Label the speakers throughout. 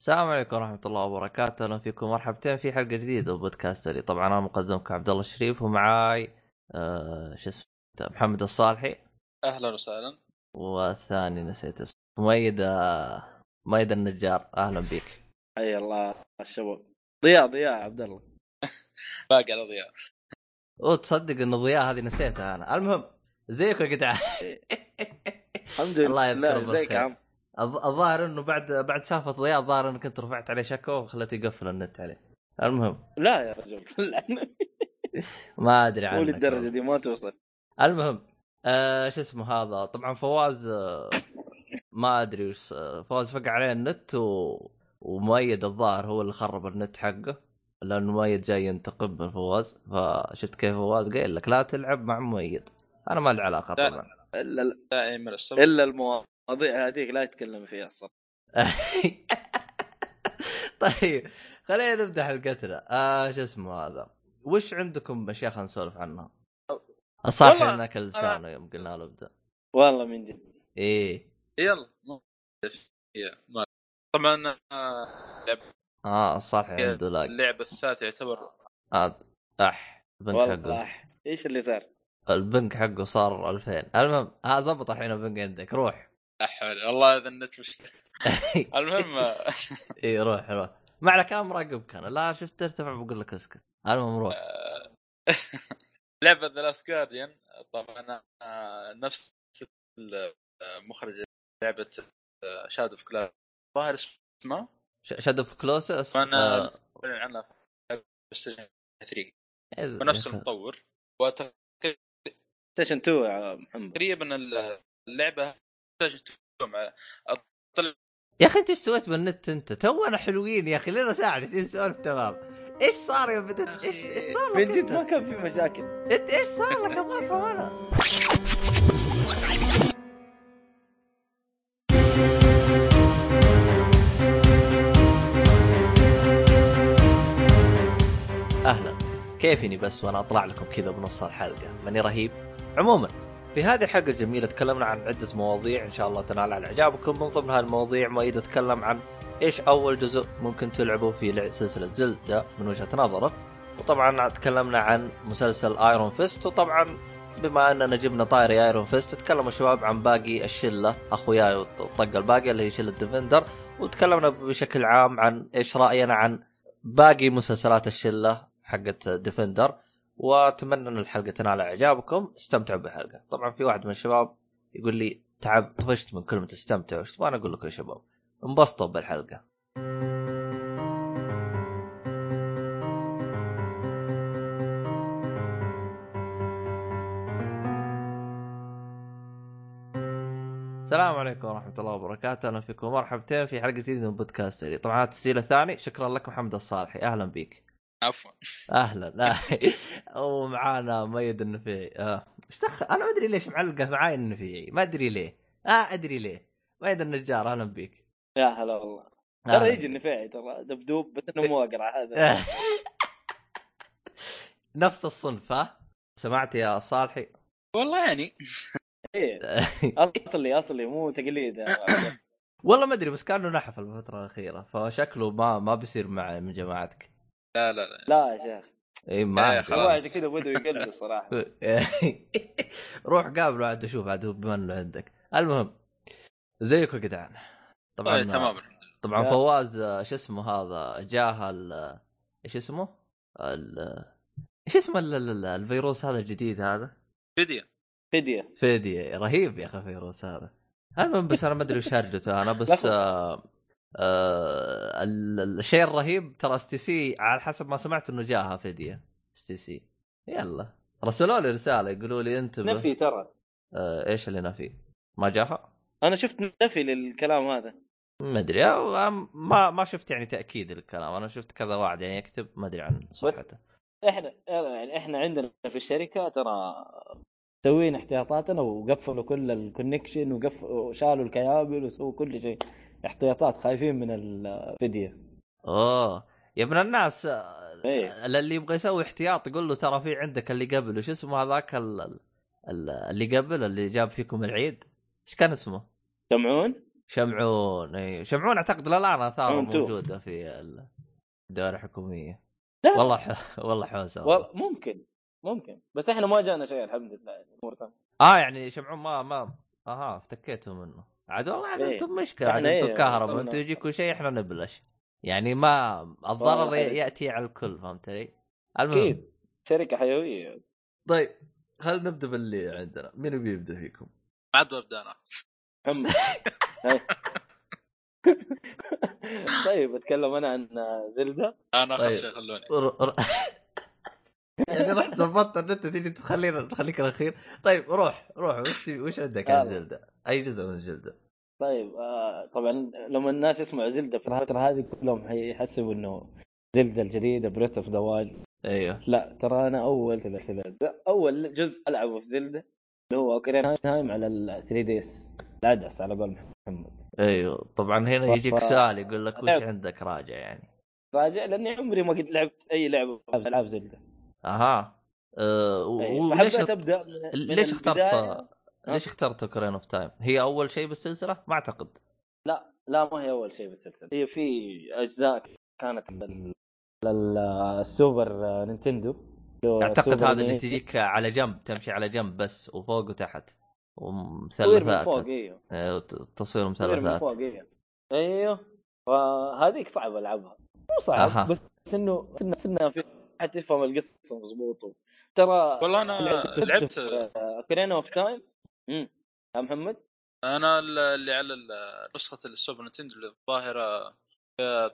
Speaker 1: السلام عليكم ورحمة الله وبركاته، أهلا فيكم مرحبتين في حلقة جديدة من بودكاستري، طبعا أنا مقدمكم عبد الله الشريف ومعاي آه شو اسمه محمد الصالحي
Speaker 2: اهلا وسهلا
Speaker 1: والثاني نسيت اسمه مؤيد آه، مؤيد النجار، أهلا بك.
Speaker 3: حي الله الشباب ضياء ضياء عبد الله
Speaker 2: باقي على ضياء
Speaker 1: وتصدق أن ضياء هذه نسيتها أنا، المهم زيكم يا جدعان
Speaker 3: الحمد
Speaker 1: الله
Speaker 3: لله
Speaker 1: يذكره
Speaker 3: لا، ازيك
Speaker 1: بالخير.
Speaker 3: يا عم
Speaker 1: الظ- الظاهر أنه بعد بعد سالفة ضياء الظاهر أنك أنت رفعت عليه شكوى وخليته يقفل النت عليه. المهم
Speaker 3: لا يا رجل لا،
Speaker 1: ما أدري عنك
Speaker 3: مو للدرجه دي ما توصل
Speaker 1: المهم آه شو اسمه هذا طبعا فواز آه ما ادري وش آه، فواز فقع عليه النت و... ومؤيد الظاهر هو اللي خرب النت حقه لانه مؤيد جاي ينتقم من فواز فشفت كيف فواز قايل لك لا تلعب مع مؤيد انا ما لي علاقه
Speaker 2: لا.
Speaker 1: طبعا
Speaker 3: الا
Speaker 2: داعي من السبب
Speaker 3: الا المواضيع هذيك لا يتكلم فيها الصراحه
Speaker 1: طيب خلينا نبدا حلقتنا آه شو اسمه هذا وش عندكم اشياء خلينا نسولف عنها؟ الصالح
Speaker 2: والله
Speaker 1: هناك لسانه يوم قلنا له ابدا
Speaker 3: والله من جد
Speaker 1: ايه
Speaker 2: يلا ما- يا، ما- طبعا آه، لعب-
Speaker 1: اه الصالح عنده لاج
Speaker 2: اللعب الثالث يعتبر
Speaker 1: آه، اح البنك
Speaker 3: والله
Speaker 1: حقه
Speaker 3: أح. ايش اللي صار؟
Speaker 1: البنك حقه صار 2000 المهم ها زبط الحين البنك عندك روح
Speaker 2: لا حول والله اذا النت مش المهم آه،
Speaker 1: اي روح روح ما عليك انا مراقبك انا لا شفت ترتفع بقول لك اسكت المهم روح
Speaker 3: آه.
Speaker 2: لعبه ذا لاست جارديان طبعا آه، نفس ال- آه، مخرج آه، لعبه شاد اوف كلاس ظاهر اسمه
Speaker 1: شاد اوف كلوسس
Speaker 2: وأنا- أعلن عنها في PlayStation 3 ونفس المطور
Speaker 3: ستيشن 2 يا محمد
Speaker 2: وتقريبا ال- اللعبه مع-
Speaker 1: يا اخي انت ايش سويت بالنت انت؟ تونا حلوين يا اخي لنا ساعه جالسين نسولف تمام ايش صار يا بدت
Speaker 2: أخي.
Speaker 1: ايش ايش صار
Speaker 3: من
Speaker 1: لك
Speaker 3: جد ما
Speaker 1: انت؟
Speaker 3: كان في مشاكل
Speaker 1: انت ايش صار لك ابغى افهم انا اهلا كيفني بس وانا اطلع لكم كذا بنص الحلقه ماني رهيب عموما في هذه الحلقه الجميله تكلمنا عن عده مواضيع ان شاء الله تنال على اعجابكم من ضمن هالمواضيع ما يتكلم عن ايش اول جزء ممكن تلعبه في لع- سلسله زلدا من وجهه نظره وطبعا تكلمنا عن مسلسل ايرون فيست وطبعا بما اننا جبنا طاري ايرون فيست تكلموا الشباب عن باقي الشله اخوياي والطقه الباقيه اللي هي شله ديفندر وتكلمنا بشكل عام عن ايش راينا عن باقي مسلسلات الشله حقت ديفندر واتمنى ان الحلقه تنال اعجابكم استمتعوا بالحلقه طبعا في واحد من الشباب يقول لي تعب طفشت من كلمه استمتع وش وانا اقول لكم يا شباب انبسطوا بالحلقه السلام عليكم ورحمة الله وبركاته، أهلا فيكم مرحبتين في حلقة جديدة من بودكاستري، طبعا هذا التسجيل الثاني، شكرا لك محمد الصالحي، أهلا بك.
Speaker 2: عفوا
Speaker 1: أهلا ومعانا ميد النفيعي، آه. ايش دخل؟ أنا ما أدري ليش معلقة معاي النفيعي، ما أدري ليه، آه أدري ليه. ميد النجار أهلا بك.
Speaker 3: يا هلا والله
Speaker 1: أهلا
Speaker 3: ترى يجي النفاعي ترى دبدوب بس انه مو اقرع هذا
Speaker 1: بك. نفس الصنف ها؟ سمعت يا صالحي؟
Speaker 2: والله يعني
Speaker 3: إيه. اصلي اصلي مو تقليد يا عبد
Speaker 1: والله ما أدري بس كأنه نحف الفترة الأخيرة، فشكله ما ما بيصير مع من جماعتك.
Speaker 2: لا لا لا
Speaker 3: الله. لا يا شيخ
Speaker 1: اي
Speaker 2: إيه،
Speaker 1: ما أدري.
Speaker 2: خلاص.
Speaker 3: الواحد كذا بده يقلب صراحه
Speaker 1: روح قابله عاد وشوف عاد هو بما انه عندك المهم زيكم يا جدعان طبعا
Speaker 2: طيب تماما
Speaker 1: طبعا
Speaker 3: لا.
Speaker 1: فواز آه، شو اسمه هذا جاه ال- ايش اسمه؟ ال- ايش اسمه ال- ال- ال- الفيروس هذا الجديد هذا؟
Speaker 2: فيديو
Speaker 3: فديه
Speaker 1: فيدي رهيب يا اخي الفيروس هذا المهم بس انا ما ادري وش هرجته انا بس
Speaker 3: لحظة.
Speaker 1: آه آه ال- ال- الشيء الرهيب ترى اس تي سي على حسب ما سمعت انه جاها فديه اس تي سي يلا رسلوا لي رساله يقولوا لي انتبه
Speaker 3: نفي ترى
Speaker 1: آه، ايش اللي نفي؟ ما جاها؟
Speaker 3: انا شفت نفي للكلام هذا
Speaker 1: ما ادري آه، ما ما شفت يعني تاكيد للكلام انا شفت كذا واحد يعني يكتب ما ادري عن صحته
Speaker 3: احنا يعني احنا عندنا في الشركه ترى مسوين احتياطاتنا وقفلوا كل الكونكشن وقفلوا وشالوا الكيابل وسووا كل شيء احتياطات خايفين من الفديه
Speaker 1: اوه يا ابن الناس آه،
Speaker 3: إيه.
Speaker 1: اللي يبغى يسوي احتياط يقول له ترى في عندك اللي قبله شو اسمه هذاك ال- ال- ال- اللي قبل اللي جاب فيكم العيد ايش كان اسمه؟
Speaker 3: سمعون؟
Speaker 1: شمعون اي شمعون اعتقد للان اثاره
Speaker 3: شمعون تو.
Speaker 1: موجوده في ال- الدوائر الحكوميه
Speaker 3: لا.
Speaker 1: والله ح... والله حوسه والله.
Speaker 3: و- ممكن ممكن بس احنا ما جانا شيء الحمد لله يعني امور تمام
Speaker 1: اه يعني شمعون ما ما اها افتكيتوا منه عاد والله عاد
Speaker 3: إيه.
Speaker 1: انتم مشكله عاد
Speaker 3: إحنا إيه،
Speaker 1: انتم كهرباء
Speaker 3: وصلنا.
Speaker 1: انتم يجيكم شيء احنا نبلش يعني ما الضرر
Speaker 3: والله حلو.
Speaker 1: ياتي على الكل فهمت علي؟ المهم
Speaker 3: اكيد شركه حيويه
Speaker 1: طيب خلينا نبدا باللي عندنا مين يبي يبدا فيكم؟
Speaker 2: بعد ما ابدا انا
Speaker 3: هم طيب اتكلم انا عن زلدة
Speaker 2: انا اخر
Speaker 1: طيب.
Speaker 2: شيء خلوني
Speaker 1: ر... ر... يعني رحت ظبطت ان انت تجي تخلينا نخليك الاخير طيب روح روح وش تبي- وش عندك عن
Speaker 3: يلا.
Speaker 1: زلدة؟ اي جزء من زلدة؟
Speaker 3: طيب آه طبعا لما الناس يسمعوا زلدة في الفترة هذه كلهم حيحسبوا انه زلدة الجديدة بريث اوف ذا وايلد
Speaker 1: ايوه
Speaker 3: لا ترى انا اول سلسلة اول جزء العبه في زلدة اللي هو اوكرين تايم على ال 3 ديس العدس على بال محمد
Speaker 1: ايوه طبعا هنا
Speaker 3: ف-
Speaker 1: يجيك سؤال يقول لك وش
Speaker 3: لعب.
Speaker 1: عندك راجع يعني؟
Speaker 3: راجع لاني عمري ما قد لعبت اي لعبه من العاب زلدة
Speaker 1: اها أه و-
Speaker 3: طيب،
Speaker 1: وليش
Speaker 3: فحبيت ابدا من- من
Speaker 1: ليش
Speaker 3: البداية.
Speaker 1: اخترت ليش اخترت كرين اوف تايم؟ هي اول شيء بالسلسله؟ ما اعتقد
Speaker 3: لا ما هي اول شيء بالسلسله هي في اجزاء كانت لل... للسوبر نينتندو لو
Speaker 1: اعتقد
Speaker 3: سوبر
Speaker 1: هذا اللي
Speaker 3: نين-
Speaker 1: تجيك على جنب تمشي على جنب بس وفوق وتحت
Speaker 3: تصوير من
Speaker 1: ومثلثات
Speaker 3: فوق ايوه
Speaker 1: أيوة، ت- تصوير
Speaker 3: تصوير من
Speaker 1: مثلثات
Speaker 3: فوق ايوه ايوه فهذيك صعب العبها مو صعب
Speaker 1: أها.
Speaker 3: أه. بس انه سنة سنة في حتفهم القصه مضبوط ترى
Speaker 2: والله انا آه، لعبت
Speaker 3: كرينا اوف تايم امم يا محمد
Speaker 2: انا اللي على ال- نسخه السوبر نتندو اللي آه، الظاهره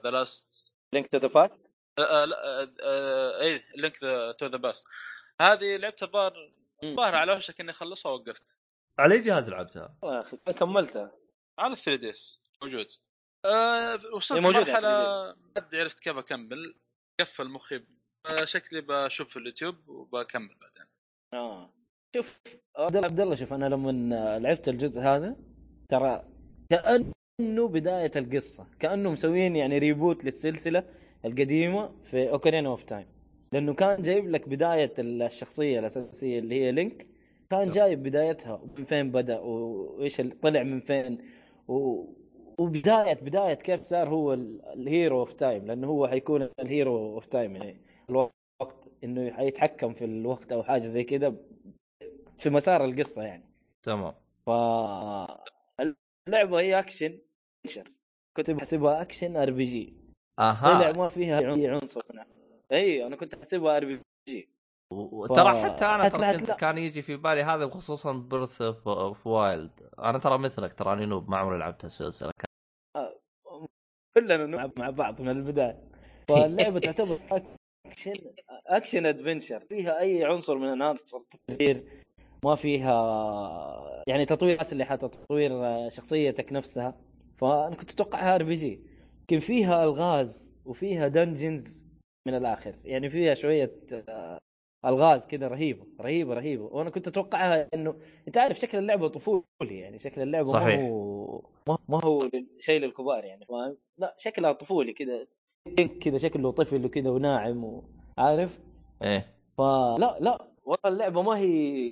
Speaker 2: ذا لاست
Speaker 3: لينك تو ذا باست
Speaker 2: لا لا آه، اي لينك تو ذا باس هذه لعبتها الظاهر
Speaker 3: مم.
Speaker 2: الظاهر على وشك اني اخلصها وقفت
Speaker 1: على اي جهاز لعبتها؟
Speaker 3: يا اخي ما كملتها
Speaker 2: على 3 ديس موجود آه وصلت
Speaker 3: هي موجودة إيه، على
Speaker 2: مرحله
Speaker 3: 3DS.
Speaker 2: ما أدري عرفت كيف اكمل قفل مخي آه شكلي بشوف في اليوتيوب وبكمل بعدين
Speaker 3: اه شوف عبد الله عبد الله شوف انا لما لعبت الجزء هذا ترى كانه بدايه القصه كانه مسوين يعني ريبوت للسلسله القديمه في اوكرين اوف تايم لانه كان جايب لك بدايه الشخصيه الاساسيه اللي هي لينك كان جايب بدايتها من فين بدا وايش اللي طلع من فين و... وبدايه بدايه كيف صار هو ال- الهيرو اوف تايم لانه هو حيكون الهيرو اوف تايم يعني الوقت انه حيتحكم في الوقت او حاجه زي كذا في مسار القصه يعني
Speaker 1: تمام
Speaker 3: ف اللعبه هي اكشن أكشن. كنت بحسبها اكشن ار بي جي طلع
Speaker 1: اها
Speaker 3: ما فيها أي عنصر من- اي انا كنت احسبها ار بي جي
Speaker 1: وترى
Speaker 3: ف-
Speaker 1: حتى انا ترى
Speaker 3: طلعت
Speaker 1: كنت
Speaker 3: لا.
Speaker 1: كان يجي في بالي هذا وخصوصا بيرث اوف وايلد انا ترى مثلك تراني نوب ما عمري لعبت السلسله
Speaker 3: كلنا نلعب مع بعض من البدايه فاللعبه تعتبر اكشن اكشن ادفنشر فيها اي عنصر من عناصر التطوير ما فيها يعني تطوير اسلحه تطوير شخصيتك نفسها فانا كنت اتوقعها ار بي جي لكن فيها الغاز وفيها دنجنز من الاخر يعني فيها شويه آه، الغاز كذا رهيبه رهيبه رهيبه وانا كنت اتوقعها انه انت عارف شكل اللعبه طفولي يعني شكل اللعبه
Speaker 1: صحيح.
Speaker 3: ما هو ما- ما هو شيء للكبار يعني فاهم لا شكلها طفولي كذا كذا شكله طفل وكذا وناعم وعارف
Speaker 1: ايه
Speaker 3: فلا لا والله اللعبه ما هي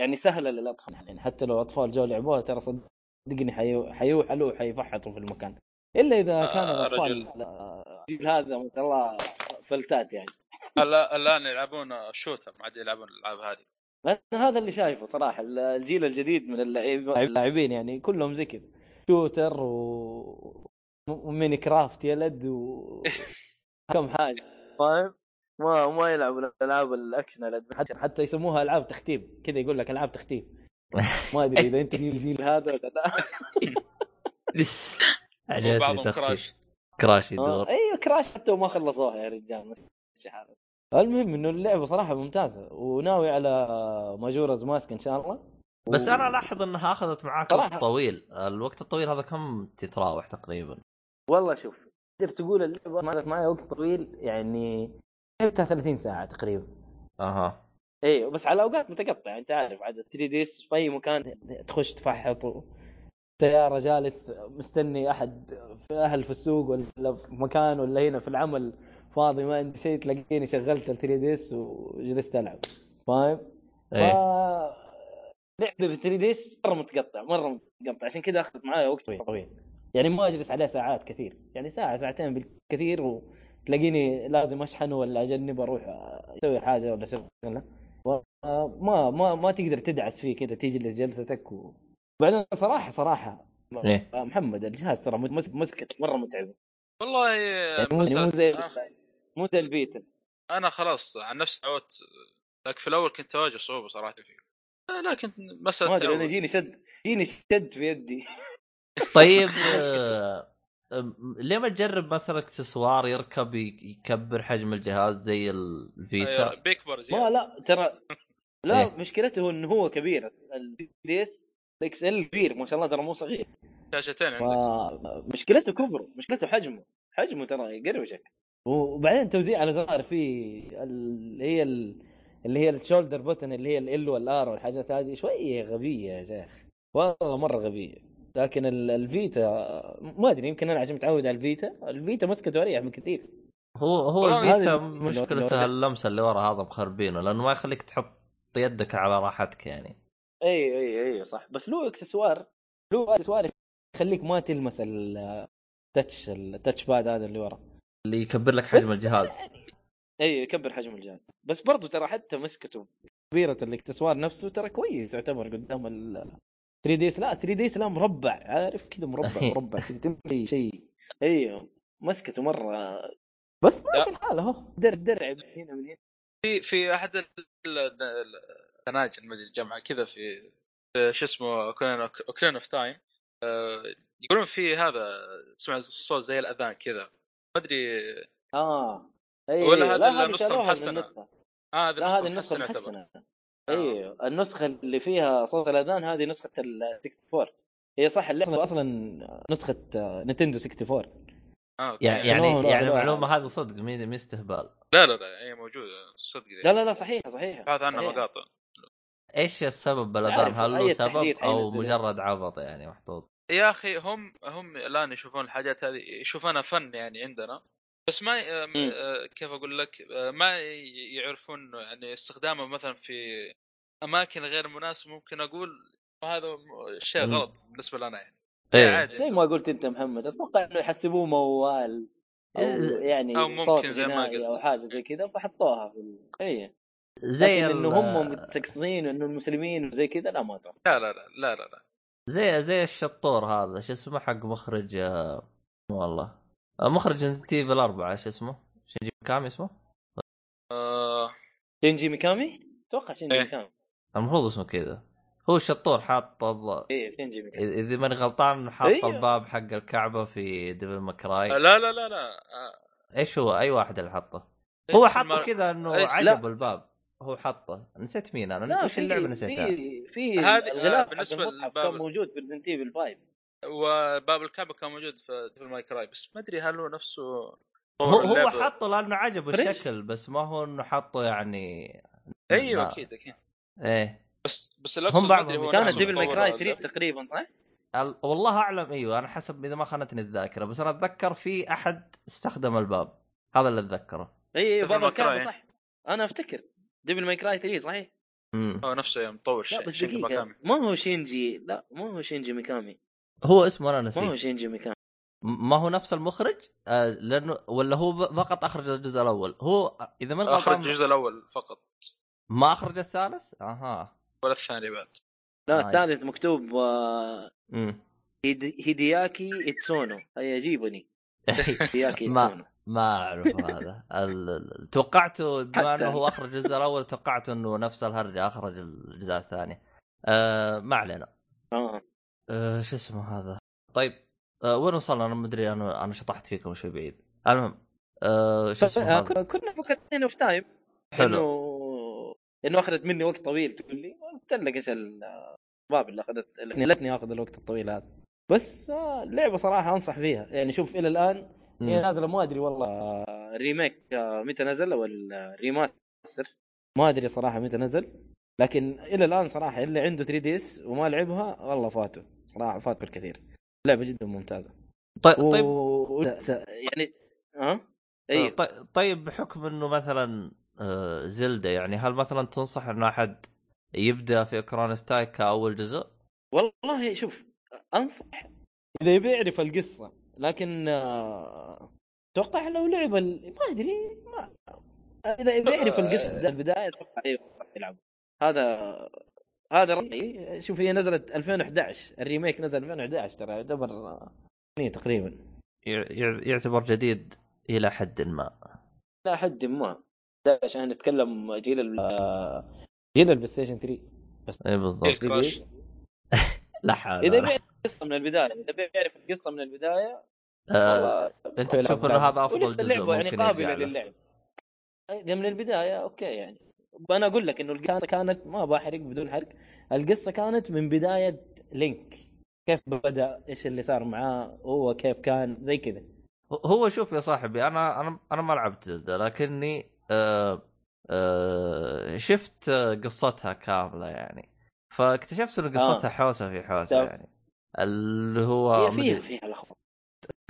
Speaker 3: يعني سهله للاطفال يعني حتى لو اطفال جو لعبوها ترى صدقني حيو- حيوحلوا حيفحطوا في المكان الا اذا كان
Speaker 2: آه،
Speaker 3: الاطفال
Speaker 2: رجل.
Speaker 3: آه، الجيل هذا ما شاء الله فلتات يعني
Speaker 2: هلا الان يلعبون شوتر ما عاد يلعبون الالعاب هذه
Speaker 3: لان هذا اللي شايفه صراحه الجيل الجديد من اللعيب- اللاعبين يعني كلهم زي كذا شوتر و وميني كرافت يلد و كم حاجه فاهم؟ طيب، ما ما يلعبوا الالعاب الاكشن الأد- حتى حتى يسموها العاب تختيم كذا يقول لك العاب تختيم ما ادري اذا انت جيل جيل هذا ولا لا
Speaker 2: وبعضهم
Speaker 1: تخفيف.
Speaker 2: كراش
Speaker 1: كراش
Speaker 3: آه،
Speaker 1: يدور
Speaker 3: ايوه كراش حتى وما خلصوها يا رجال مش عارف. المهم انه اللعبه صراحه ممتازه وناوي على ماجورز ماسك ان شاء الله
Speaker 1: بس انا الاحظ انها اخذت معاك
Speaker 3: صراحة.
Speaker 1: وقت طويل الوقت الطويل هذا كم تتراوح تقريبا
Speaker 3: والله شوف تقدر تقول اللعبه مالت معي وقت طويل يعني لعبتها 30 ساعه تقريبا
Speaker 1: اها
Speaker 3: ايوه بس على اوقات متقطعه انت عارف عاد 3 دي اس في اي مكان تخش تفحط و- سياره جالس مستني احد في اهل في السوق ولا في مكان ولا هنا في العمل فاضي ما عندي شيء تلاقيني شغلت ال 3 دي اس وجلست العب فاهم؟ ف...
Speaker 1: ايه
Speaker 3: إيه. لعبه ب 3 دي اس مره متقطع مره قط عشان كذا اخذت معايا وقت طويل طويل يعني ما اجلس عليه ساعات كثير يعني ساعه ساعتين بالكثير وتلاقيني لازم اشحنه ولا اجنب اروح اسوي حاجه ولا شغله آه، ما ما ما تقدر تدعس فيه كذا تجلس جلستك و... بعدين صراحه صراحه
Speaker 1: إيه.
Speaker 3: محمد الجهاز ترى مس- مسكته مره متعبه
Speaker 2: والله
Speaker 3: يعني مو مو
Speaker 2: مسألة-
Speaker 3: زي
Speaker 2: آه،
Speaker 3: مو زي البيتا
Speaker 2: انا خلاص عن نفسي تعودت لكن في الاول كنت اواجه صعوبه صراحه فيه آه، لكن مساله
Speaker 3: ما ادري انا
Speaker 2: تعود.
Speaker 3: جيني شد جيني شد في يدي
Speaker 1: طيب آه، آم، ليه ما تجرب مثلا اكسسوار يركب ي- يكبر حجم الجهاز زي
Speaker 2: أيوة،
Speaker 1: الفيتا
Speaker 2: بيكبر زياده
Speaker 3: ما لا ترى لا
Speaker 1: إيه.
Speaker 3: مشكلته انه هو كبير البي دي اس الاكس ال كبير ما شاء الله ترى مو صغير
Speaker 2: شاشتين عندك
Speaker 3: ما- مشكلته كبره مشكلته حجمه حجمه ترى يقروشك وبعدين توزيع على زرار في اللي هي ال- اللي هي الشولدر بوتن اللي هي ال والار والحاجات هذه شويه غبيه يا شيخ والله مره غبيه لكن ال- الفيتا ما ادري يمكن انا عشان متعود على الفيتا الفيتا مسكته اريح من كثير
Speaker 1: هو هو
Speaker 3: والله
Speaker 1: الفيتا
Speaker 3: هذه- لو-
Speaker 1: مشكلته
Speaker 3: لو-
Speaker 1: اللمسه اللي ورا هذا مخربينه لانه ما يخليك تحط يدك على راحتك يعني
Speaker 3: اي اي اي صح بس له اكسسوار له اكسسوار يخليك ما تلمس ال- التاتش التاتش باد هذا اللي ورا
Speaker 1: اللي يكبر لك حجم
Speaker 3: بس- يعني
Speaker 1: الجهاز
Speaker 3: اي يكبر حجم الجهاز بس برضو ترى حتى مسكته كبيرة الاكسسوار نفسه ترى كويس يعتبر قدام ال 3 دي اس لا 3 دي اس لا مربع عارف كذا مربع مربع كذا تمشي شيء ايوه مسكته مره بس ماشي الحال اهو درع درع من هنا من هنا
Speaker 2: في في احد ال- ال- ال- التناجم مجلس الجامعه كذا في في شو اسمه اوكلين اوف تايم آه، يقولون في هذا تسمع صوت زي الاذان كذا ما آه، ادري
Speaker 3: اه ايوه
Speaker 2: ولا
Speaker 3: أيوه.
Speaker 2: هذه
Speaker 3: لا،
Speaker 2: النسخة
Speaker 3: شالوها من
Speaker 2: المحسنة.
Speaker 3: النسخة.
Speaker 2: آه هذا
Speaker 3: لا هذه النسخه
Speaker 2: محسن يعتبر. آه.
Speaker 3: المحسنه ايوه النسخه اللي فيها صوت الاذان هذه نسخه ال 64 هي صح اللعبه اصلا نسخه نتندو 64
Speaker 2: آه. أوكي.
Speaker 1: يعني يعني
Speaker 3: لا،
Speaker 1: يعني
Speaker 3: لا.
Speaker 1: المعلومه هذه صدق مي مي استهبال
Speaker 2: لا لا لا هي موجوده صدق
Speaker 3: لا لا لا صحيحه صحيحه
Speaker 2: بحث عنها
Speaker 3: صحيحة.
Speaker 2: مقاطع
Speaker 1: ايش السبب بالاذان
Speaker 3: عارف،
Speaker 1: هل له
Speaker 3: أي
Speaker 1: سبب
Speaker 3: تحديث
Speaker 1: او
Speaker 3: حينزلوه.
Speaker 1: مجرد عبط يعني محطوط
Speaker 2: يا اخي هم هم الان يشوفون الحاجات هذه يشوفونها فن يعني عندنا بس ما ي- آم-
Speaker 3: مم.
Speaker 2: آه، كيف اقول لك آه، ما ي- يعرفون يعني استخدامه مثلا في اماكن غير مناسبه ممكن اقول هذا م- شيء
Speaker 1: مم.
Speaker 2: غلط بالنسبه لنا يعني
Speaker 1: ايه
Speaker 2: عادي
Speaker 3: زي ما قلت انت محمد اتوقع انه يحسبوه موال او
Speaker 1: إيه.
Speaker 3: يعني
Speaker 2: أو ممكن
Speaker 3: صوت
Speaker 2: زي ما
Speaker 3: غنائي
Speaker 2: قلت.
Speaker 3: او حاجه زي كذا فحطوها في ال... اي
Speaker 1: زي
Speaker 3: زي انه
Speaker 1: ال-
Speaker 3: هم متسكسين وانه المسلمين وزي كذا لا ما اتوقع
Speaker 2: لا لا لا لا لا, لا.
Speaker 1: زي زي الشطور هذا شو اسمه حق مخرج آه، والله آه، مخرج ريزنت ايفل الاربعه شو اسمه؟ شنجي كام اسمه؟
Speaker 2: آه
Speaker 3: شينجي ميكامي؟ اتوقع شينجي
Speaker 2: إيه.
Speaker 3: ميكامي
Speaker 1: المفروض اسمه كذا هو الشطور حاط الض-
Speaker 3: اي إيه، شينجي ميكامي
Speaker 1: اذا ماني غلطان حاط
Speaker 3: أيوه.
Speaker 1: الباب حق الكعبه في ديفل مكراي
Speaker 2: لا لا لا لا آه،
Speaker 1: ايش هو اي واحد اللي حطه؟
Speaker 2: إيه،
Speaker 1: هو
Speaker 2: بس
Speaker 1: حطه
Speaker 2: المر-
Speaker 1: كذا انه
Speaker 2: إيش؟
Speaker 1: عجب الباب هو حطه نسيت مين انا
Speaker 3: لا
Speaker 1: وش
Speaker 3: في-
Speaker 1: اللعبه نسيتها؟
Speaker 3: في في
Speaker 2: هذه- آه،
Speaker 3: الغلاف
Speaker 2: بالنسبة
Speaker 3: بالنسبه للمصحف
Speaker 2: للباب-
Speaker 3: كان موجود في ريزنت ايفل 5
Speaker 2: وباب الكعبه كان موجود في ديفل ماي كراي بس ما ادري هل هو نفسه
Speaker 1: هو
Speaker 2: طور
Speaker 1: هو
Speaker 2: اللعبة.
Speaker 1: حطه لانه عجبه
Speaker 3: فريش.
Speaker 1: الشكل بس ما هو انه حطه يعني
Speaker 2: ايوه
Speaker 1: لا.
Speaker 2: اكيد اكيد
Speaker 1: ايه
Speaker 2: بس بس اللي أقصد ما
Speaker 1: بعضهم
Speaker 2: أدري هو
Speaker 1: كانت
Speaker 3: كانت
Speaker 2: نفسه
Speaker 1: ديفل
Speaker 3: ديفل ماي
Speaker 2: مطور
Speaker 3: كراي
Speaker 2: ولا
Speaker 3: 3 تقريبا صح؟
Speaker 1: ال- والله اعلم ايوه انا حسب اذا ما خانتني الذاكره بس انا اتذكر في احد استخدم الباب هذا اللي اتذكره
Speaker 3: اي اي
Speaker 2: Devil
Speaker 3: إيه، بابا
Speaker 2: May Cry.
Speaker 3: الكعبه صح انا افتكر ديفل ماي كراي 3 صحيح
Speaker 1: امم
Speaker 2: هو نفسه يعني مطور
Speaker 3: لا
Speaker 2: شيء
Speaker 3: بس
Speaker 2: شيء
Speaker 3: دقيقه
Speaker 2: مكامي
Speaker 3: ما هو شينجي لا ما هو شينجي ميكامي
Speaker 1: هو اسمه انا
Speaker 3: ما هو
Speaker 1: نسيت
Speaker 3: شينجي ميكامي
Speaker 1: م- ما هو نفس المخرج آه لانه ولا هو ب- فقط اخرج الجزء الاول هو اذا ما
Speaker 2: اخرج
Speaker 1: غلطان
Speaker 2: الجزء الاول فقط
Speaker 1: ما اخرج الثالث اها
Speaker 2: ولا الثاني بعد
Speaker 1: آه.
Speaker 3: لا الثالث مكتوب آه،
Speaker 1: امم
Speaker 3: هيد- هيدياكي اتسونو اي جيبني هيدياكي
Speaker 1: ما-
Speaker 3: اتسونو
Speaker 1: إيه، ما اعرف هذا ال- ال- توقعته بما
Speaker 3: حتى
Speaker 1: انه هو
Speaker 3: أنا.
Speaker 1: اخرج الجزء الاول توقعت انه نفس الهرجه اخرج الجزء الثاني آه ما علينا
Speaker 3: اه
Speaker 1: أه، شو اسمه هذا طيب أه وين وصلنا انا ما ادري انا انا شطحت فيكم شوي بعيد المهم أه شو اسمه هذا
Speaker 3: آه، ك- كنا فكرتين اوف تايم
Speaker 1: حلو
Speaker 3: انه انه اخذت مني وقت طويل تقول لي قلت لك ايش الاسباب اللي اخذت اللي خلتني اخذ الوقت الطويل هذا بس آه، اللعبه صراحه انصح فيها يعني شوف الى الان هي
Speaker 1: مم.
Speaker 3: نازله ما ادري والله آه، ريميك آه، متى نزل او الريماستر ما ادري صراحه متى نزل لكن الى الان صراحه اللي عنده 3 دي اس وما لعبها والله فاته صراحه فات بالكثير لعبه جدا ممتازه
Speaker 1: طيب طيب
Speaker 3: و... و- س- يعني ها ايوه
Speaker 1: طي- طيب بحكم انه مثلا أه زلده يعني هل مثلا تنصح انه احد يبدا في اكران ستايك كاول جزء؟
Speaker 3: والله شوف انصح اذا يبي يعرف القصه لكن آه، اتوقع لو لعب ال... ما ادري ما اذا يبي يعرف القصه من البدايه اتوقع ايوه يلعب هذا هذا رايي شوف هي نزلت 2011 الريميك نزل 2011 ترى يعتبر آه، سنين تقريبا
Speaker 1: يع- يع- يعتبر جديد الى حد ما
Speaker 3: لا حد ما ده عشان نتكلم جيل ال آه، جيل البلاي ستيشن 3
Speaker 1: اي بالضبط
Speaker 2: تلك كراش.
Speaker 1: لا حول
Speaker 3: اذا
Speaker 1: ولا قوة.
Speaker 3: بيعرف القصه من البدايه اذا بيعرف القصه من البدايه
Speaker 1: آه،
Speaker 3: والله
Speaker 1: انت
Speaker 3: يلعب
Speaker 1: تشوف انه
Speaker 3: لعبة.
Speaker 1: هذا افضل
Speaker 3: ولسه
Speaker 1: جزء
Speaker 3: اللعبه يعني
Speaker 1: ممكن
Speaker 3: قابله
Speaker 1: يرجع له
Speaker 3: للعب اذا من البدايه اوكي يعني انا اقول لك انه القصه كانت ما بحرق بدون حرق القصه كانت من بدايه لينك كيف بدا ايش اللي صار معاه هو كيف كان زي كذا
Speaker 1: هو شوف يا صاحبي انا انا انا ما لعبت زلدة لكني آه آه شفت آه، قصتها كامله يعني فاكتشفت ان قصتها آه. حوسه في حوسه
Speaker 3: طب.
Speaker 1: يعني اللي هو
Speaker 3: هي فيها
Speaker 1: آه، مدري-
Speaker 3: فيها لخبطه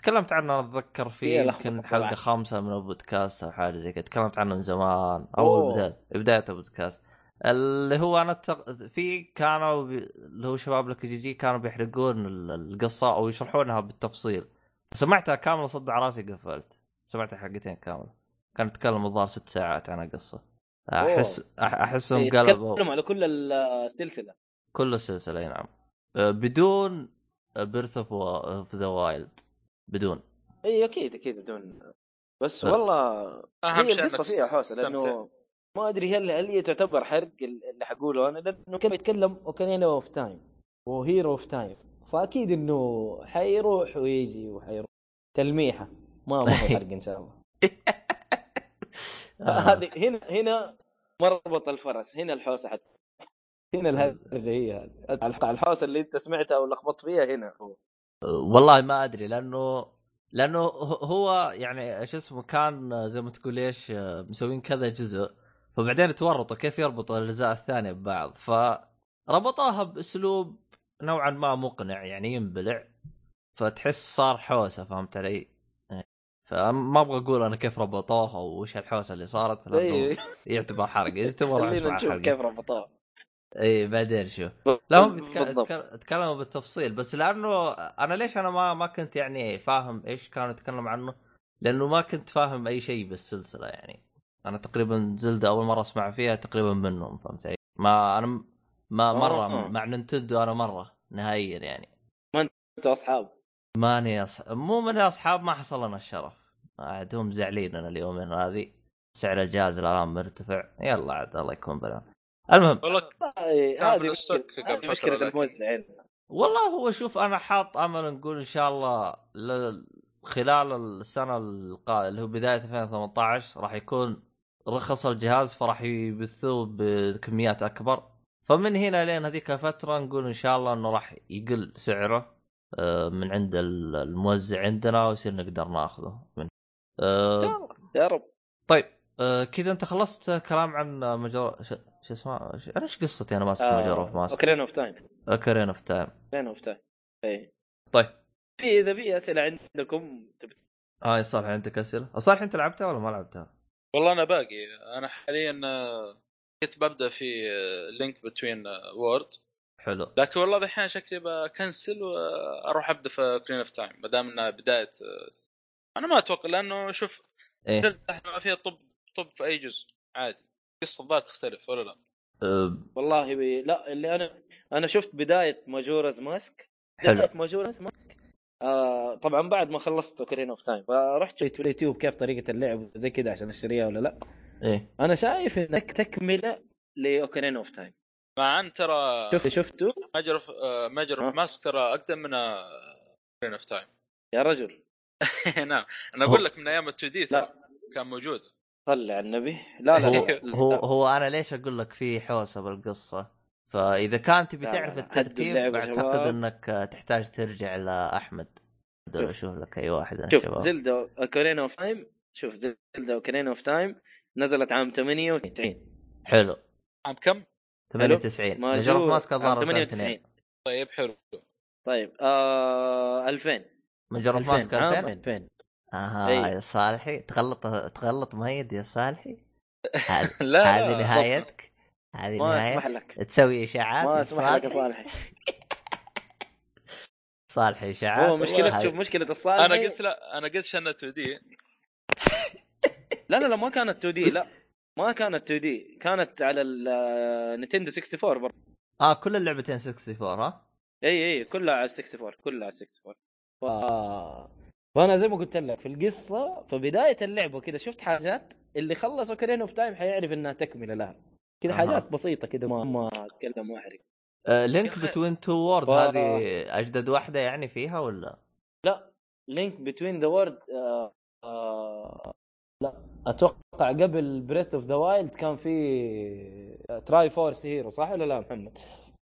Speaker 1: تكلمت عنه انا اتذكر في
Speaker 3: فيها لخبطة
Speaker 1: يمكن
Speaker 3: إيه، طبعاً.
Speaker 1: حلقه خامسه من البودكاست او حاجه زي كذا تكلمت عنه من زمان
Speaker 3: أوه.
Speaker 1: او بدايه بدايه البودكاست اللي هو انا التق... في كانوا بي... اللي هو شباب لك جي جي كانوا بيحرقون ال- القصه او يشرحونها بالتفصيل سمعتها كامله صد على راسي قفلت سمعتها حلقتين كامله كان يتكلم الظاهر ست ساعات عن القصه احس أح-
Speaker 3: إيه،
Speaker 1: احسهم قلبوا
Speaker 3: يتكلم على كل السلسله
Speaker 1: كل السلسله اي نعم أه، بدون بيرث اوف ذا وايلد بدون
Speaker 3: اي اكيد اكيد إيه، بدون بس
Speaker 1: لا.
Speaker 3: والله
Speaker 2: اهم
Speaker 3: هي
Speaker 2: شيء
Speaker 3: القصه
Speaker 2: انك
Speaker 3: فيها حوسه
Speaker 2: تستمتع.
Speaker 3: لانه ما ادري هل هل هي تعتبر حرق اللي حقوله انا لانه كان يتكلم اوكانينا اوف تايم وهيرو اوف تايم فاكيد انه حيروح ويجي وحيروح تلميحه ما ما هو حرق ان شاء الله
Speaker 1: آه.
Speaker 3: هذه هنا هنا مربط الفرس هنا الحوسه حتى هنا
Speaker 2: آه.
Speaker 3: الهرجه هي هذه الح- الحوسه اللي انت سمعتها ولخبطت فيها هنا هو
Speaker 1: والله ما ادري لانه لانه ه- هو يعني شو اسمه كان زي ما تقول ايش مسوين كذا جزء فبعدين تورطوا كيف يربطوا الاجزاء الثانيه ببعض فربطوها باسلوب نوعا ما مقنع يعني ينبلع فتحس صار حوسه فهمت علي؟ فما ابغى اقول انا كيف ربطوها وش الحوسه اللي صارت لأنه
Speaker 3: ايوه
Speaker 1: يعتبر حرق يعتبر
Speaker 3: خلينا نشوف
Speaker 1: حرق
Speaker 3: كيف ربطوها
Speaker 1: اي إيه، بعدين شوف لا هم بيتك-
Speaker 3: بالضبط.
Speaker 1: تك- تكلموا بالتفصيل بس لانه انا ليش انا ما ما كنت يعني فاهم ايش كانوا يتكلموا عنه لانه ما كنت فاهم اي شيء بالسلسله يعني انا تقريبا زلدة اول مره اسمع فيها تقريبا منهم فهمت علي؟ ما انا م- ما
Speaker 3: آه.
Speaker 1: مره مع نينتندو انا مره نهائيا يعني
Speaker 3: انتوا اصحاب
Speaker 1: ماني أص... مو من اصحاب ما حصل لنا الشرف عاد هم زعلين انا اليومين هذه سعر الجهاز الان مرتفع يلا عاد الله يكون بالعون المهم
Speaker 2: والله
Speaker 3: هاي-
Speaker 2: كان في
Speaker 3: آه، هذه
Speaker 2: الستوك
Speaker 3: مشكلة-
Speaker 2: قبل
Speaker 3: هذه
Speaker 2: فترة
Speaker 3: مشكلة
Speaker 2: لكن-
Speaker 3: الموزع عندنا.
Speaker 1: والله هو شوف انا حاط امل نقول ان شاء الله ل... خلال السنه القادمه اللي هو بدايه 2018 راح يكون رخص الجهاز فراح يبثوه بكميات اكبر فمن هنا لين هذيك الفتره نقول ان شاء الله انه راح يقل سعره آه، من عند ال- الموزع عندنا ويصير نقدر ناخذه منه. آه،
Speaker 3: يا رب
Speaker 1: طيب آه، كذا انت خلصت كلام عن مجرى شو شو اسمه شو- انا ايش قصتي انا ماسك
Speaker 3: آه،
Speaker 1: مجرى اوف ماسك
Speaker 3: اوكرين اوف تايم
Speaker 1: اوكرين اوف تايم
Speaker 3: اوكرين اوف تايم اي
Speaker 1: طيب
Speaker 3: إيه. في اذا في اسئله عندكم تبي
Speaker 1: اه يا صالح عندك اسئله؟ صالح انت لعبتها ولا ما لعبتها؟
Speaker 2: والله انا باقي انا حاليا آه، كنت ببدا في آه، لينك بتوين وورد
Speaker 1: حلو
Speaker 2: لكن والله دحين شكلي بكنسل واروح ابدا في كلين اوف تايم ما دام انها بدايه آه، س- انا ما اتوقع لانه شوف
Speaker 1: ايه
Speaker 2: زلدة احنا ما فيها طب طب في اي جزء عادي قصه الظاهر تختلف ولا لا
Speaker 1: أه
Speaker 3: والله بي... لا اللي انا انا شفت بدايه ماجورز ماسك
Speaker 1: حلو
Speaker 3: بدايه ماجورز ماسك آه طبعا بعد ما خلصت اوكرين اوف تايم فرحت شفت اليوتيوب كيف طريقه اللعب وزي كذا عشان اشتريها ولا لا
Speaker 1: ايه
Speaker 3: انا شايف انك تكمله لاوكرين اوف تايم
Speaker 2: مع ان ترى
Speaker 1: آه.
Speaker 3: شفت شفته
Speaker 2: ماجر اوف آه، ماجر
Speaker 3: ها؟
Speaker 2: اوف ماسك ترى اقدم من آه، كلين اوف تايم
Speaker 3: يا رجل
Speaker 2: نعم انا اقول لك من ايام 2 دي
Speaker 3: لا.
Speaker 2: ترى كان موجود
Speaker 3: صلى على النبي لا لا
Speaker 1: هو
Speaker 3: لا, لا.
Speaker 1: هو هو انا ليش اقول لك في حوسه بالقصه؟ فاذا كان تبي
Speaker 3: لا، لا،
Speaker 1: تعرف
Speaker 3: لا. حد
Speaker 1: الترتيب
Speaker 3: اللعبة يا
Speaker 1: اعتقد
Speaker 3: شباب.
Speaker 1: انك آه، تحتاج ترجع لاحمد
Speaker 3: شوف.
Speaker 1: اشوف لك اي واحد انا
Speaker 3: شوف
Speaker 1: شباب
Speaker 3: زلدا اوكرين اوف تايم شوف زلدا اوكرين اوف تايم نزلت عام 98
Speaker 1: حلو
Speaker 2: عام نعم، كم؟
Speaker 1: 98
Speaker 3: ما آه،
Speaker 1: مجرد
Speaker 3: جو-
Speaker 1: ماسك الظاهر
Speaker 3: عام
Speaker 1: 2002
Speaker 3: 98
Speaker 2: طيب حلو
Speaker 3: طيب آه 2000
Speaker 1: مجرد
Speaker 3: 2000
Speaker 1: ماسك
Speaker 3: عام
Speaker 1: 2000
Speaker 3: 2000
Speaker 1: اها
Speaker 3: أي.
Speaker 1: يا صالحي تغلط تغلط ميد يا صالحي هذه
Speaker 2: لا، لا
Speaker 1: هذه نهايتك هذه
Speaker 3: ما
Speaker 1: نهايتك
Speaker 3: اسمح لك
Speaker 1: تسوي اشاعات
Speaker 3: ما
Speaker 1: يا
Speaker 3: اسمح لك يا
Speaker 1: صالحي؟
Speaker 3: صالح
Speaker 1: صالح اشاعات
Speaker 3: هو
Speaker 1: والله
Speaker 3: مشكلة
Speaker 1: هاي.
Speaker 3: شوف مشكلة الصالح
Speaker 2: انا قلت لا انا قلت شنة 2 دي
Speaker 3: لا لا لا ما كانت 2 دي لا ما كانت 2 دي كانت على آه، النتندو 64 برضه
Speaker 1: اه كل اللعبتين 64 ها
Speaker 3: اي اي إيه، كلها على 64 كلها على 64 ف... فانا زي ما قلت لك في القصه في بدايه اللعبه كذا شفت حاجات اللي خلص اوكرين اوف تايم حيعرف انها تكمله لها كذا
Speaker 1: أها.
Speaker 3: حاجات بسيطه كذا ما ما اتكلم واحرق
Speaker 1: آه
Speaker 2: يا
Speaker 1: لينك
Speaker 2: أخي-
Speaker 1: بتوين تو وورد
Speaker 3: آه.
Speaker 1: هذه اجدد واحده يعني فيها ولا
Speaker 3: لينك بتوين ذا وورد آه، لا اتوقع قبل بريث اوف ذا وايلد كان آه، في تراي فورس هيرو صح ولا لا محمد؟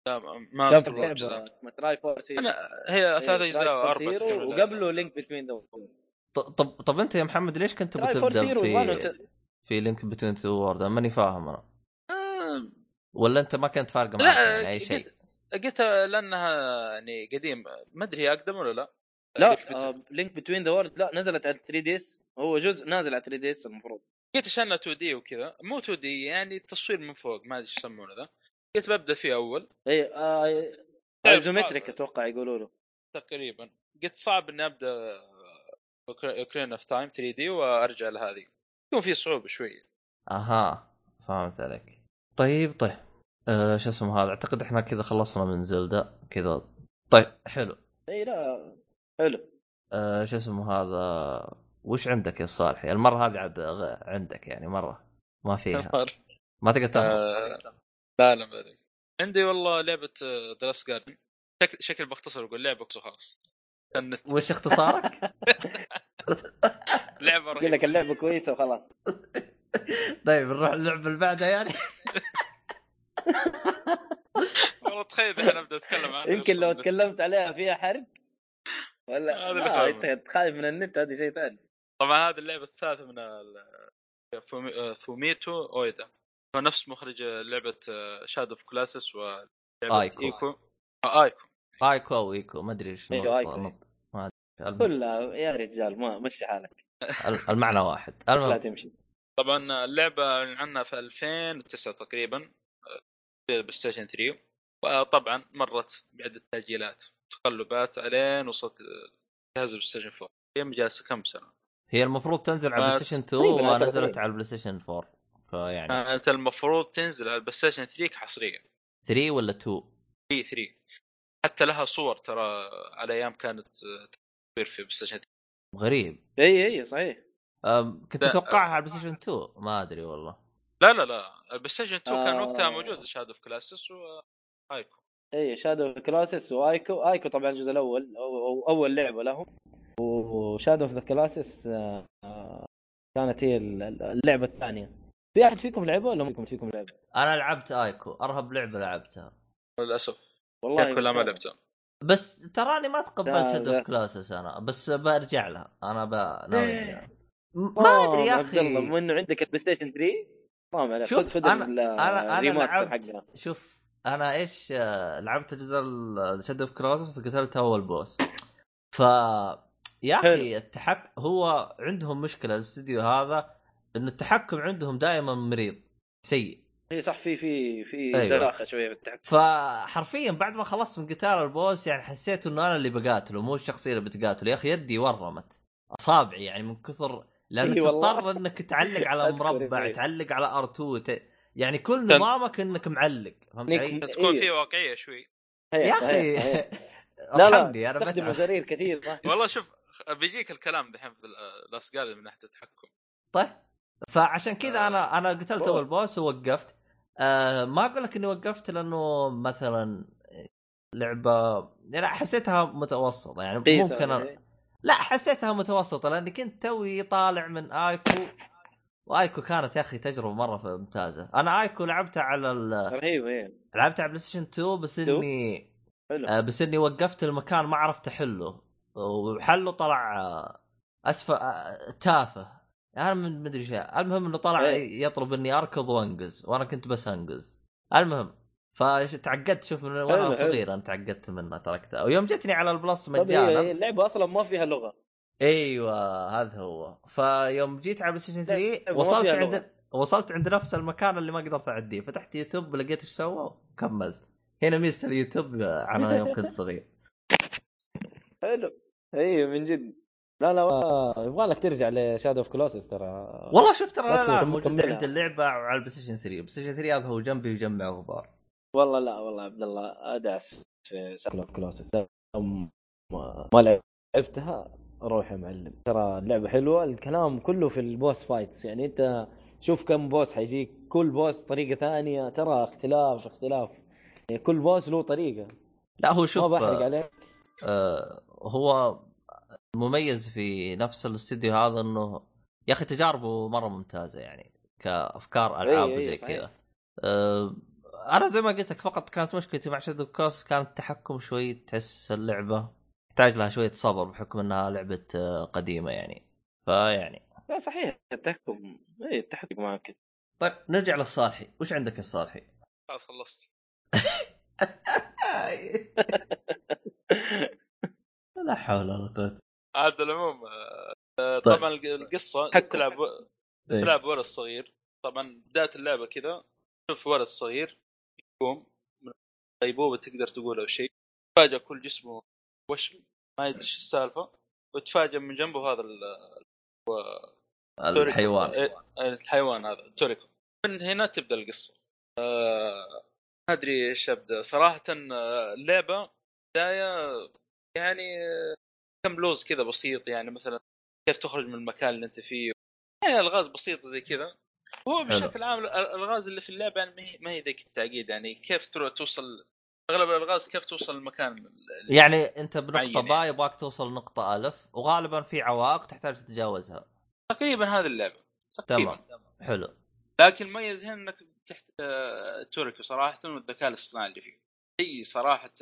Speaker 2: لا ما
Speaker 3: كان في
Speaker 2: اذكر والله الجزء.
Speaker 3: اللعبة تراي فورس هيرو
Speaker 2: انا
Speaker 3: إيه،
Speaker 2: هي ثلاث اجزاء اربع تقريباً.
Speaker 3: وقبله لينك بتوين ذا وورد
Speaker 1: ط- طب طب انت يا محمد ليش كنت
Speaker 3: تراي فورس
Speaker 1: بتبدا
Speaker 3: هيرو
Speaker 1: في في لينك بتوين تو وورد أنا ماني فاهم انا
Speaker 2: آه،
Speaker 1: ولا انت ما كنت فارقه معك
Speaker 2: لا
Speaker 1: يعني اي شيء
Speaker 2: قلت قلت لانها يعني قديم ما ادري هي اقدم ولا لا
Speaker 3: لا آه، لينك بتوين ذا وورد لا نزلت على 3 دي اس هو جزء نازل على 3 دي اس المفروض
Speaker 2: قلت عشان 2 دي وكذا مو 2 دي يعني تصوير من فوق ما ادري ايش يسمونه ذا قلت ببدا فيه اول
Speaker 3: اي آه
Speaker 2: إيه،
Speaker 3: ايزومتريك
Speaker 2: صعب.
Speaker 3: اتوقع يقولوا له
Speaker 2: تقريبا قلت صعب اني ابدا اوكرين اوف تايم 3 دي وارجع لهذه يكون في صعوبه شوي
Speaker 1: اها فهمت عليك طيب طيب آه شو اسمه هذا اعتقد احنا كذا خلصنا من زلدة كذا طيب حلو
Speaker 3: اي إيه، لا حلو
Speaker 1: آه شو اسمه هذا وش عندك يا صالحي المره هذه عاد غ- عندك يعني مره ما
Speaker 3: إيه.
Speaker 1: فيها ما تقدر تهرب
Speaker 2: آه، لا لا ما أدري. عندي والله آه، لعبه ذا لاست جاردن شكل شكل بختصر اقول لعبه خلاص النت
Speaker 1: وش اختصارك؟
Speaker 2: لعبه
Speaker 3: يقول
Speaker 2: رهيبه
Speaker 3: لك اللعبه كويسه وخلاص
Speaker 1: طيب نروح اللعبه اللي بعدها يعني
Speaker 2: والله تخيل الحين ابدا اتكلم عنها
Speaker 3: يمكن لو
Speaker 2: أصلاً.
Speaker 3: تكلمت عليها فيها حرق ولا
Speaker 2: هذا اللي
Speaker 3: لا
Speaker 2: خايف.
Speaker 3: انت خايف من النت هذه شيء ثاني
Speaker 2: طبعا هذه اللعبه الثالثه من ال- فومي- آه، فوميتو اويدا هو نفس مخرج آه، لعبه شادو اوف كلاسس ولعبه
Speaker 1: آيكو.
Speaker 2: ايكو آه، ايكو
Speaker 1: ايكو او ايكو ما ادري ايش
Speaker 3: أيوة،
Speaker 1: نط-
Speaker 3: آيكو.
Speaker 1: نط- ما ادري الم-
Speaker 3: كلها يا رجال ما مشي حالك
Speaker 1: الم- المعنى واحد
Speaker 3: لا
Speaker 2: آه.
Speaker 1: المهم
Speaker 3: تمشي
Speaker 2: طبعا اللعبه أعلن عنها في 2009 تقريبا آه، بلاي ستيشن 3 وطبعا مرت بعده تاجيلات تقلبات الين وصلت آه، جهاز بلاي ستيشن 4 هي جالسه كم سنه
Speaker 1: هي المفروض تنزل على
Speaker 2: ما
Speaker 1: بلاي ستيشن 2
Speaker 3: آه، تقريباً على
Speaker 1: ونزلت
Speaker 3: تقريباً. آه.
Speaker 1: على بلاي ستيشن 4 فيعني
Speaker 2: كانت المفروض تنزل على البلاي ستيشن 3 حصريا
Speaker 1: 3 ولا 2
Speaker 2: 3 3 حتى لها صور ترى على ايام كانت آه، تصوير في بلاي ستيشن 3
Speaker 1: غريب
Speaker 3: اي اي إيه، صحيح
Speaker 1: أم، كنت
Speaker 2: لا.
Speaker 1: اتوقعها
Speaker 3: آه.
Speaker 1: على بلاي ستيشن 2 ما ادري والله
Speaker 2: لا لا لا البلاي ستيشن 2 كان
Speaker 3: آه.
Speaker 2: وقتها موجود شاد اوف كلاسس وايكو
Speaker 3: اي شادو كلاسس وايكو ايكو طبعا الجزء الاول أو أو اول لعبه لهم وشادو اوف ذا كلاسس آه، كانت هي ال- اللعبه الثانيه في احد فيكم لعبه ولا ما فيكم لعبه؟
Speaker 1: انا لعبت ايكو ارهب لعبه لعبتها
Speaker 2: للاسف
Speaker 3: والله
Speaker 2: ايكو لا ما
Speaker 3: ممتاز.
Speaker 2: لعبته
Speaker 1: بس تراني ما تقبلت
Speaker 3: لا،
Speaker 1: شادو
Speaker 3: لا.
Speaker 1: اوف كلاسس انا بس برجع لها انا ب...
Speaker 3: ليه؟
Speaker 1: ناوي أرجع. م- ما
Speaker 3: آه،
Speaker 1: ادري يا
Speaker 3: عبد الله بما
Speaker 1: اخي
Speaker 3: انه عندك البلاي ستيشن 3 حرام عليك
Speaker 1: شوف،
Speaker 3: خذ خذ
Speaker 1: أنا-
Speaker 3: ال-
Speaker 1: انا انا
Speaker 3: الريماستر
Speaker 1: لعبت
Speaker 3: حقنا
Speaker 1: شوف انا ايش آه، لعبت جزء شادو اوف كلاسس قتلت اول بوس ف يا اخي
Speaker 3: حلو.
Speaker 1: التحك هو عندهم مشكله الاستديو هذا انه التحكم عندهم دائما مريض سيء
Speaker 3: اي إيه، صح في في في
Speaker 1: أيوة.
Speaker 3: دراخه شويه في التحكم
Speaker 1: فحرفيا بعد ما خلصت من قتال البوس يعني حسيت انه انا اللي بقاتله مو الشخصيه اللي بتقاتله يا اخي يدي ورمت اصابعي يعني من كثر لانه
Speaker 3: إي والله.
Speaker 1: تضطر انك تعلق على
Speaker 3: أذكر
Speaker 1: مربع
Speaker 3: إي.
Speaker 1: تعلق على ار2 ت... يعني كل
Speaker 2: تن-
Speaker 1: نظامك انك معلق فهمت
Speaker 3: إنك
Speaker 1: علي؟
Speaker 3: م-
Speaker 2: تكون
Speaker 3: إيه.
Speaker 2: في واقعيه شوي
Speaker 3: صحيح،
Speaker 1: يا
Speaker 3: صحيح،
Speaker 1: اخي
Speaker 3: صحيح. لا لا
Speaker 1: ارحمني انا
Speaker 3: تستخدم
Speaker 1: بتعب
Speaker 3: مزارير كثير صح
Speaker 2: والله شوف بيجيك الكلام دحين في الاسقال من ناحيه التحكم
Speaker 1: طيب فعشان كذا
Speaker 2: آه.
Speaker 1: انا انا قتلت
Speaker 3: أوه.
Speaker 1: اول بوس ووقفت آه ما اقول لك اني وقفت لانه مثلا لعبه لا يعني حسيتها متوسطه يعني
Speaker 3: إي،
Speaker 1: ممكن
Speaker 3: صح.
Speaker 1: أ... لا حسيتها متوسطه لاني كنت توي طالع من ايكو وايكو كانت يا اخي تجربه مره ممتازه انا ايكو لعبتها على ال...
Speaker 3: رهيب إيه. اي
Speaker 1: لعبتها على بلاي ستيشن 2 بس
Speaker 3: تو؟
Speaker 1: اني
Speaker 3: حلو
Speaker 1: آه، بس اني وقفت المكان ما عرفت احله وحله طلع آه، اسفل آه، تافه انا ما ادري ايش المهم انه طلع
Speaker 3: إيه.
Speaker 1: يطلب اني اركض وانقز وانا كنت بس انقز المهم فتعقدت شوف من وانا
Speaker 3: حلو، حلو.
Speaker 1: صغير انا تعقدت منه تركته ويوم جتني على البلس
Speaker 3: طب هي هي
Speaker 1: مجانا
Speaker 3: اللعبه اصلا ما فيها لغه
Speaker 1: ايوه هذا هو فيوم جيت على بلاي ستيشن 3
Speaker 3: ما
Speaker 1: وصلت
Speaker 3: فيها
Speaker 1: عند
Speaker 3: لغة.
Speaker 1: وصلت عند نفس المكان اللي ما قدرت اعديه فتحت يوتيوب لقيت ايش سوى وكملت هنا ميزه اليوتيوب عن يوم كنت صغير
Speaker 3: حلو ايوه من جد لا لا و- يبغى لك ترجع لشادو اوف كلوسس ترى
Speaker 1: والله شفت ترى
Speaker 3: لا تفوت،
Speaker 1: الالعاب
Speaker 3: مو
Speaker 1: موجوده
Speaker 3: كملها.
Speaker 1: عند اللعبه وعلى البلاي ستيشن 3 البلاي ستيشن 3 هذا هو جنبي ويجمع غبار
Speaker 3: والله لا والله عبد الله ادعس في شادو اوف كلوسس ما لعبتها روح يا معلم ترى اللعبه حلوه الكلام كله في البوس فايتس يعني انت شوف كم بوس حيجيك كل بوس طريقه ثانيه ترى اختلاف اختلاف يعني كل بوس له طريقه
Speaker 1: لا هو
Speaker 3: ما
Speaker 1: شوف
Speaker 3: بحرق عليك
Speaker 1: آه هو مميز في نفس الاستديو هذا انه يا اخي تجاربه مره ممتازه يعني كافكار العاب
Speaker 3: أي- أي،
Speaker 1: وزي
Speaker 3: صحيح.
Speaker 1: كذا آه انا زي ما قلت لك فقط كانت مشكلتي مع شادو كوس كان التحكم شوي تحس اللعبه تحتاج لها شويه صبر بحكم انها لعبه آه، قديمه يعني فيعني
Speaker 3: لا صحيح التحكم اي التحكم معك
Speaker 1: طيب نرجع للصالحي وش عندك يا صالحي؟
Speaker 2: خلاص خلصت
Speaker 1: لا حول ولا قوه
Speaker 2: هذا العموم آه، آه،
Speaker 1: طيب.
Speaker 2: طبعا الق- القصه
Speaker 3: حكم.
Speaker 2: تلعب
Speaker 1: إيه.
Speaker 2: تلعب ولد صغير طبعا بدايه اللعبه كذا تشوف ولد صغير يقوم من غيبوبه تقدر تقول او شيء تفاجئ كل جسمه وشم ما يدري ايش السالفه وتفاجئ من جنبه هذا ال-
Speaker 1: الحيوان
Speaker 2: إيه، الحيوان هذا توريكو من هنا تبدا القصه آه، ما ادري ايش ابدا صراحه آه، اللعبه بدايه يعني آه، كم لوز كذا بسيط يعني مثلا كيف تخرج من المكان اللي انت فيه يعني الغاز بسيطه زي كذا هو بشكل عام ال- الالغاز اللي في اللعبه يعني ما هي- ما هي ذيك التعقيد يعني كيف تروح توصل اغلب الالغاز كيف توصل المكان اللي-
Speaker 1: يعني انت بنقطه
Speaker 2: معين
Speaker 1: باء يبغاك توصل نقطه الف وغالبا في عوائق تحتاج تتجاوزها
Speaker 2: تقريبا هذه اللعبه تقريبا
Speaker 1: تمام حلو
Speaker 2: لكن ميز هنا انك تحت آه، تركي صراحه والذكاء الاصطناعي اللي فيه شيء صراحه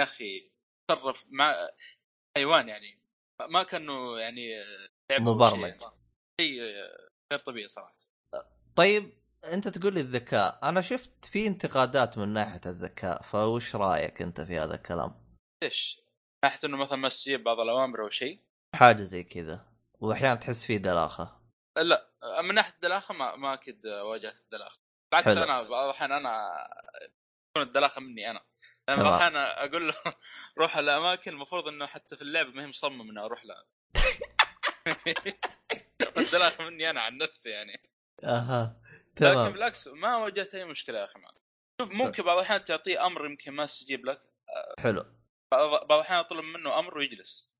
Speaker 2: يا اخي تصرف مع حيوان يعني ما- ما كانه يعني آه، لعبة أو شيء.
Speaker 1: مبرمج.
Speaker 2: شيء آه، غير طبيعي صراحه
Speaker 1: طيب انت تقول لي الذكاء انا شفت في انتقادات من ناحيه الذكاء فوش رايك انت في هذا الكلام
Speaker 2: ليش؟ ناحيه انه مثلا ما تستجيب بعض الاوامر او شيء
Speaker 1: حاجه زي كذا واحيانا تحس فيه دلاخه
Speaker 2: آه، لا آه، من ناحيه الدلاخه ما, ما اكيد آه، واجهت الدلاخه بالعكس
Speaker 1: حلو.
Speaker 2: انا بعض الاحيان انا تكون الدلاخه مني انا لما
Speaker 1: تمام.
Speaker 2: احيانا اقول له روح على اماكن المفروض انه حتى في اللعبه ما هي مصمم اني اروح لها الدلاخه مني انا عن نفسي يعني
Speaker 1: اها
Speaker 2: لكن
Speaker 1: تمام
Speaker 2: بالعكس ما واجهت اي مشكله يا اخي معك شوف ممكن بعض الاحيان تعطيه امر يمكن ما يستجيب لك
Speaker 1: حلو
Speaker 2: بعض بعض الاحيان اطلب منه امر ويجلس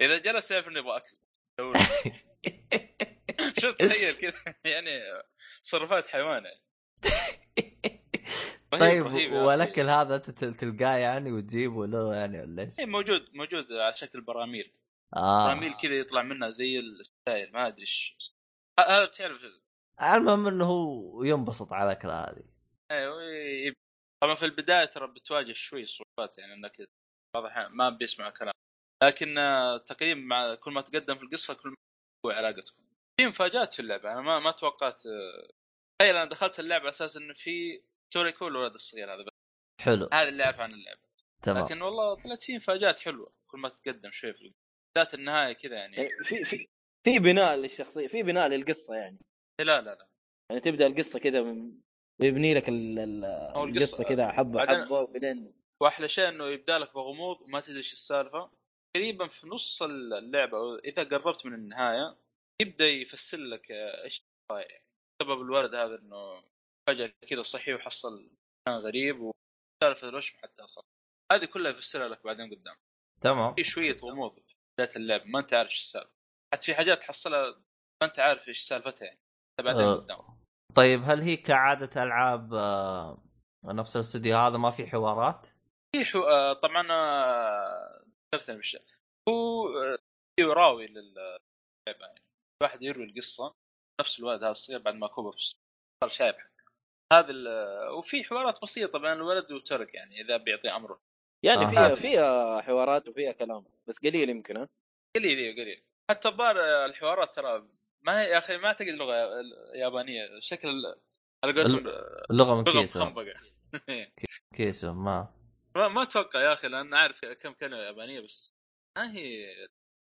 Speaker 2: اذا جلس يعرف انه يبغى اكل دوري. شوف تخيل كذا يعني تصرفات حيوان يعني رهيب-
Speaker 1: طيب
Speaker 2: رهيب يا أخي.
Speaker 1: والاكل هذا انت تل- تلقاه يعني وتجيبه له يعني ولا ايش؟
Speaker 2: إيه، موجود موجود على شكل براميل
Speaker 1: اه
Speaker 2: براميل كذا يطلع منها زي السائل ما ادري ايش ه- هذا تعرف
Speaker 1: المهم انه هو ينبسط على الاكله هذه
Speaker 2: ايوه يب- طبعا في البدايه ترى بتواجه شوي صعوبات يعني انك بعض الأحيان ما بيسمع كلام لكن آه، تقريبا مع كل ما تقدم في القصه كل ما تقوي علاقتكم في مفاجات في اللعبه انا ما ما توقعت آه، تخيل انا دخلت اللعبه على اساس انه في توريكو الولد الصغير هذا بس
Speaker 1: حلو
Speaker 2: هذا اللي اعرفه عن اللعبه
Speaker 1: تمام
Speaker 2: لكن والله طلعت فيه مفاجات حلوه كل ما تقدم شوي في ذات النهايه كذا يعني
Speaker 3: في في في بناء للشخصيه في بناء للقصه يعني
Speaker 2: لا لا لا
Speaker 3: يعني تبدا القصه كذا من ويبني لك ال- ال-
Speaker 2: هو
Speaker 3: القصه كذا حبه
Speaker 2: بعدين-
Speaker 3: حبه وبعدين
Speaker 2: واحلى شيء انه يبدا لك بغموض وما تدري ايش السالفه تقريبا في نص اللعبه او اذا قربت من النهايه يبدا يفسر لك آه، ايش صاير يعني. سبب الورد هذا انه فجاه كذا صحي وحصل كان غريب وسالفه الوشم حتى صار هذه كلها يفسرها لك بعدين قدام
Speaker 1: تمام
Speaker 2: في شويه غموض في بدايه اللعبه ما انت عارف ايش السالفه حتى في حاجات تحصلها ما انت عارف ايش سالفتها يعني حتى بعدين
Speaker 1: آه.
Speaker 2: قدام
Speaker 1: طيب هل هي كعادة ألعاب آه، نفس الاستوديو هذا ما في حوارات؟
Speaker 2: في حو... آه، طبعا آه، ذكرت أنا بالشيء هو آه، يراوي للعبه يعني الواحد يروي القصه نفس الولد هذا الصغير بعد ما كبر في السن، صار شايب حتى هذا ال... آه، وفي حوارات بسيطه بين الولد وترك يعني اذا بيعطيه امره
Speaker 3: يعني
Speaker 1: آه.
Speaker 3: فيها فيها حوارات وفيها كلام بس قليل يمكن ها
Speaker 2: قليل إيه، قليل حتى الظاهر آه، الحوارات ترى ما هي يا اخي ما اعتقد لغه يابانيه شكل ال- على قولتهم آه،
Speaker 1: اللغة من
Speaker 2: لغه
Speaker 1: كيسو
Speaker 2: مخنبقه
Speaker 1: كيسو ما
Speaker 2: ما ما اتوقع يا اخي لان اعرف كم كلمه يابانيه بس ما هي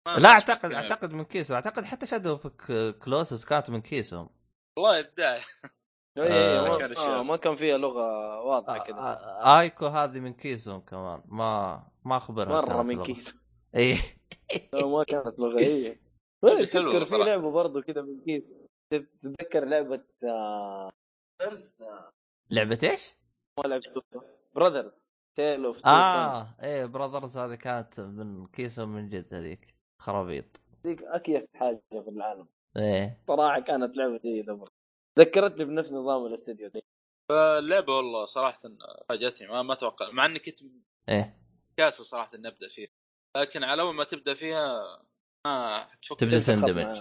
Speaker 2: ما-
Speaker 1: لا
Speaker 2: ما أسمع
Speaker 1: أعتقد
Speaker 2: كلمة
Speaker 1: أعتقد من كيسو أعتقد حتى شادو كلوسس كانت من كيسو
Speaker 2: والله ابداع
Speaker 3: إيه،
Speaker 1: آه.
Speaker 3: ما-
Speaker 2: كان الشيء.
Speaker 3: آه ما كان فيها لغه واضحه كذا
Speaker 1: آه، آيكو هذه من كيسو كمان ما ما أخبرها
Speaker 3: مره
Speaker 1: كانت
Speaker 3: من
Speaker 1: لغة. إيه.
Speaker 3: كيس
Speaker 1: اي
Speaker 3: لو ما كانت مغريه
Speaker 2: حلوة
Speaker 3: تذكر في
Speaker 2: صراحة.
Speaker 3: لعبه برضو كذا من كيس تتذكر لعبه آه،
Speaker 1: لعبه ايش؟
Speaker 3: ما لعبت براذرز تيل اوف
Speaker 1: اه ايه براذرز هذه كانت من كيسه من جد هذيك خرابيط
Speaker 3: ذيك اكيس حاجه في العالم
Speaker 1: ايه
Speaker 3: صراحه كانت لعبه جيده مره ذكرتني بنفس نظام الاستديو ذي
Speaker 2: فاللعبه والله صراحه فاجاتني ما ما اتوقع مع اني كنت
Speaker 1: ايه
Speaker 2: كاسه صراحه اني ابدا فيها لكن على اول ما تبدا فيها ما حتفك
Speaker 1: تبدا
Speaker 2: تنسى.
Speaker 1: تندمج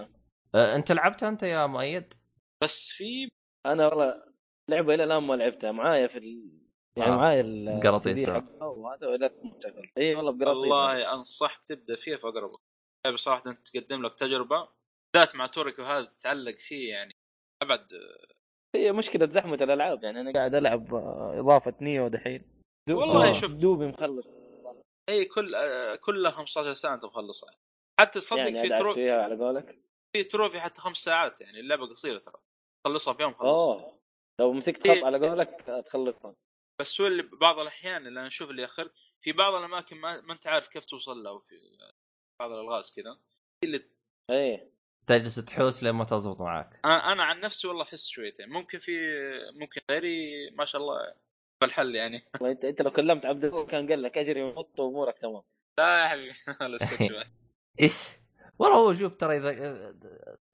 Speaker 1: آه، انت لعبتها انت يا مؤيد؟
Speaker 2: بس في
Speaker 3: انا والله لعبه الى الان ما لعبتها معايا في ال... يعني
Speaker 1: آه.
Speaker 3: معايا ال-
Speaker 1: قراطيس.
Speaker 3: CD حقها وهذا ولا مشتغل اي والله بقراطيس
Speaker 2: والله انصحك تبدا فيها في اقربك اللعبه صراحه تقدم لك تجربه بالذات مع توريكو هذا تتعلق فيه يعني ابعد
Speaker 3: هي مشكله زحمه الالعاب يعني انا قاعد العب آه، اضافه نيو دحين دوب-
Speaker 2: والله
Speaker 3: آه،
Speaker 2: شوف.
Speaker 3: دوبي مخلص
Speaker 2: اي كل آه، كلها 15 ساعه انت مخلصها حتى تصدق
Speaker 3: يعني
Speaker 2: في
Speaker 3: ادعس
Speaker 2: ترو...
Speaker 3: فيها على قولك
Speaker 2: في تروفي حتى خمس ساعات يعني اللعبه قصيره ترى تخلصها في يوم خلص
Speaker 3: اوه لو مسكت
Speaker 2: إيه.
Speaker 3: خط على قولك آه، تخلصها
Speaker 2: بس هو اللي بعض الاحيان اللي انا اشوف اللي ياخر في بعض الاماكن ما, ما انت عارف كيف توصل له في بعض الالغاز كذا
Speaker 3: ايه
Speaker 1: تجلس تحوس لين ما تزبط معاك
Speaker 2: انا أنا عن نفسي والله احس شويتين ممكن في ممكن غيري ما شاء الله بالحل يعني
Speaker 3: والله انت انت لو كلمت عبد الله كان قال لك اجري وحط امورك تمام
Speaker 2: لا يا حبيبي لا استكشف.
Speaker 1: والله هو شوف ترى اذا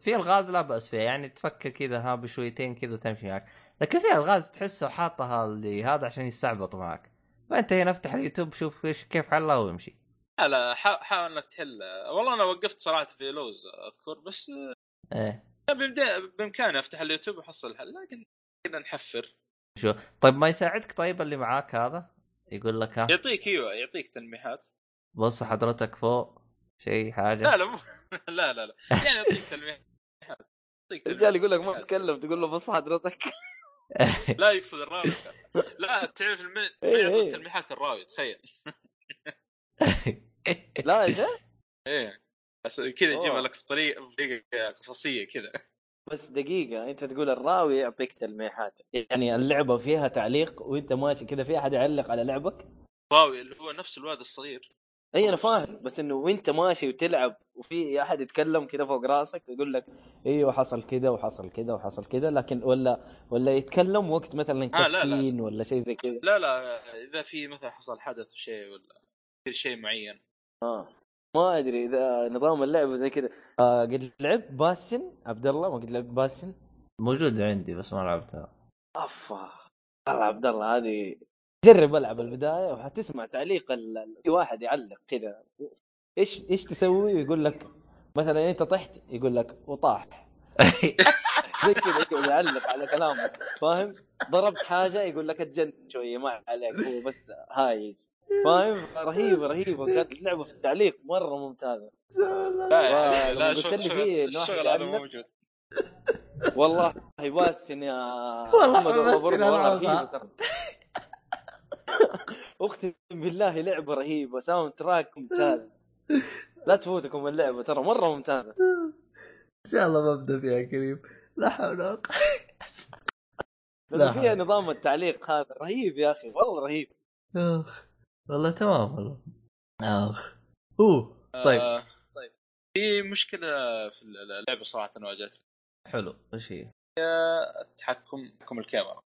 Speaker 1: في الغاز لا باس فيها يعني تفكر كذا ها بشويتين كذا تمشي معك لكن في الغاز تحسه حاطها اللي هذا عشان يستعبط معك فانت هنا افتح اليوتيوب شوف ايش كيف حلها وامشي
Speaker 2: لا لا حا- حاول انك تحل والله انا وقفت صراحه في لوز اذكر بس
Speaker 1: ايه
Speaker 2: كان بإمدا- بامكاني افتح اليوتيوب واحصل الحل لكن كذا نحفر
Speaker 1: طيب ما يساعدك طيب اللي معاك هذا يقول لك ها
Speaker 2: يعطيك ايوه يعطيك تلميحات
Speaker 1: بص حضرتك فوق شيء حاجه
Speaker 2: لا لا مو لا لا لا يعني يعطيك تلميحات يعطيك
Speaker 3: الرجال يقول لك ما
Speaker 2: تلميحات.
Speaker 3: تتكلم تقول له بص حضرتك
Speaker 2: لا يقصد الراوي لا تعرف المن من
Speaker 3: إيه،
Speaker 2: يعطيك
Speaker 3: إيه.
Speaker 2: تلميحات الراوي تخيل
Speaker 3: لا يا شيخ
Speaker 2: ايه بس كذا يجيبها
Speaker 3: أوه.
Speaker 2: لك بطريقه بطريقه قصصيه كذا
Speaker 3: بس دقيقة أنت تقول الراوي يعطيك تلميحات يعني اللعبة فيها تعليق وأنت ماشي كذا في أحد يعلق على لعبك
Speaker 2: راوي اللي هو نفس الواد الصغير
Speaker 3: أي أنا فاهم بس إنه وأنت ماشي وتلعب وفي أحد يتكلم كذا فوق راسك ويقول لك أيوه حصل كذا وحصل كذا وحصل كذا لكن ولا ولا يتكلم وقت مثلا
Speaker 2: آه، لا، لا.
Speaker 3: كاتسين ولا شيء زي كذا
Speaker 2: لا لا اذا في مثلا حصل حدث شيء ولا يصير شيء معين
Speaker 3: آه ما أدري إذا نظام اللعبة زي كذا آه قد لعبت باسن عبد الله ما قد لعبت باسن
Speaker 1: موجود عندي بس ما لعبتها
Speaker 3: افا والله عبد الله هذه جرب العب البدايه وحتسمع تعليق ال... ال- في واحد يعلق كذا ايش ايش تسوي يقول لك مثلا انت طحت يقول لك وطاح زي كذا يقعد يعلق على كلامك فاهم ضربت حاجه يقول لك اتجنن شويه ما عليك هو بس هايج فاهم رهيبه رهيبه كانت اللعبه في التعليق مره ممتازه
Speaker 2: لا يا
Speaker 3: والله،
Speaker 2: حبيبي،
Speaker 3: آه، لما
Speaker 2: لا
Speaker 3: قلت
Speaker 2: شغل
Speaker 3: لي فيه إنه
Speaker 2: شغل,
Speaker 3: واحد
Speaker 2: شغل هذا
Speaker 3: يعلق.
Speaker 2: موجود
Speaker 3: والله باسن يا
Speaker 1: والله
Speaker 3: محمد والله
Speaker 1: باسن
Speaker 3: برضه والله
Speaker 1: ألعابها.
Speaker 3: رهيبة ترى. اقسم بالله لعبه رهيبه ساوند تراك ممتاز لا تفوتكم اللعبه ترى مره ممتازه
Speaker 1: ان شاء الله ما ابدا فيها كريم لا حول ولا قوه
Speaker 3: بس
Speaker 1: لا
Speaker 3: فيها
Speaker 1: حول.
Speaker 3: نظام التعليق هذا رهيب يا اخي والله رهيب
Speaker 1: اخ والله تمام والله اخ اوه طيب
Speaker 2: آه، طيب في مشكله في اللعبه صراحه واجهتني
Speaker 1: حلو وش هي؟
Speaker 2: التحكم تحكم الكاميرا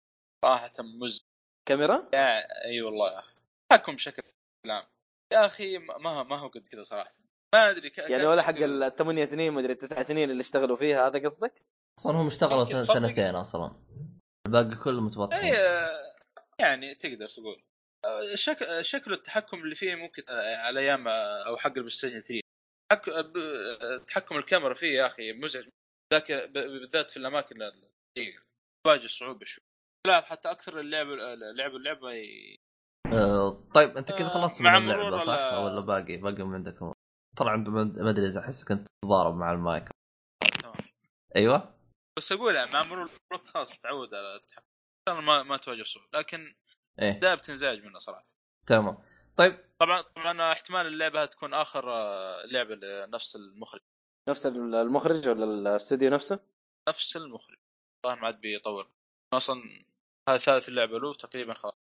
Speaker 2: صراحه مزعج
Speaker 3: كاميرا
Speaker 2: يا- اي والله يا اخي تحكم بشكل عام يا اخي ما ما- ما هو قد كذا صراحه ما ادري ك-
Speaker 3: يعني
Speaker 2: ك-
Speaker 3: ولا حق الثمانية سنين مدري التسع سنين اللي اشتغلوا فيها هذا قصدك؟
Speaker 1: اصلا هم اشتغلوا
Speaker 2: ممكن تصدق.
Speaker 1: سنتين اصلا الباقي كله متبطل
Speaker 2: اي آه، يعني تقدر تقول آه، شك... آه، شكل التحكم اللي فيه ممكن آه، على ايام آه، او حق البلاي ستيشن 3 حك... آه، ب- آه، تحكم الكاميرا فيه يا اخي مزعج ذاك ب- بالذات في الاماكن الضيقه تواجه صعوبه شوي لا حتى اكثر اللعب اللعب اللعبه ي-
Speaker 1: آه، طيب انت كذا خلصت من
Speaker 2: مع مرور
Speaker 1: اللعبه صح؟
Speaker 2: ال-
Speaker 1: ولا باقي باقي من عندك امور؟ ترى عند ما ادري احسك انت تتضارب مع المايك
Speaker 2: تمام.
Speaker 1: ايوه
Speaker 2: بس اقول يعني مع مرور الوقت خلاص تعود على التحكم ترى ما ما تواجه صعوبه لكن
Speaker 1: ايه
Speaker 2: دائما تنزعج منه صراحه
Speaker 1: تمام طيب
Speaker 2: طبعا طبعا احتمال اللعبه تكون اخر آه، لعبه لنفس المخرج
Speaker 3: نفس ال- المخرج ولا الاستوديو نفسه؟
Speaker 2: نفس المخرج الظاهر ما عاد بيطور اصلا هذا ثالث لعبه له تقريبا خلاص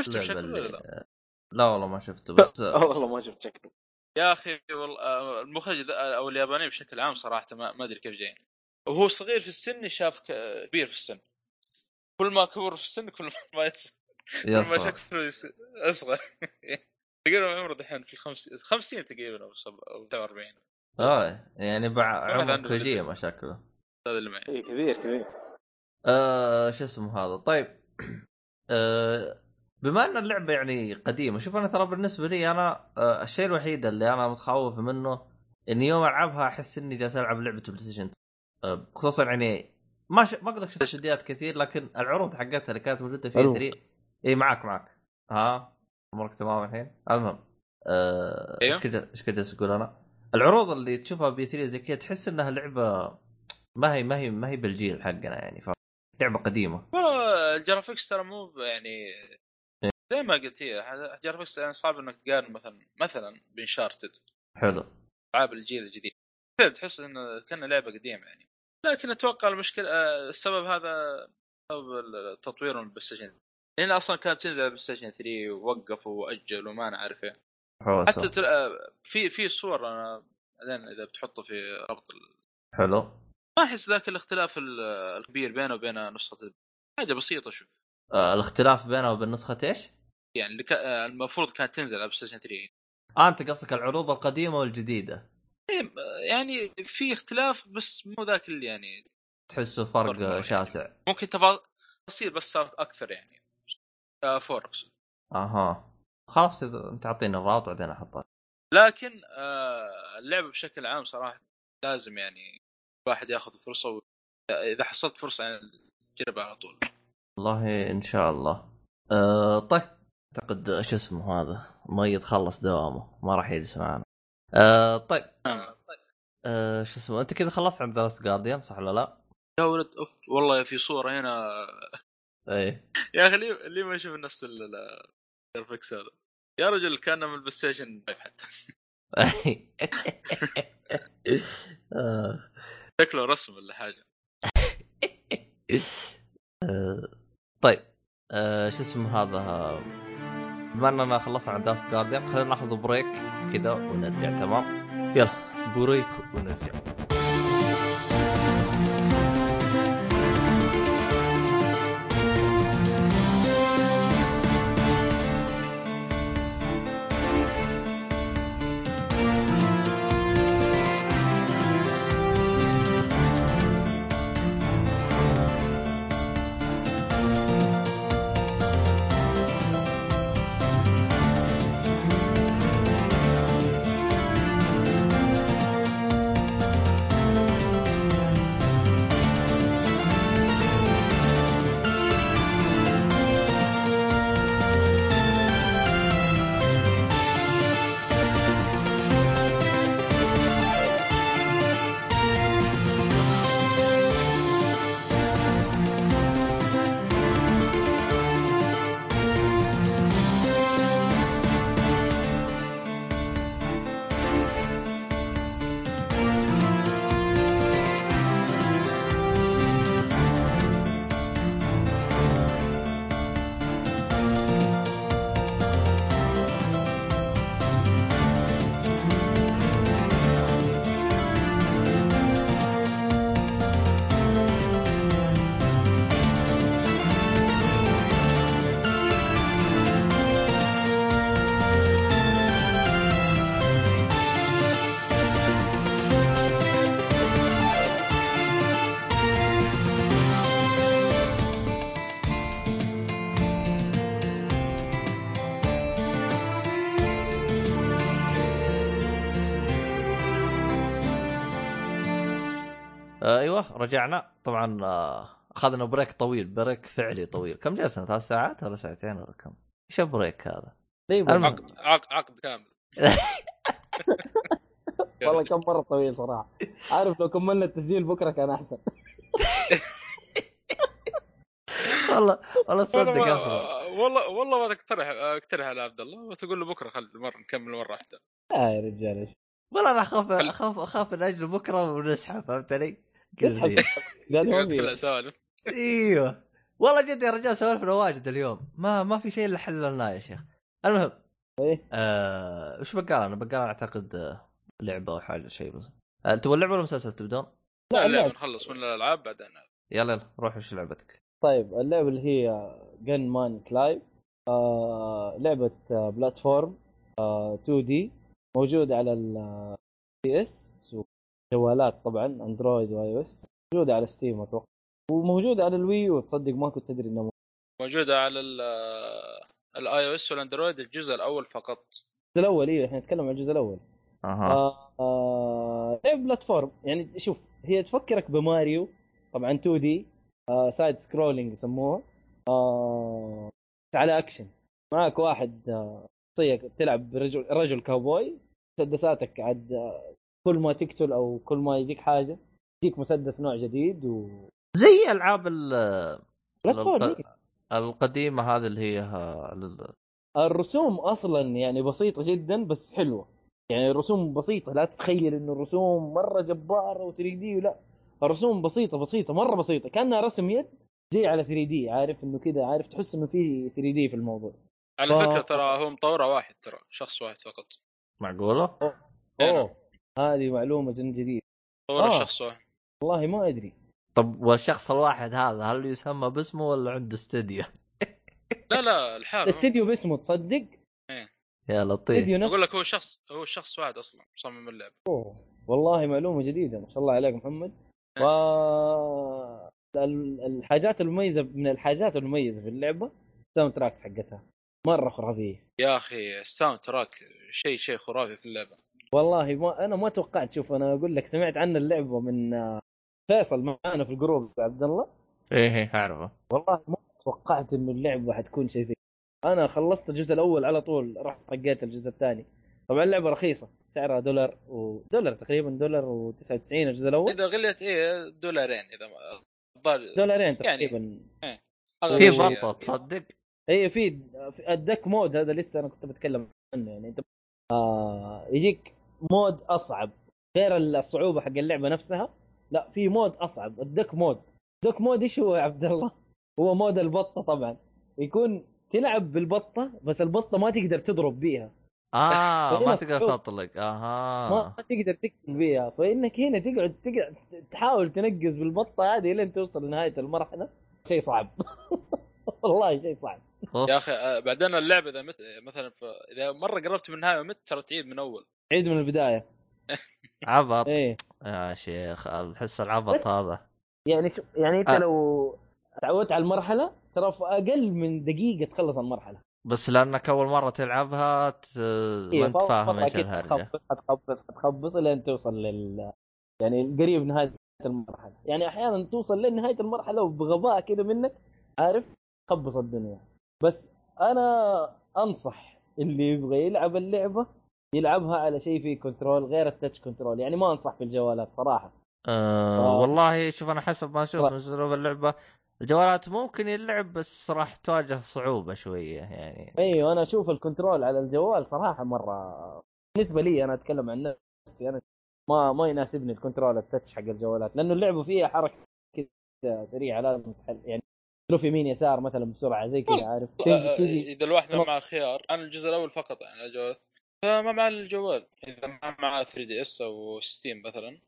Speaker 2: شفت
Speaker 1: اللعبة
Speaker 2: شكله
Speaker 1: اللي-
Speaker 2: ولا لا؟
Speaker 1: لا والله ما شفته بس
Speaker 3: آه، والله ما شفت شكله
Speaker 2: يا اخي والله آه، المخرج ذا- او اليابانيين بشكل عام صراحه ما ما ادري كيف جايين وهو صغير في السن شاف ك- كبير في السن كل ما كبر في السن كل ما يص- كل
Speaker 1: يا
Speaker 2: ما
Speaker 1: صار.
Speaker 2: شكله يص- اصغر تقريبا عمره دحين في 50 50 تقريبا او سبعة- أو 47
Speaker 1: اه يعني بع... عمر
Speaker 2: عنده
Speaker 1: كوجيما شكله
Speaker 2: هذا اللي معي
Speaker 3: إيه، كبير كبير
Speaker 1: آه شو اسمه هذا طيب آه بما ان اللعبه يعني قديمه شوف انا ترى بالنسبه لي انا آه الشيء الوحيد اللي انا متخوف منه اني يوم العبها احس اني جالس العب لعبه بلاي ستيشن آه خصوصا يعني ما ش... ما اقول لك شفت فيديوهات كثير لكن العروض حقتها اللي كانت موجوده في E
Speaker 3: حلو.
Speaker 1: 3 اي معك معك ها امورك تمام الحين المهم آه،
Speaker 2: أيوه.
Speaker 1: ايش كذا ايش كذا اقول انا العروض اللي تشوفها بي 3 زي كذا تحس انها لعبه ما هي ما هي ما هي بالجيل حقنا يعني ف... لعبه قديمه
Speaker 2: والله الجرافيكس ترى مو ب- يعني زي ما قلت هي ح- الجرافيكس يعني صعب انك تقارن مثلا مثلا بانشارتد
Speaker 1: حلو
Speaker 2: العاب الجيل الجديد كذا تحس انه كان لعبه قديمه يعني لكن اتوقع المشكله آه، السبب هذا سبب ال- تطويرهم البلاي ستيشن لان اصلا كانت تنزل على البلاي ستيشن 3 ووقفوا واجلوا ما انا عارف إيه.
Speaker 1: حوسه
Speaker 2: حتى تل... آه، في في صور انا بعدين اذا بتحطه في رابط ال-
Speaker 1: حلو
Speaker 2: ما احس ذاك الاختلاف ال- الكبير بينه وبين نسخه ال- حاجه بسيطه شوف
Speaker 1: آه الاختلاف بينها وبين نسخه ايش؟
Speaker 2: يعني اللي كا- آه، المفروض كانت تنزل على بلاي ستيشن 3
Speaker 1: آه انت قصدك العروض القديمه والجديده
Speaker 2: إيه، آه، يعني في اختلاف بس مو ذاك اللي يعني
Speaker 1: تحسه فرق
Speaker 2: فرق مرة
Speaker 1: آه،
Speaker 2: يعني.
Speaker 1: شاسع
Speaker 2: ممكن تفاصيل بس صارت اكثر يعني آه، فور اقصد
Speaker 1: اها خلاص إذا انت اعطيني الرابط بعدين احطه
Speaker 2: لكن آه، اللعبه بشكل عام صراحه لازم يعني الواحد ياخذ فرصه و... اذا حصلت فرصه يعني تجربها على طول
Speaker 1: والله ان شاء الله أه طيب اعتقد شو اسمه هذا ميت خلص دوامه ما راح يجلس معنا أه طيب
Speaker 2: آه.
Speaker 1: أه شو اسمه انت كذا خلصت عن ذا لاست جارديان صح ولا لا؟
Speaker 2: يا ولد اوف والله في صوره هنا
Speaker 1: ايه
Speaker 2: يا اخي ليه ليه ما يشوف نفس ال- ال- الجرافيكس هذا يا رجل كان من البلاي ستيشن فايف حتى
Speaker 1: آه.
Speaker 2: شكله رسم ولا حاجه
Speaker 1: أه، طيب أه شو اسمه هذا آه، بما اننا خلصنا عن داس جارديان خلينا ناخذ بريك كذا ونرجع تمام يلا بريك ونرجع آه، ايوه رجعنا طبعا آه، اخذنا بريك طويل بريك فعلي طويل كم جلسنا ثلاث ساعات ولا ساعتين ولا كم؟ ايش البريك هذا؟
Speaker 3: طيب
Speaker 1: المهم.
Speaker 2: عقد عقد عقد كامل
Speaker 3: والله كم مره طويل صراحه عارف لو كملنا التسجيل بكره كان احسن
Speaker 1: والله والله تصدق
Speaker 2: والله
Speaker 1: أفضل.
Speaker 2: ما- والله والله ما تقترح اقترح على عبد الله وتقول له بكره خل مره نكمل مره واحده
Speaker 3: آه يا رجال ايش
Speaker 1: والله انا اخاف
Speaker 2: خل-
Speaker 1: اخاف اخاف من اجل بكره ونسحب فهمت علي؟
Speaker 3: اسحب
Speaker 1: كذا.
Speaker 3: قال ما
Speaker 2: يقعد
Speaker 3: في
Speaker 2: كلها سوالف
Speaker 1: ايوه والله جد يا رجال سوالفنا واجد اليوم ما ما في شيء الا حللناه يا شيخ المهم
Speaker 2: إيه.
Speaker 3: ايه
Speaker 1: آه، وش بقال انا بقال اعتقد آه، لعبه او حاجه شيء بس آه، تبغى اللعبه ولا مسلسل تبدون؟
Speaker 2: لا لا
Speaker 3: اللعبة.
Speaker 2: نخلص من الالعاب بعدين
Speaker 1: يلا يلا روح وش لعبتك؟
Speaker 3: طيب اللعبه اللي هي جن مان كلايف آه لعبه آه بلاتفورم آه 2 دي موجوده على البي اس وجوالات طبعا اندرويد واي او اس موجوده على ستيم اتوقع وموجوده على الوي وتصدق ما كنت تدري انه موجودة.
Speaker 2: موجوده على الاي او اس والاندرويد الجزء الاول فقط
Speaker 3: الجزء الاول ايه احنا نتكلم عن الجزء الاول
Speaker 1: اها
Speaker 3: آه آه لعبه بلاتفورم يعني شوف هي تفكرك بماريو طبعا 2 دي آه سايد سكرولينج يسموها آه بس على اكشن معك واحد آه، شخصيه تلعب برجل رجل كاوبوي مسدساتك عاد آه، كل ما تقتل او كل ما يجيك حاجه يجيك مسدس نوع جديد و
Speaker 1: زي العاب ال-
Speaker 3: بلاتفورم
Speaker 1: الق-
Speaker 3: إيه.
Speaker 1: القديمه هذه اللي هي آه، لل-
Speaker 3: الرسوم اصلا يعني بسيطه جدا بس حلوه يعني الرسوم بسيطه لا تتخيل انه الرسوم مره جباره و 3 دي لا الرسوم بسيطه بسيطه مره بسيطه كانها رسم يد جاي على 3 دي عارف انه كذا عارف تحس انه في 3 دي في الموضوع
Speaker 2: على
Speaker 3: ف-
Speaker 2: فكره ترى هو مطوره واحد ترى شخص واحد فقط
Speaker 1: معقوله؟
Speaker 2: إيه
Speaker 3: اوه هذه معلومه جن جديده
Speaker 2: مطوره
Speaker 3: آه.
Speaker 2: شخص واحد
Speaker 3: والله ما ادري
Speaker 1: طب والشخص الواحد هذا هل يسمى باسمه ولا عنده استديو؟
Speaker 2: لا لا الحال هو.
Speaker 3: الاستديو باسمه تصدق
Speaker 1: يا لطيف
Speaker 3: استديو نفسه
Speaker 2: اقول لك هو شخص هو شخص واحد اصلا مصمم اللعبه
Speaker 3: والله معلومه جديده ما شاء الله عليك محمد و ال- الحاجات المميزه من الحاجات المميزه في اللعبه الساوند تراكس حقتها مره خرافيه
Speaker 2: يا اخي الساوند تراك شيء شيء خرافي في اللعبه
Speaker 3: والله ما انا ما توقعت شوف انا اقول لك سمعت عن اللعبه من آه، فيصل معانا في الجروب عبد الله
Speaker 1: ايه ايه اعرفه
Speaker 3: والله ما توقعت انه اللعبه حتكون شيء زي انا خلصت الجزء الاول على طول رحت طقيت الجزء الثاني طبعا اللعبه رخيصه سعرها دولار ودولار تقريبا دولار و99 الجزء الاول
Speaker 2: اذا غلت ايه دولارين اذا ما الظاهر
Speaker 3: دولارين
Speaker 2: يعني
Speaker 3: تقريبا
Speaker 2: أغلى
Speaker 1: في
Speaker 2: شيء
Speaker 1: ضبطه
Speaker 2: يعني.
Speaker 1: تصدق؟
Speaker 3: اي إيه، في في الدك مود هذا لسه انا كنت بتكلم عنه يعني انت آه يجيك مود اصعب غير الصعوبه حق اللعبه نفسها لا في مود اصعب الدك مود الدك مود ايش هو يا عبد الله؟ هو مود البطه طبعا يكون تلعب بالبطه بس البطه ما تقدر تضرب بيها
Speaker 1: اه ما
Speaker 3: هنا
Speaker 1: تقدر
Speaker 3: صعوبة.
Speaker 1: تطلق
Speaker 3: ما
Speaker 1: اها
Speaker 3: تقدر تقتل بيها فانك هنا تقعد تقعد تحاول تنقز بالبطه هذه لين توصل لنهايه المرحله شيء صعب والله شيء صعب
Speaker 1: أوف.
Speaker 2: يا اخي آه، بعدين اللعبه اذا مت... مثلا ف... اذا مره قربت من النهايه ومت ترى تعيد من اول
Speaker 3: عيد من البدايه
Speaker 1: عبط
Speaker 3: ايه
Speaker 1: يا شيخ احس العبط هذا
Speaker 3: يعني شو يعني انت
Speaker 1: آه.
Speaker 3: آه. لو تعودت على المرحله ترى في اقل من دقيقه تخلص المرحله
Speaker 1: بس لانك اول مره تلعبها ت... ما انت
Speaker 3: فأول
Speaker 1: فاهم
Speaker 3: مرة
Speaker 1: ايش
Speaker 3: إيه، أكيد
Speaker 1: الهرجه
Speaker 3: حتخبص حتخبص حتخبص لين توصل لل يعني قريب نهايه المرحله يعني احيانا توصل لنهايه المرحله وبغباء كذا منك عارف خبص الدنيا بس انا انصح اللي يبغى يلعب اللعبه يلعبها على شيء فيه كنترول غير التاتش كنترول يعني ما انصح في الجوالات صراحه
Speaker 1: أه
Speaker 3: آه.
Speaker 1: والله شوف انا حسب ما اشوف
Speaker 3: صح.
Speaker 1: من اسلوب اللعبه الجوالات ممكن يلعب بس راح تواجه صعوبه شويه يعني
Speaker 3: ايوه انا اشوف الكنترول على الجوال صراحه مره بالنسبه لي انا اتكلم عن نفسي انا ما ما يناسبني الكنترول التتش حق الجوالات لانه اللعبه فيها حركه كذا سريعه لازم تحل يعني تلف يمين يسار مثلا بسرعه زي كذا عارف
Speaker 2: آه،
Speaker 3: تنزل
Speaker 2: آه،
Speaker 3: تجي
Speaker 2: اذا الواحد ما معه خيار انا الجزء الاول فقط يعني على الجوال فما مع الجوال اذا ما معه 3 دي اس او ستيم مثلا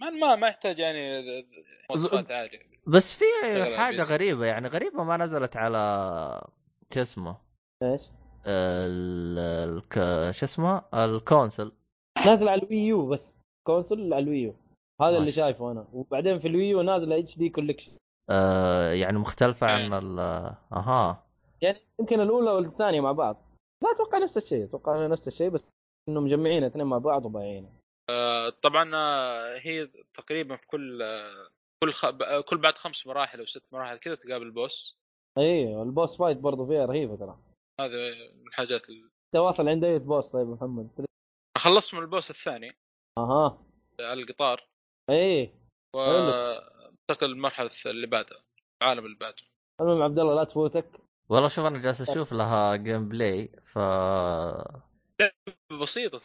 Speaker 2: ما ما ما يحتاج يعني ذ- ذ- مواصفات عاليه
Speaker 1: بس في
Speaker 2: شغل على
Speaker 1: حاجه
Speaker 2: البيس.
Speaker 1: غريبه إيه، يعني غريبه ما نزلت على شو اسمه
Speaker 3: ايش
Speaker 1: ال... الك- شو اسمه الكونسل
Speaker 3: نازل على الوي يو بس كونسول على الوي يو هذا
Speaker 1: ماشي.
Speaker 3: اللي شايفه انا وبعدين في الوي يو نازله اتش دي كولكشن
Speaker 1: أه يعني مختلفه عن
Speaker 2: إيه.
Speaker 1: ال... اها
Speaker 3: يعني يمكن الاولى والثانيه مع بعض لا اتوقع نفس الشيء اتوقع نفس الشيء بس انه مجمعين اثنين مع بعض وبايعينه
Speaker 2: آه، طبعا آه، هي تقريبا في كل آه، كل خ... ب- آه، كل بعد خمس مراحل او ست مراحل كذا تقابل بوس
Speaker 3: ايوه البوس فايت برضه فيها رهيبه ترى
Speaker 2: هذا من الحاجات ال...
Speaker 3: تواصل عند اي بوس طيب محمد
Speaker 2: خلصت من البوس الثاني
Speaker 3: اها
Speaker 2: على القطار
Speaker 3: ايه
Speaker 2: وانتقل المرحله اللي بعدها العالم اللي بعده
Speaker 3: المهم عبد الله لا تفوتك
Speaker 1: والله شوف انا جالس اشوف لها جيم بلاي ف
Speaker 2: بسيطه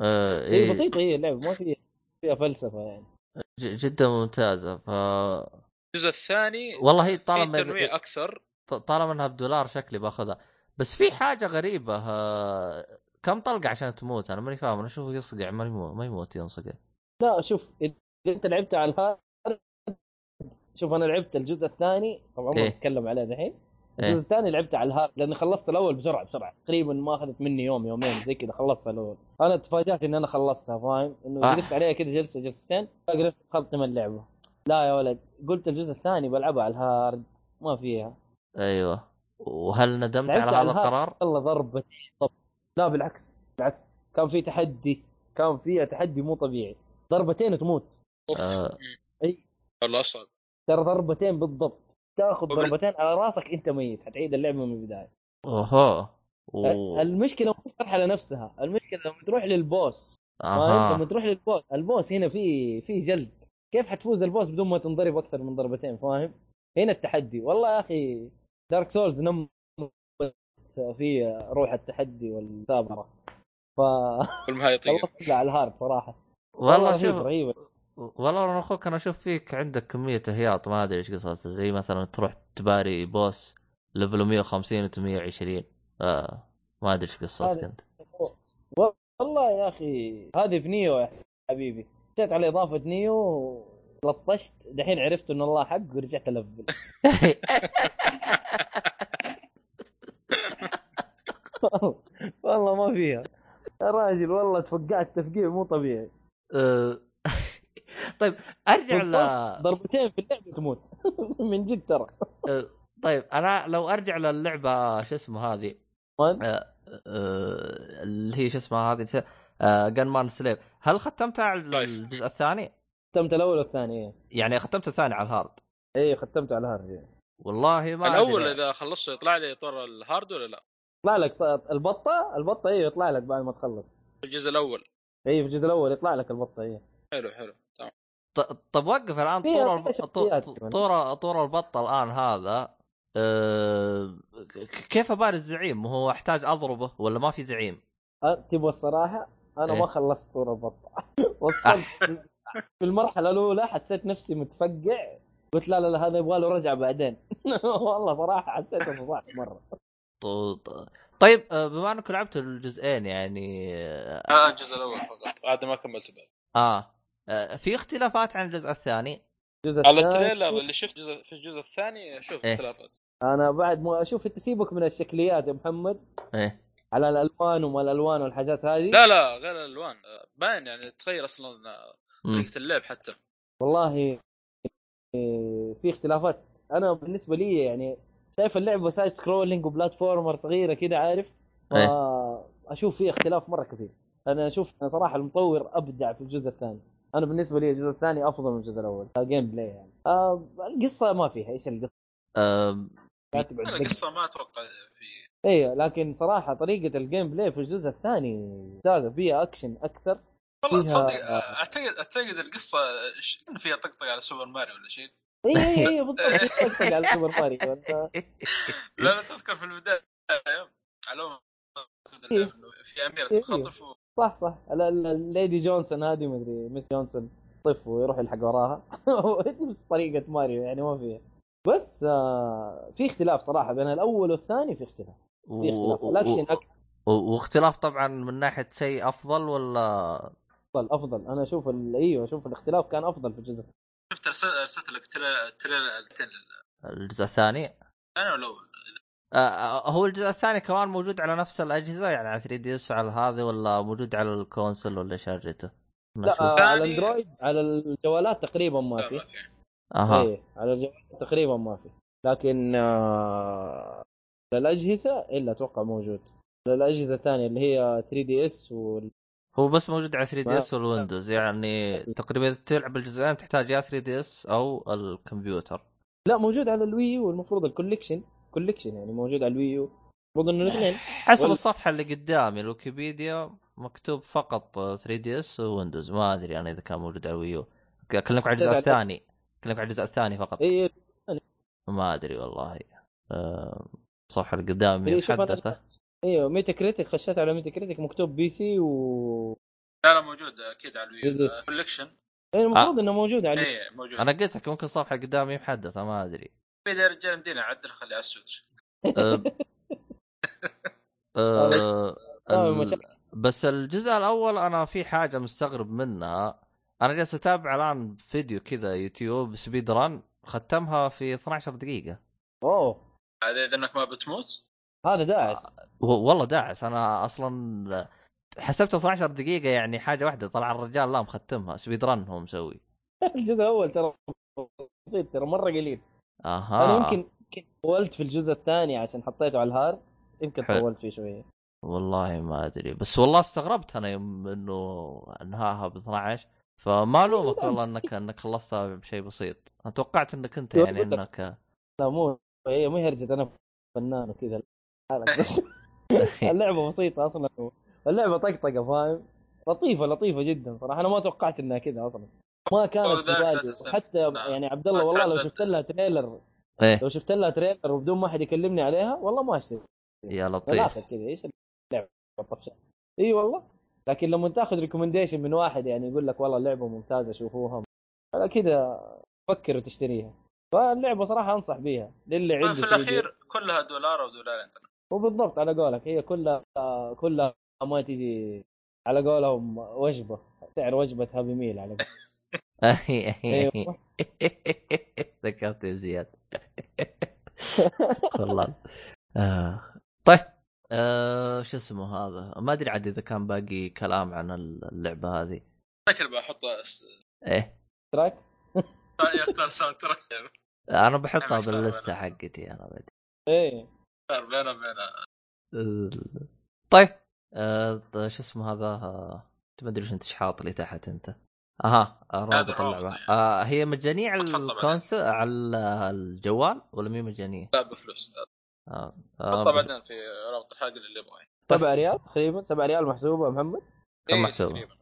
Speaker 1: آه
Speaker 3: هي
Speaker 1: إيه
Speaker 3: بسيطه هي اللعبه ما فيها فيها فلسفه يعني
Speaker 1: ج- جدا ممتازه ف
Speaker 2: الجزء الثاني
Speaker 1: والله هي
Speaker 2: في
Speaker 1: طالما إيه.
Speaker 2: تنويع اكثر
Speaker 1: ط- طالما انها بدولار شكلي باخذها بس
Speaker 2: إيه.
Speaker 1: في حاجه غريبه ها... كم طلقه عشان تموت انا ماني فاهم انا اشوفه يصقع ما يموت ما يموت ينصقع
Speaker 3: لا شوف اذا انت لعبت على الهارد شوف انا لعبت الجزء الثاني طبعا ما
Speaker 1: إيه.
Speaker 3: اتكلم عليه دحين
Speaker 1: إيه.
Speaker 3: الجزء الثاني لعبت على الهارد لاني خلصت الاول بسرعه بسرعه تقريبا ما اخذت مني يوم يومين زي كذا خلصت الاول انا تفاجات ان انا خلصتها فاهم انه
Speaker 1: آه.
Speaker 3: جلست عليها كذا جلسه جلستين اقدر خلطي من اللعبه لا يا ولد قلت الجزء الثاني بلعبها على الهارد ما فيها
Speaker 1: ايوه وهل ندمت
Speaker 3: لعبت
Speaker 1: على
Speaker 3: على
Speaker 1: هذا
Speaker 3: الهارد.
Speaker 1: القرار؟
Speaker 3: والله ضربت طب لا بالعكس بالعكس كان في تحدي كان فيها تحدي مو طبيعي ضربتين وتموت
Speaker 2: اوف
Speaker 1: آه.
Speaker 2: مم.
Speaker 3: أي.
Speaker 2: والله اصعب
Speaker 3: ترى ضربتين بالضبط تاخذ
Speaker 2: وبال-
Speaker 3: ضربتين على راسك انت ميت حتعيد اللعبه من البدايه
Speaker 1: اوهو و...
Speaker 3: المشكله مو في المرحله نفسها المشكله لما تروح للبوس فاهم؟ لما
Speaker 1: اها
Speaker 3: تروح للبوس البوس هنا في في جلد كيف حتفوز البوس بدون ما تنضرب اكثر من ضربتين فاهم هنا التحدي والله يا اخي دارك سولز نمت في روح التحدي والمثابره ف
Speaker 2: والمهاية طيب
Speaker 3: خلصت على الهارد صراحه
Speaker 1: والله
Speaker 3: رهيب-
Speaker 1: شوف
Speaker 3: رهيبه
Speaker 1: والله انا اخوك انا اشوف فيك عندك كميه هياط ما ادري ايش قصته زي مثلا تروح تباري بوس ليفل 150 انت 120 آه ما ادري ايش قصتك
Speaker 3: هذا-
Speaker 1: انت
Speaker 3: إيه، والله يا اخي هذه بنيو يا حبيبي جيت على اضافه نيو لطشت دحين عرفت انه الله حق ورجعت الفل والله ما فيها يا راجل والله تفقعت تفقيع مو طبيعي
Speaker 1: آه، طيب ارجع ل
Speaker 3: ضربتين في اللعبه تموت من جد ترى
Speaker 1: آه، طيب انا لو ارجع للعبه شو اسمه هذه
Speaker 3: فاهم؟
Speaker 1: آه، اللي هي شو اسمها هذه جن مان سليب هل ختمتها على
Speaker 2: طيب.
Speaker 1: الجزء الثاني؟
Speaker 3: ختمت الاول والثاني إيه.
Speaker 1: يعني ختمت الثاني على الهارد
Speaker 3: ايه ختمته على الهارد
Speaker 1: والله ما
Speaker 2: الاول
Speaker 1: أدري.
Speaker 2: اذا خلصته يطلع لي طور الهارد ولا لا؟
Speaker 3: يطلع لك ط- البطه البطه ايه يطلع لك بعد ما تخلص
Speaker 2: في الجزء الاول
Speaker 3: ايه في الجزء الاول يطلع لك البطه ايه
Speaker 2: حلو حلو تمام
Speaker 1: ط- طب وقف الان
Speaker 3: فيها-
Speaker 1: طور الب...
Speaker 3: فيها
Speaker 1: طو-
Speaker 3: شخصيات
Speaker 1: طو-
Speaker 3: كمان.
Speaker 1: طور طور البط الان هذا أه... ك- كيف اباري الزعيم هو احتاج اضربه ولا ما في زعيم
Speaker 3: أه، تبغى الصراحه انا
Speaker 1: إيه.
Speaker 3: ما خلصت طور البطه وصلت
Speaker 2: آه.
Speaker 3: في المرحله الاولى حسيت نفسي متفقع قلت لا لا لا هذا يبغى له رجعه بعدين والله صراحه حسيت انه صعب مره
Speaker 1: طو... ط- طيب أه، بما انك لعبت الجزئين يعني اه,
Speaker 2: آه الجزء الاول فقط هذا ما كملت بعد
Speaker 1: آه. أه، في اختلافات عن الجزء الثاني
Speaker 3: الجزء
Speaker 2: على
Speaker 3: الثاني-
Speaker 2: التريلر اللي شفت جزء في الجزء الثاني شوف
Speaker 1: آه، إيه.
Speaker 2: اختلافات
Speaker 3: انا بعد ما اشوف انت سيبك من الشكليات يا محمد
Speaker 1: ايه
Speaker 3: على الالوان وما الالوان والحاجات هذه
Speaker 2: لا لا غير الالوان آه، باين يعني تغير اصلا آه،
Speaker 1: مم.
Speaker 2: طريقه اللعب حتى
Speaker 3: والله إيه، في اختلافات انا بالنسبه لي يعني شايف اللعبه سايد سكرولينج وبلاتفورمر صغيره كده عارف
Speaker 1: إيه.
Speaker 3: فا اشوف في اختلاف مره كثير انا اشوف انا صراحه المطور ابدع في الجزء الثاني انا بالنسبه لي الجزء الثاني افضل من الجزء الاول جيم بلاي يعني آه القصه ما فيها ايش القصه
Speaker 1: أه...
Speaker 3: لا تقعد
Speaker 2: لا،
Speaker 3: تدقق.
Speaker 2: القصه ما اتوقع في
Speaker 3: ايوه لكن صراحه طريقه الجيم بلاي في الجزء الثاني ممتازه فيها اكشن اكثر
Speaker 2: والله
Speaker 3: فيها-
Speaker 2: تصدق آه، اعتقد اعتقد القصه ش- كان فيها طقطقه على سوبر ماريو ولا شيء
Speaker 3: ايوه ايوه ايوه بالضبط طقطق على سوبر ماريو
Speaker 2: لا لا تذكر في البدايه على أول ما تبدأ اللعبة إنه في اميره
Speaker 3: إيه.
Speaker 2: تنخطف و-
Speaker 3: صح صح ال- ال- الليدي جونسون هذه ما ادري مس جونسون طف ويروح يلحق وراها نفس طريقه ماريو يعني ما فيها بس آه في اختلاف صراحه بين الاول والثاني في اختلاف في اختلاف الاكشن افضل
Speaker 1: و... واختلاف طبعا من ناحيه شيء افضل ولا
Speaker 3: افضل انا اشوف ال- ايوه اشوف الاختلاف كان افضل في الجزء
Speaker 2: شفت أرسل- ارسلت لك تريلر تريلر
Speaker 1: الجزء الثاني
Speaker 2: انا الاول
Speaker 1: آه، هو الجزء الثاني كمان موجود على نفس الاجهزه يعني على 3 دي اس وعلى هذه ولا موجود على الكونسل ولا شارجته؟
Speaker 3: لا
Speaker 1: لا
Speaker 3: آه على
Speaker 2: ثاني-
Speaker 3: الاندرويد على الجوالات تقريبا ما
Speaker 2: لا،
Speaker 3: في
Speaker 2: ما في.
Speaker 1: اها
Speaker 3: ايه على الجوالات تقريبا ما في لكن آه للاجهزه الا اتوقع موجود للاجهزه الثانيه اللي هي 3 دي اس وال...
Speaker 1: هو بس موجود على 3 دي اس
Speaker 3: ما-
Speaker 1: والويندوز يعني تقريبا إذا تلعب الجزئين تحتاج يا 3 دي اس او الكمبيوتر
Speaker 3: لا موجود على الوي يو والمفروض الكوليكشن كوليكشن يعني موجود على الوي يو
Speaker 1: نعم.
Speaker 3: المفروض انه الاثنين
Speaker 1: حسب
Speaker 3: وال-
Speaker 1: الصفحه اللي قدامي الويكيبيديا مكتوب فقط 3 دي اس وويندوز ما ادري انا اذا كان موجود على الويو اكلمك على الجزء
Speaker 3: تلعب-
Speaker 1: الثاني اكلمك على الجزء الثاني فقط
Speaker 3: اي
Speaker 1: ما ادري والله آه، الصفحه اللي قدامي
Speaker 3: إيه، شوف أنا-
Speaker 1: محدثه
Speaker 3: ايوه ميتا كريتيك خشيت على ميتا كريتيك مكتوب بي سي و
Speaker 2: لا لا موجود اكيد على الويو
Speaker 3: إيه.
Speaker 2: كوليكشن
Speaker 3: إيه، المفروض
Speaker 1: آه.
Speaker 3: انه موجود على
Speaker 1: إيه.
Speaker 2: اي إيه، موجود
Speaker 1: انا قلت لك ممكن الصفحه اللي قدامي محدثه ما ادري
Speaker 2: في يا رجال مدينه عدل خليها على السويتش
Speaker 1: أه، آه،
Speaker 3: طيب،
Speaker 1: ال-
Speaker 3: مشاكل.
Speaker 1: بس الجزء الاول انا في حاجه مستغرب منها انا جالس اتابع الان فيديو كذا يوتيوب سبيد ران ختمها في 12 دقيقه
Speaker 3: اوه
Speaker 2: هذا اذا انك ما بتموت
Speaker 3: هذا داعس
Speaker 1: و- والله داعس انا اصلا حسبت 12 دقيقه يعني حاجه واحده طلع الرجال لا مختمها سبيد ران هو مسوي
Speaker 3: الجزء الاول ترى بسيط ترى مره قليل
Speaker 1: اها
Speaker 3: انا طيب، يمكن يمكن طولت في الجزء الثاني عشان حطيته على الهارد يمكن
Speaker 1: حلو.
Speaker 3: طولت فيه شويه
Speaker 1: والله ما ادري بس والله استغربت انا يوم انه انهاها ب 12 فما الومك والله انك انك خلصتها بشيء بسيط انا توقعت انك انت يعني انك
Speaker 3: لا مو هي مو هرجة انا فنان وكذا
Speaker 1: إيه.
Speaker 3: اللعبه بسيطه اصلا اللعبه طقطقه فاهم لطيفه لطيفه جدا صراحه انا ما توقعت انها كذا اصلا ما كانت في
Speaker 2: وذاك
Speaker 3: بالي
Speaker 2: أساساً.
Speaker 3: حتى
Speaker 2: نعم.
Speaker 3: يعني عبد الله
Speaker 2: ما
Speaker 3: والله لو
Speaker 2: تعدد.
Speaker 3: شفت لها تريلر
Speaker 1: ايه
Speaker 3: لو شفت لها تريلر وبدون ما احد يكلمني عليها والله ما اشتري
Speaker 1: يا لطيف
Speaker 3: بالاخر كذا ايش اللعبه الطفشه اي والله لكن لما تاخذ ريكومنديشن من واحد يعني يقول لك والله اللعبه ممتازه شوفوها على كذا فكر وتشتريها فاللعبه صراحه انصح بيها للي عنده
Speaker 2: في
Speaker 3: 3D.
Speaker 2: الاخير كلها دولار او دولارين تقريباً.
Speaker 3: وبالضبط على قولك هي كلها كلها ما تجي على قولهم وجبه سعر وجبه هابي ميل على قولك.
Speaker 1: إيه.
Speaker 3: أيوة.
Speaker 1: ذكرت يا زياد والله آه. طيب آه شو اسمه هذا ما ادري عاد اذا كان باقي كلام عن اللعبه هذه
Speaker 2: فكر بحط س-
Speaker 1: ايه
Speaker 3: تراك
Speaker 2: ثاني اختار ساوند تراك
Speaker 1: انا
Speaker 2: أنا
Speaker 1: بحطها
Speaker 2: مستغرب
Speaker 1: باللسته
Speaker 2: أنا.
Speaker 1: حقتي انا بدي
Speaker 3: ايه
Speaker 2: اختار بينه وبين
Speaker 1: طيب آه ط- شو اسمه هذا آه، ما ادري ايش انت ايش حاط لي تحت انت اها آه، رابط
Speaker 2: الرابط
Speaker 1: اللعبه
Speaker 2: يعني.
Speaker 1: آه هي مجانيه على
Speaker 2: بتحطها بعدين.
Speaker 1: الكونسول على الجوال ولا مي مجانيه؟
Speaker 2: لا بفلوس
Speaker 1: آه.
Speaker 2: حطها
Speaker 1: آه
Speaker 2: بعدين في رابط الحلقه اللي يبغاه
Speaker 3: سبع ريال تقريبا سبع ريال محسوبه يا محمد
Speaker 1: كم
Speaker 2: إيه،
Speaker 1: محسوبة؟
Speaker 2: تقريبا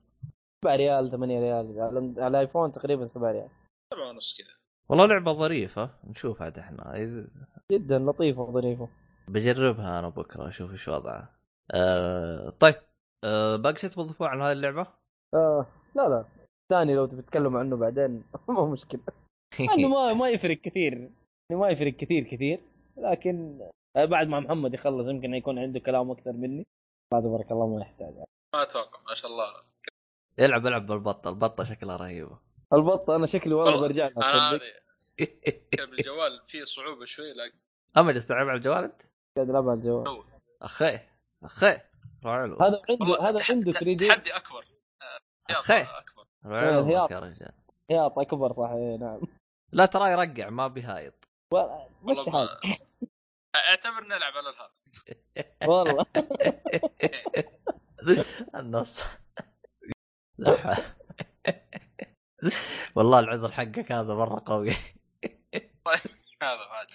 Speaker 3: سبع ريال ثمانية ريال على على الايفون تقريبا سبع ريال
Speaker 2: سبعة ونص كذا
Speaker 1: والله لعبه ظريفه نشوف عاد احنا إذ-
Speaker 3: جدا لطيفه وظريفه
Speaker 1: بجربها انا بكره اشوف ايش وضعها آه طيب آه باقي شيء تبغى تضيفوه عن هذه اللعبه؟
Speaker 3: آه لا لا الثاني لو تبي تتكلم عنه بعدين ما مشكله عنه ما ما يفرق كثير يعني ما يفرق كثير كثير لكن آه، بعد ما محمد يخلص يمكن يكون عنده كلام اكثر مني لا تبارك الله ما يحتاج
Speaker 2: ما اتوقع ما شاء الله
Speaker 1: العب العب بالبطه البطه شكلها رهيبه
Speaker 3: البطه انا شكلي والله
Speaker 2: والله
Speaker 3: برجع لها
Speaker 2: انا
Speaker 3: تصدق.
Speaker 2: هذه بالجوال فيه صعوبه شوي لكن
Speaker 1: اما جالس تلعب على الجوال انت؟
Speaker 3: قاعد العبها على الجوال
Speaker 2: هو.
Speaker 1: اخي اخي روح علو
Speaker 3: هذا عنده
Speaker 2: والله
Speaker 3: هذا
Speaker 2: تح-
Speaker 3: عنده
Speaker 2: تح-
Speaker 3: 3 دي
Speaker 2: تحدي اكبر آه، يلا،
Speaker 1: أخي.
Speaker 2: اكبر
Speaker 1: روح علومك
Speaker 3: هياط.
Speaker 1: يا رجال
Speaker 3: ياط اكبر صح إيه، نعم
Speaker 1: لا ترى يرقع ما بهايط
Speaker 3: و- مش
Speaker 2: والله ما-
Speaker 3: حالك
Speaker 2: اعتبر نلعب على الهات
Speaker 3: والله
Speaker 1: النص لا حول. والله العذر حقك هذا مره قوي
Speaker 2: هذا هات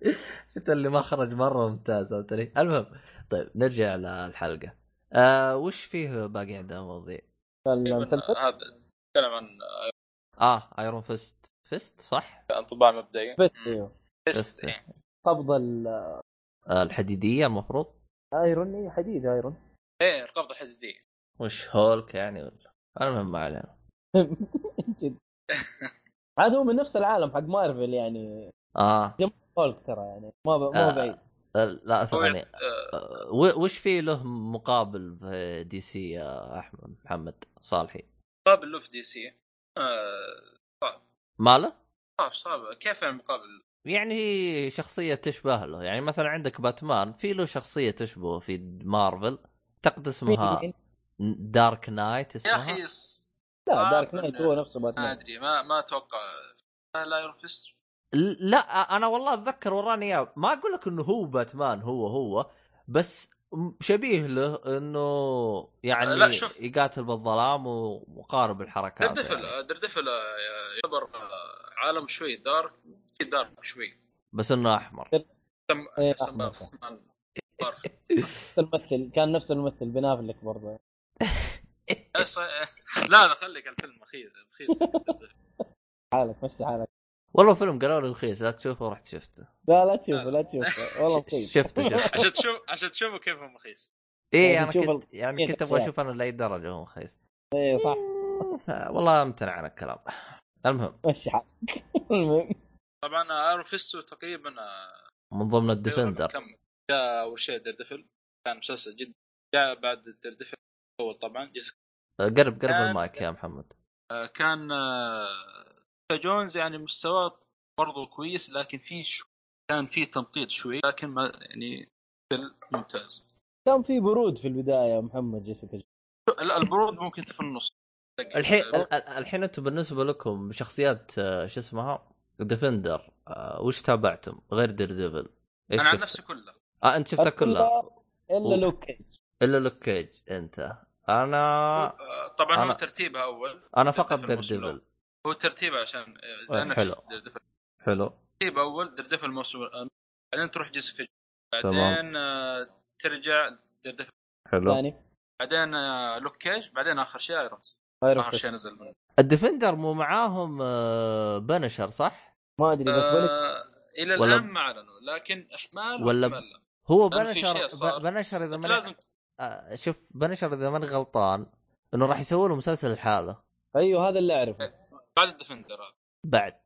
Speaker 1: شفت اللي ما خرج مره ممتاز فهمت علي؟ المهم طيب نرجع للحلقه آه وش فيه باقي عندنا مواضيع؟
Speaker 3: المسلسل
Speaker 2: آه، هذا نتكلم عن
Speaker 1: اه ايرون فيست فيست صح؟
Speaker 2: انطباع مبدئي
Speaker 3: بس ايوه
Speaker 2: بس
Speaker 1: بس.
Speaker 2: إيه.
Speaker 3: قبضه ال-
Speaker 1: آه الحديديه المفروض
Speaker 3: ايرون إيه، حديد ايرون
Speaker 2: ايه القبضه الحديديه
Speaker 1: وش هولك يعني ولا المهم ما علينا
Speaker 3: جد عاد هو من نفس العالم حق مارفل يعني
Speaker 1: اه
Speaker 3: هولك ترى يعني ما ب... ما
Speaker 1: آه.
Speaker 3: هو بعيد
Speaker 1: لا
Speaker 3: يعني-
Speaker 1: ثواني
Speaker 2: آه،
Speaker 1: آه، و- وش في له مقابل في دي سي يا احمد محمد صالحي
Speaker 2: مقابل له في دي سي آه،
Speaker 1: ماله؟
Speaker 2: صعب صعب كيف يعني مقابل
Speaker 1: يعني شخصية تشبه له يعني مثلا عندك باتمان في له شخصية تشبهه في مارفل تقد اسمها
Speaker 3: مين- مين؟
Speaker 1: دارك نايت
Speaker 2: يا
Speaker 1: اسمها
Speaker 2: اخي ص-
Speaker 3: لا
Speaker 2: آه،
Speaker 3: دارك
Speaker 2: من-
Speaker 3: نايت هو نفسه
Speaker 2: ما
Speaker 3: باتمان
Speaker 2: ادري ما ما اتوقع آه، لا يروح فيست
Speaker 1: ل- لا انا والله اتذكر وراني اياه ما اقول لك انه هو باتمان هو هو بس م- شبيه له انه يعني
Speaker 2: لا، شوف.
Speaker 1: يقاتل بالظلام ومقارب الحركات يعني.
Speaker 2: دردفل دردفل آه، يعتبر آه، عالم شوي دارك في دارك شوي
Speaker 1: بس انه احمر
Speaker 2: سم-
Speaker 3: إيه،
Speaker 2: سم-
Speaker 3: أحمر.
Speaker 2: دارك.
Speaker 3: نفس الممثل كان نفس الممثل بنافلك برضه
Speaker 2: بس، آه، لا لا خليك الفيلم رخيص رخيص
Speaker 3: حالك مشي حالك
Speaker 1: والله فيلم قالوا لي رخيص لا تشوفه رحت شفته
Speaker 3: لا لا تشوفه لا تشوفه والله طيب.
Speaker 1: ش-
Speaker 3: مخيف
Speaker 1: شفته شفته
Speaker 2: عشان تشوف عشان تشوفوا كيف هو رخيص
Speaker 1: ايه
Speaker 3: يعني
Speaker 1: انا
Speaker 3: تشوف
Speaker 1: كنت يعني
Speaker 3: الخير
Speaker 1: كنت ابغى
Speaker 3: يعني.
Speaker 1: اشوف انا لاي درجه هو مخيس
Speaker 3: اي إيه، صح
Speaker 1: آه، والله امتنع عن الكلام المهم
Speaker 3: مشي حالك المهم
Speaker 2: طبعا ايرون فيستو تقريبا آه،
Speaker 1: من ضمن
Speaker 2: تقريباً
Speaker 1: الديفندر
Speaker 2: كم جاء اول شيء دردفل كان مسلسل جدا جاء بعد دردفل اول طبعا جزء
Speaker 1: أه، قرب قرب
Speaker 2: كان-
Speaker 1: المايك يا محمد
Speaker 2: آه، كان آه، جونز يعني مستواه برضو كويس لكن في شو... كان في تمطيط شوي لكن ما يعني ممتاز
Speaker 3: كان في برود في البدايه يا محمد جيسيكا
Speaker 2: لا البرود ممكن في النص
Speaker 1: الحين
Speaker 2: آه،
Speaker 1: ال- ال- الحين انتم بالنسبه لكم شخصيات آه، شو اسمها ديفندر آه، وش تابعتم غير دير ديفل ايش
Speaker 2: انا عن
Speaker 1: شفت؟
Speaker 2: نفسي كله
Speaker 1: آه انت شفتها كلها
Speaker 3: الا
Speaker 1: أوه.
Speaker 3: لوك كيج.
Speaker 1: الا لوك كيج انت انا
Speaker 2: آه، طبعا هو
Speaker 1: أنا-
Speaker 2: ترتيبها اول
Speaker 1: انا فقط
Speaker 2: Daredevil
Speaker 1: دير
Speaker 2: الموسم
Speaker 1: ديفل
Speaker 2: هو ترتيبها عشان آه،
Speaker 1: آه،
Speaker 2: لأنك
Speaker 1: حلو.
Speaker 2: شفت Daredevil.
Speaker 1: حلو
Speaker 2: ترتيب اول دردفل الموسم الأول. بعدين تروح جيسيكا
Speaker 1: تمام.
Speaker 2: بعدين آه، ترجع دردفل
Speaker 1: حلو
Speaker 3: ثاني
Speaker 2: بعدين آه، لوك كيج بعدين اخر شيء ايرون
Speaker 3: غير
Speaker 2: اخر
Speaker 3: القصة.
Speaker 2: شيء نزل منه
Speaker 1: الديفندر مو معاهم آه، بنشر صح؟
Speaker 3: ما ادري بس بقول
Speaker 2: آه الى
Speaker 1: ولا-
Speaker 2: الان ما اعلنوا لكن احتمال
Speaker 1: ولا-
Speaker 2: ولا احتمال لا
Speaker 1: هو
Speaker 2: لأن في شيء
Speaker 1: بنشر
Speaker 2: صار.
Speaker 1: ب- بنشر اذا
Speaker 2: انت
Speaker 1: ماني
Speaker 2: لازم
Speaker 1: آه، شوف بنشر اذا ماني غلطان انه راح يسوي له مسلسل لحاله
Speaker 3: ايوه هذا اللي
Speaker 2: إيه،
Speaker 3: اعرفه
Speaker 2: بعد الديفندر هذا
Speaker 1: بعد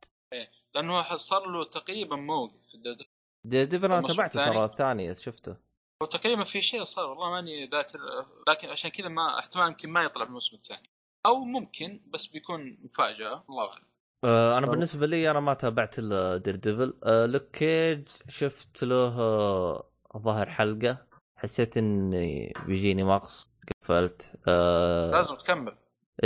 Speaker 2: لانه ح- صار له تقريبا موقف في الديفندر.
Speaker 1: دير ديفل انا
Speaker 2: الموسم
Speaker 1: تابعته
Speaker 2: الثاني؟
Speaker 1: ترى الثاني شفته
Speaker 2: هو تقريبا في شيء صار والله ماني ذاكر لكن عشان كذا ما احتمال يمكن ما يطلع في الموسم الثاني او ممكن بس بيكون مفاجاه الله اعلم
Speaker 4: إيه.
Speaker 1: آه، انا
Speaker 3: طب-
Speaker 1: بالنسبه لي انا ما تابعت الا دير ديفل آه، لوك كيج شفت له آه، ظاهر حلقه حسيت اني بيجيني مقص قفلت آه،
Speaker 2: لازم تكمل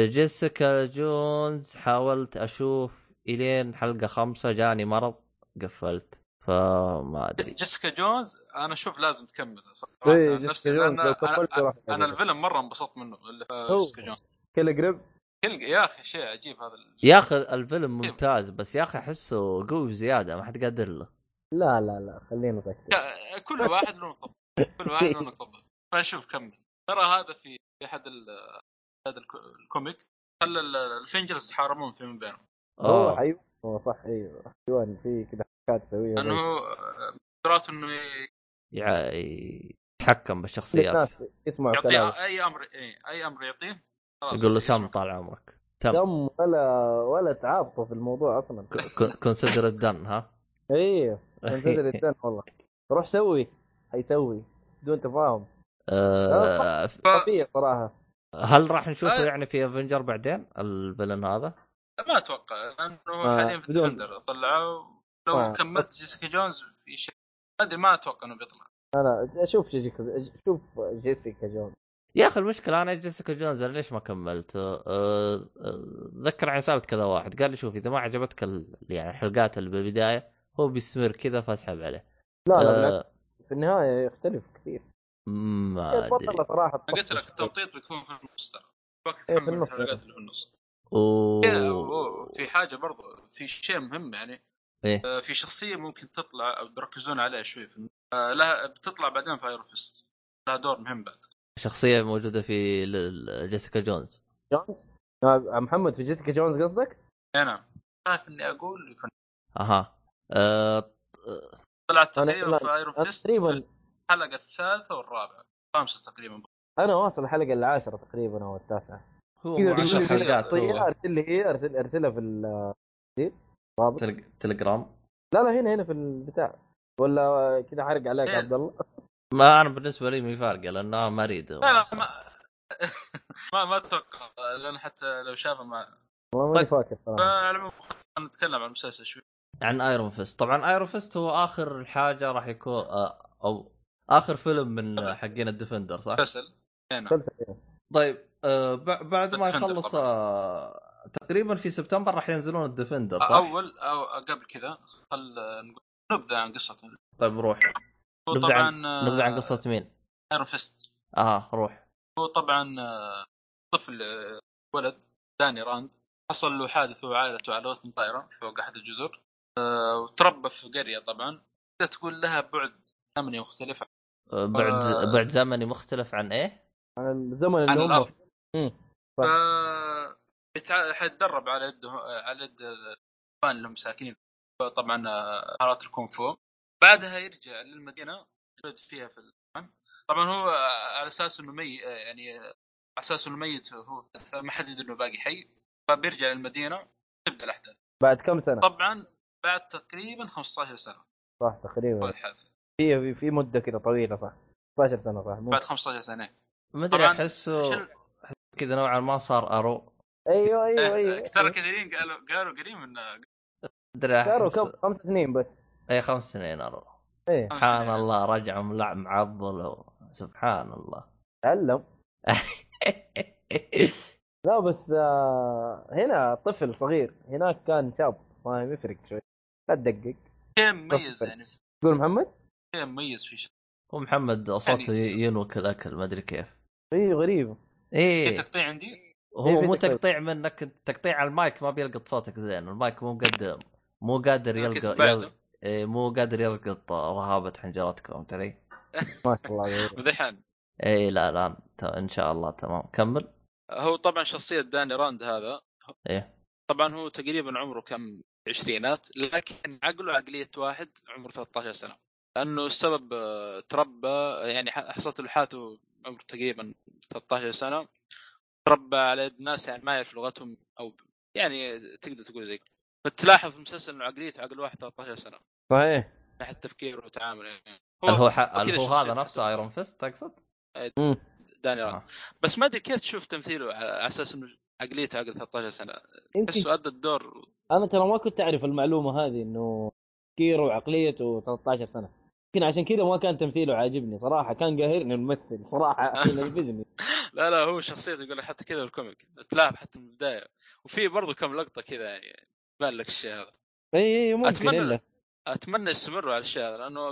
Speaker 1: جيسيكا جونز حاولت اشوف الين حلقه خمسة جاني مرض قفلت فما ادري
Speaker 2: جيسيكا جونز انا اشوف لازم تكمل صراحه
Speaker 4: اي
Speaker 3: إيه،
Speaker 2: عن نفسي
Speaker 4: إيه، جيسيكا جونز
Speaker 2: لأن
Speaker 4: لو كملت
Speaker 2: انا,
Speaker 4: راح
Speaker 2: أنا الفيلم مره انبسطت منه اللي
Speaker 4: هو.
Speaker 2: في جيسيكا جونز
Speaker 4: كل قريب
Speaker 2: كل- يا اخي شيء عجيب هذا ال-
Speaker 1: يا اخي الفيلم ممتاز بس يا اخي احسه قوي بزياده ما حد قادر له
Speaker 3: لا لا لا خلينا ساكتين
Speaker 2: لا، كل واحد له نقطه كل واحد له نقطه فشوف كمل ترى هذا في في احد ال- هذا الك- الكوميك خلى ال- الفينجرز يتحاربون فيما بينهم
Speaker 3: هو
Speaker 1: آه.
Speaker 3: حيوان هو صح ايوه حيوان في كذا حركات تسويها
Speaker 2: انه
Speaker 3: زي-
Speaker 2: آه، قدراته انه
Speaker 1: يع- يتحكم بالشخصيات
Speaker 3: الناس يسمعوا كلام
Speaker 2: يعطيه اي امر إيه، اي امر يعطيه خلاص
Speaker 1: يقول له
Speaker 2: يسمع.
Speaker 1: سم طال عمرك تم
Speaker 3: دم ولا ولا تعاطفوا في الموضوع اصلا
Speaker 1: كونسيدر الدن ها
Speaker 3: ايوه كونسيدر الدن والله روح سوي حيسوي بدون تفاهم
Speaker 1: آه،
Speaker 2: ف-
Speaker 3: طبيعي صراحه
Speaker 1: هل راح نشوفه
Speaker 2: آه.
Speaker 1: يعني في افنجر بعدين الفيلن هذا؟
Speaker 2: ما اتوقع لانه
Speaker 3: ما-
Speaker 2: حاليا في
Speaker 3: آه، بدون- آه.
Speaker 2: الديفندر طلعوه لو
Speaker 3: ما-
Speaker 2: كملت جيسيكا جونز في شيء ما ادري ما اتوقع انه بيطلع
Speaker 3: انا اشوف جيسيكا شوف جيسيكا جون
Speaker 1: يا اخي المشكله انا جيسيكا جونز أنا ليش ما كملت؟ أه، أه، اتذكر عن سالت كذا واحد قال لي شوف اذا ما عجبتك ال- يعني الحلقات اللي بالبدايه هو بيستمر كذا فاسحب عليه.
Speaker 3: لا لا بالعكس،
Speaker 1: أه
Speaker 3: في النهايه يختلف كثير
Speaker 1: ما ادري
Speaker 3: البطلة صراحه
Speaker 2: انا قلت لك
Speaker 3: تطفش.
Speaker 2: التمطيط بيكون في النص ترى وقت
Speaker 3: إيه، في
Speaker 2: تحمل
Speaker 3: النص.
Speaker 2: الحلقات اللي في النص
Speaker 1: و...
Speaker 2: كذا، و- في حاجه برضو في شيء مهم يعني
Speaker 1: إيه.
Speaker 2: آه، في شخصيه ممكن تطلع أو بيركزون عليها شوي في الم- آه، لها بتطلع بعدين في ايرون فيست لها دور مهم بعد
Speaker 1: شخصيه موجوده في ل- ل- جيسيكا جونز
Speaker 3: جون آه، محمد في جيسيكا جونز قصدك؟
Speaker 2: اي نعم خايف اني اقول يكون
Speaker 1: اها أه...
Speaker 2: طلعت
Speaker 3: أنا-
Speaker 2: تقريبا
Speaker 3: لا،
Speaker 2: في ايرون
Speaker 3: أنا
Speaker 2: فيست
Speaker 3: تقريبا
Speaker 2: في الحلقه الثالثه والرابعه خامسه تقريبا
Speaker 3: انا واصل الحلقه العاشره تقريبا او التاسعه
Speaker 1: هو
Speaker 3: كذا
Speaker 1: مو
Speaker 2: عشر
Speaker 3: تقول لي
Speaker 1: عشر
Speaker 2: شخصيات.
Speaker 1: حلقات
Speaker 3: طيب
Speaker 1: هو
Speaker 3: ارسل لي هي ارسل ارسلها في ال رابط
Speaker 1: تلق- تلجرام
Speaker 3: لا لا هنا هنا في البتاع ولا كذا حرق عليك
Speaker 2: إيه.
Speaker 3: عبد الله
Speaker 1: ما انا بالنسبه لي مي فارقه لانه ما اريد
Speaker 2: لا لا ما ما ما اتوقع لان حتى لو شافه ما
Speaker 3: والله ماني
Speaker 1: طيب.
Speaker 3: فاكر صراحه
Speaker 2: فعلى العموم خلينا نتكلم عن المسلسل شوي
Speaker 1: عن ايرون فيست طبعا ايرون فيست هو اخر حاجه راح يكون آه، او اخر فيلم من حقين الديفندر صح؟
Speaker 2: مسلسل إي نعم.
Speaker 3: مسلسل يعني.
Speaker 1: طيب آه، ب- بعد ما
Speaker 2: الديفندر
Speaker 1: يخلص
Speaker 2: طبعاً.
Speaker 1: آه، تقريبا في سبتمبر راح ينزلون الديفندر صح؟
Speaker 2: اول او قبل كذا خل نقول- نبدا عن قصته آه،
Speaker 1: طيب روح
Speaker 2: هو
Speaker 1: نبدأ عن-
Speaker 2: طبعا
Speaker 1: نبدا عن قصه مين؟
Speaker 2: ايرون فيست
Speaker 1: اه روح
Speaker 2: هو طبعا آه، طفل آه، ولد داني راند حصل له حادث هو وعائلته على وثن طائره فوق احد الجزر آه، وتربى في قريه طبعا تقدر تقول لها بعد امني مختلف
Speaker 1: آه، بعد
Speaker 2: آه.
Speaker 1: بعد زمني مختلف عن ايه؟
Speaker 3: عن
Speaker 2: عن
Speaker 3: الزمن اللي هم
Speaker 2: الارض
Speaker 3: صح.
Speaker 2: ف بتع- حيتدرب على يد على يد الاخوان اللي هم ساكنين طبعا آه، مهارات الكونغ فو بعدها يرجع للمدينه يولد فيها في العالم. طبعا هو آه، على اساس انه ميت يعني آه، على اساس انه ميت هو فما حد يدري انه باقي حي فبيرجع للمدينه تبدا الاحداث
Speaker 3: بعد كم سنه
Speaker 2: طبعا بعد تقريبا 15 سنه
Speaker 3: صح تقريبا
Speaker 2: طيب. هو الحادث
Speaker 3: في في مده كذا طويله صح 15 سنه صح مو
Speaker 2: بعد 15 سنه
Speaker 1: ما ادري
Speaker 2: طبعاً،
Speaker 1: احسه
Speaker 2: عشان-
Speaker 1: كذا نوعا ما صار ارو
Speaker 3: ايوه
Speaker 2: إيه،
Speaker 3: ايوه ايوه
Speaker 2: ترى كثيرين قالوا قالوا قريب من
Speaker 1: ادري
Speaker 3: صاروا
Speaker 1: احس
Speaker 3: كم خمس سنين بس
Speaker 1: اي إيه، خمس سنين ارو
Speaker 3: ايه
Speaker 2: خمس
Speaker 1: سبحان
Speaker 2: سنين.
Speaker 1: الله رجع ملع معضل سبحان الله
Speaker 3: تعلم لا بس آه هنا طفل صغير هناك كان شاب فاهم يفرق شوي لا تدقق
Speaker 2: شيء مميز يعني
Speaker 3: تقول محمد؟
Speaker 2: شيء مميز في شيء
Speaker 1: هو محمد صوته
Speaker 2: يعني-
Speaker 1: ي- ينوك الاكل ما ادري كيف
Speaker 3: اي إيه، غريب
Speaker 2: في
Speaker 1: ايه
Speaker 2: تقطيع عندي
Speaker 1: هو
Speaker 3: إيه، في
Speaker 1: مو
Speaker 3: تقطيع.
Speaker 1: تقطيع منك تقطيع على المايك ما بيلقط صوتك زين المايك مو مقدم مو قادر
Speaker 2: كنت
Speaker 1: يلقط
Speaker 2: بعده.
Speaker 1: يل... إيه، مو قادر يلقط رهابه حنجرتكم ترى
Speaker 3: ما شاء الله غريب.
Speaker 2: مدحان
Speaker 1: اي لا الان ت- ان شاء الله تمام كمل
Speaker 2: هو طبعا شخصيه داني راند هذا
Speaker 1: ايه
Speaker 2: طبعا هو تقريبا عمره كم عشرينات لكن عقله عقليه واحد عمره 13 سنه لانه السبب آه، تربى يعني ح- حصلت له حادثه عمره تقريبا 13 سنه تربى على يد ناس يعني ما يعرف لغتهم او يعني تقدر تقول زي كده. فتلاحظ في المسلسل انه عقليته عقل واحد 13 سنه من
Speaker 3: صحيح
Speaker 2: ناحيه تفكيره وتعامله يعني.
Speaker 1: هل هو ح... هل
Speaker 2: وكذا
Speaker 1: هو هذا
Speaker 2: شخصية
Speaker 1: نفسه ايرون فيست تقصد؟
Speaker 2: داني راند.
Speaker 1: آه.
Speaker 2: بس ما ادري كيف تشوف تمثيله على على اساس انه عقليته عقل 13 سنه
Speaker 3: يمكن
Speaker 2: احسه ادى الدور
Speaker 3: انا ترى ما كنت اعرف المعلومه هذه انه كيرو عقليته 13 سنه يمكن عشان كذا ما كان تمثيله عاجبني صراحه كان قاهرني الممثل صراحه ينرفزني
Speaker 2: لا لا هو شخصيته يقول حتى كذا الكوميك تلاعب حتى من البدايه وفي برضه كم لقطه كذا يعني يبان لك الشيء هذا
Speaker 3: اي اي إيه، ممكن
Speaker 2: أتمنى-
Speaker 3: إلا.
Speaker 2: اتمنى يستمروا على الشيء هذا لانه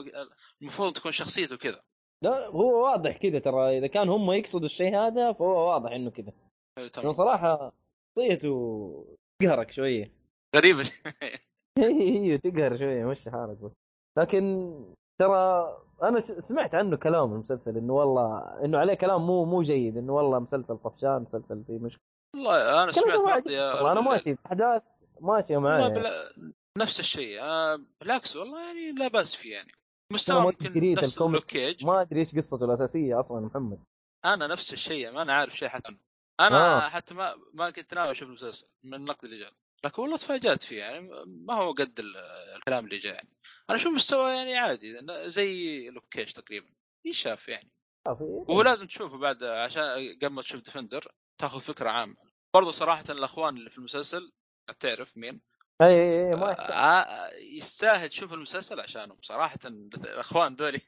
Speaker 2: المفروض تكون شخصيته كذا
Speaker 3: لا هو واضح كذا ترى اذا كان هم يقصدوا الشيء هذا فهو واضح انه كذا لانه صراحه شخصيته تقهرك شويه
Speaker 2: غريبه
Speaker 3: هي هي إيه، تقهر شويه مش حالك بس لكن ترى انا س- سمعت عنه كلام المسلسل انه والله انه عليه كلام مو مو جيد انه والله مسلسل طفشان مسلسل فيه مشكله
Speaker 2: والله انا
Speaker 3: كلام
Speaker 2: سمعت
Speaker 3: شو
Speaker 2: لقطه
Speaker 3: ما عجبني
Speaker 2: يا
Speaker 3: والله انا ماشي الاحداث ماشيه
Speaker 2: والله
Speaker 3: معايا
Speaker 2: بلا... نفس الشيء آه، بالعكس والله يعني لا باس فيه يعني مستوى
Speaker 3: أنا ما
Speaker 2: ممكن
Speaker 3: قريت
Speaker 2: نفس
Speaker 3: الكوميك.
Speaker 2: لوكيج
Speaker 3: ما ادري ايش قصته الاساسيه اصلا محمد
Speaker 2: انا نفس الشيء ما انا عارف شيء حتى عنه. انا
Speaker 3: آه.
Speaker 2: حتى ما ما كنت ناوي اشوف المسلسل من النقد اللي جاء لكن والله تفاجات فيه يعني ما هو قد ال- الكلام اللي جاء يعني انا اشوف مستوى يعني عادي زي لوكيش تقريبا يشاف يعني
Speaker 3: آه، في-
Speaker 2: وهو لازم تشوفه بعد عشان قبل ما تشوف ديفندر تاخذ فكره عامه برضو صراحه الاخوان اللي في المسلسل تعرف مين
Speaker 3: اي اي اي إيه، ما يحتاج.
Speaker 2: آه، يستاهل تشوف المسلسل عشانهم صراحه الاخوان ذولي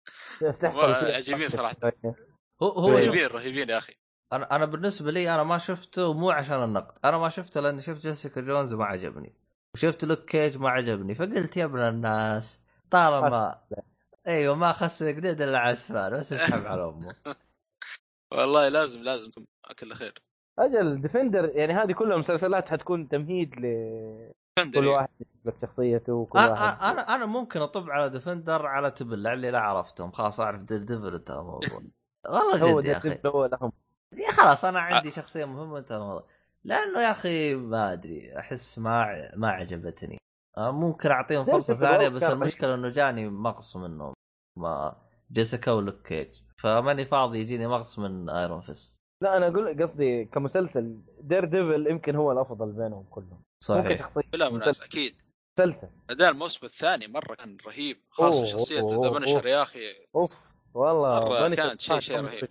Speaker 3: تحصل كذا.
Speaker 2: عجيبين صراحة.
Speaker 1: هو
Speaker 3: أيوه.
Speaker 1: هو
Speaker 3: طيب.
Speaker 1: شوف،
Speaker 2: رهيبين رهيبين يا اخي
Speaker 1: انا انا بالنسبه لي انا ما شفته مو عشان النقد انا ما شفته لاني شفت جيسيكا جونز وما عجبني وشفت لوك كيج ما عجبني فقلت يا ابن الناس طالما ايوه ما خس قديد الا على اسفل بس اسحب على امه
Speaker 2: والله لازم لازم اكل خير
Speaker 3: اجل ديفندر يعني هذه كلها مسلسلات حتكون تمهيد لكل
Speaker 2: ديفندر يعني.
Speaker 3: واحد يجيب لك شخصيته وكل
Speaker 1: أ- أ-
Speaker 3: واحد
Speaker 1: انا انا ممكن اطب على ديفندر على تبلع اللي لا عرفتهم خلاص اعرف دير ديفل انتهى الموضوع والله
Speaker 3: هو
Speaker 1: جد يا
Speaker 3: ديفندر
Speaker 1: اخي
Speaker 3: هو الاهم
Speaker 1: يا خلاص انا عندي شخصيه مهمه انتهى الموضوع لانه يا اخي ما ادري احس ما ما عجبتني آه، ممكن اعطيهم
Speaker 3: جيسيكا
Speaker 1: فرصه ثانيه
Speaker 3: برضه
Speaker 1: بس
Speaker 3: كان
Speaker 1: المشكله انه جاني مغص منهم ما جيسيكا ولوك كيج فماني فاضي يجيني مغص من ايرون فيست
Speaker 3: لا انا اقول قصدي كمسلسل دير ديفل يمكن هو الافضل بينهم كلهم ممكن
Speaker 1: صحيح
Speaker 3: شخصيه
Speaker 2: بلا منازع
Speaker 3: مسلسل
Speaker 2: اكيد
Speaker 3: مسلسل
Speaker 2: اداء الموسم الثاني مره كان رهيب خاصه
Speaker 3: أوه،
Speaker 2: شخصيه
Speaker 3: أوه،
Speaker 2: ذا
Speaker 3: أوه،
Speaker 2: بنشر يا اخي
Speaker 3: اوف والله
Speaker 2: مرة
Speaker 3: Punisher
Speaker 2: كانت شيء- شيء
Speaker 3: كان-
Speaker 2: رهيب.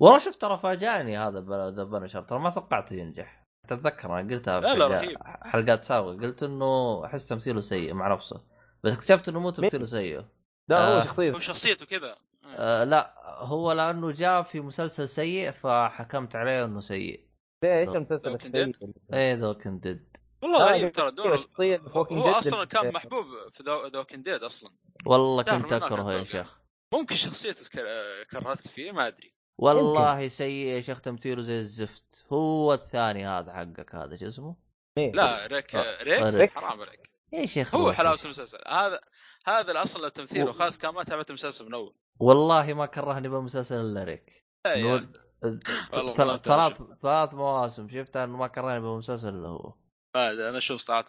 Speaker 1: والله شوف ترى فاجأني هذا ب- ذا بنشر ترى ما توقعته ينجح تتذكر انا قلتها في
Speaker 2: لا لا،
Speaker 1: حلقة-
Speaker 2: رهيب.
Speaker 1: حلقات سابقه قلت انه احس تمثيله سيء مع نفسه بس اكتشفت انه مو تمثيله سيء
Speaker 3: لا
Speaker 1: آه.
Speaker 3: هو شخصيه
Speaker 2: هو شخصيته كذا
Speaker 1: آه لا هو لانه جاء في مسلسل سيء فحكمت عليه انه سيء
Speaker 3: ليش المسلسل
Speaker 2: Walking
Speaker 3: السيء اللي-
Speaker 1: ايه ذا كنت ديد
Speaker 2: والله
Speaker 3: آه،
Speaker 2: رهيب ترى دور
Speaker 3: شخصية في Walking
Speaker 2: هو
Speaker 3: Dead
Speaker 2: اصلا
Speaker 3: اللي-
Speaker 2: كان محبوب في ذا ووكينج ديد اصلا
Speaker 1: والله
Speaker 2: شهر
Speaker 1: كنت
Speaker 2: من هناك
Speaker 1: اكرهه يا
Speaker 2: أتوقع.
Speaker 1: شيخ
Speaker 2: ممكن شخصيته تك- كرهتك فيه ما ادري
Speaker 1: والله سيء يا شيخ تمثيله زي الزفت هو الثاني هذا حقك هذا شو اسمه؟
Speaker 3: إيه.
Speaker 2: لا ريك
Speaker 1: آه،
Speaker 2: ريك
Speaker 1: ريك.
Speaker 2: حرام عليك
Speaker 1: يا شيخ
Speaker 2: إيه؟ هو
Speaker 1: روح.
Speaker 2: حلاوه المسلسل هذا هذا الاصل تمثيله
Speaker 1: و-
Speaker 2: خاص كان ما تابعت المسلسل من اول
Speaker 1: والله ما كرهني بالمسلسل الا ريك
Speaker 2: لا إيه يا
Speaker 1: نود-
Speaker 3: أه،
Speaker 2: والله ما
Speaker 1: ثلاث
Speaker 2: أنت
Speaker 1: ثلاث ثلاث مواسم شفتها انه ما كرهني بالمسلسل الا هو
Speaker 2: ما أدري، انا اشوف صراحه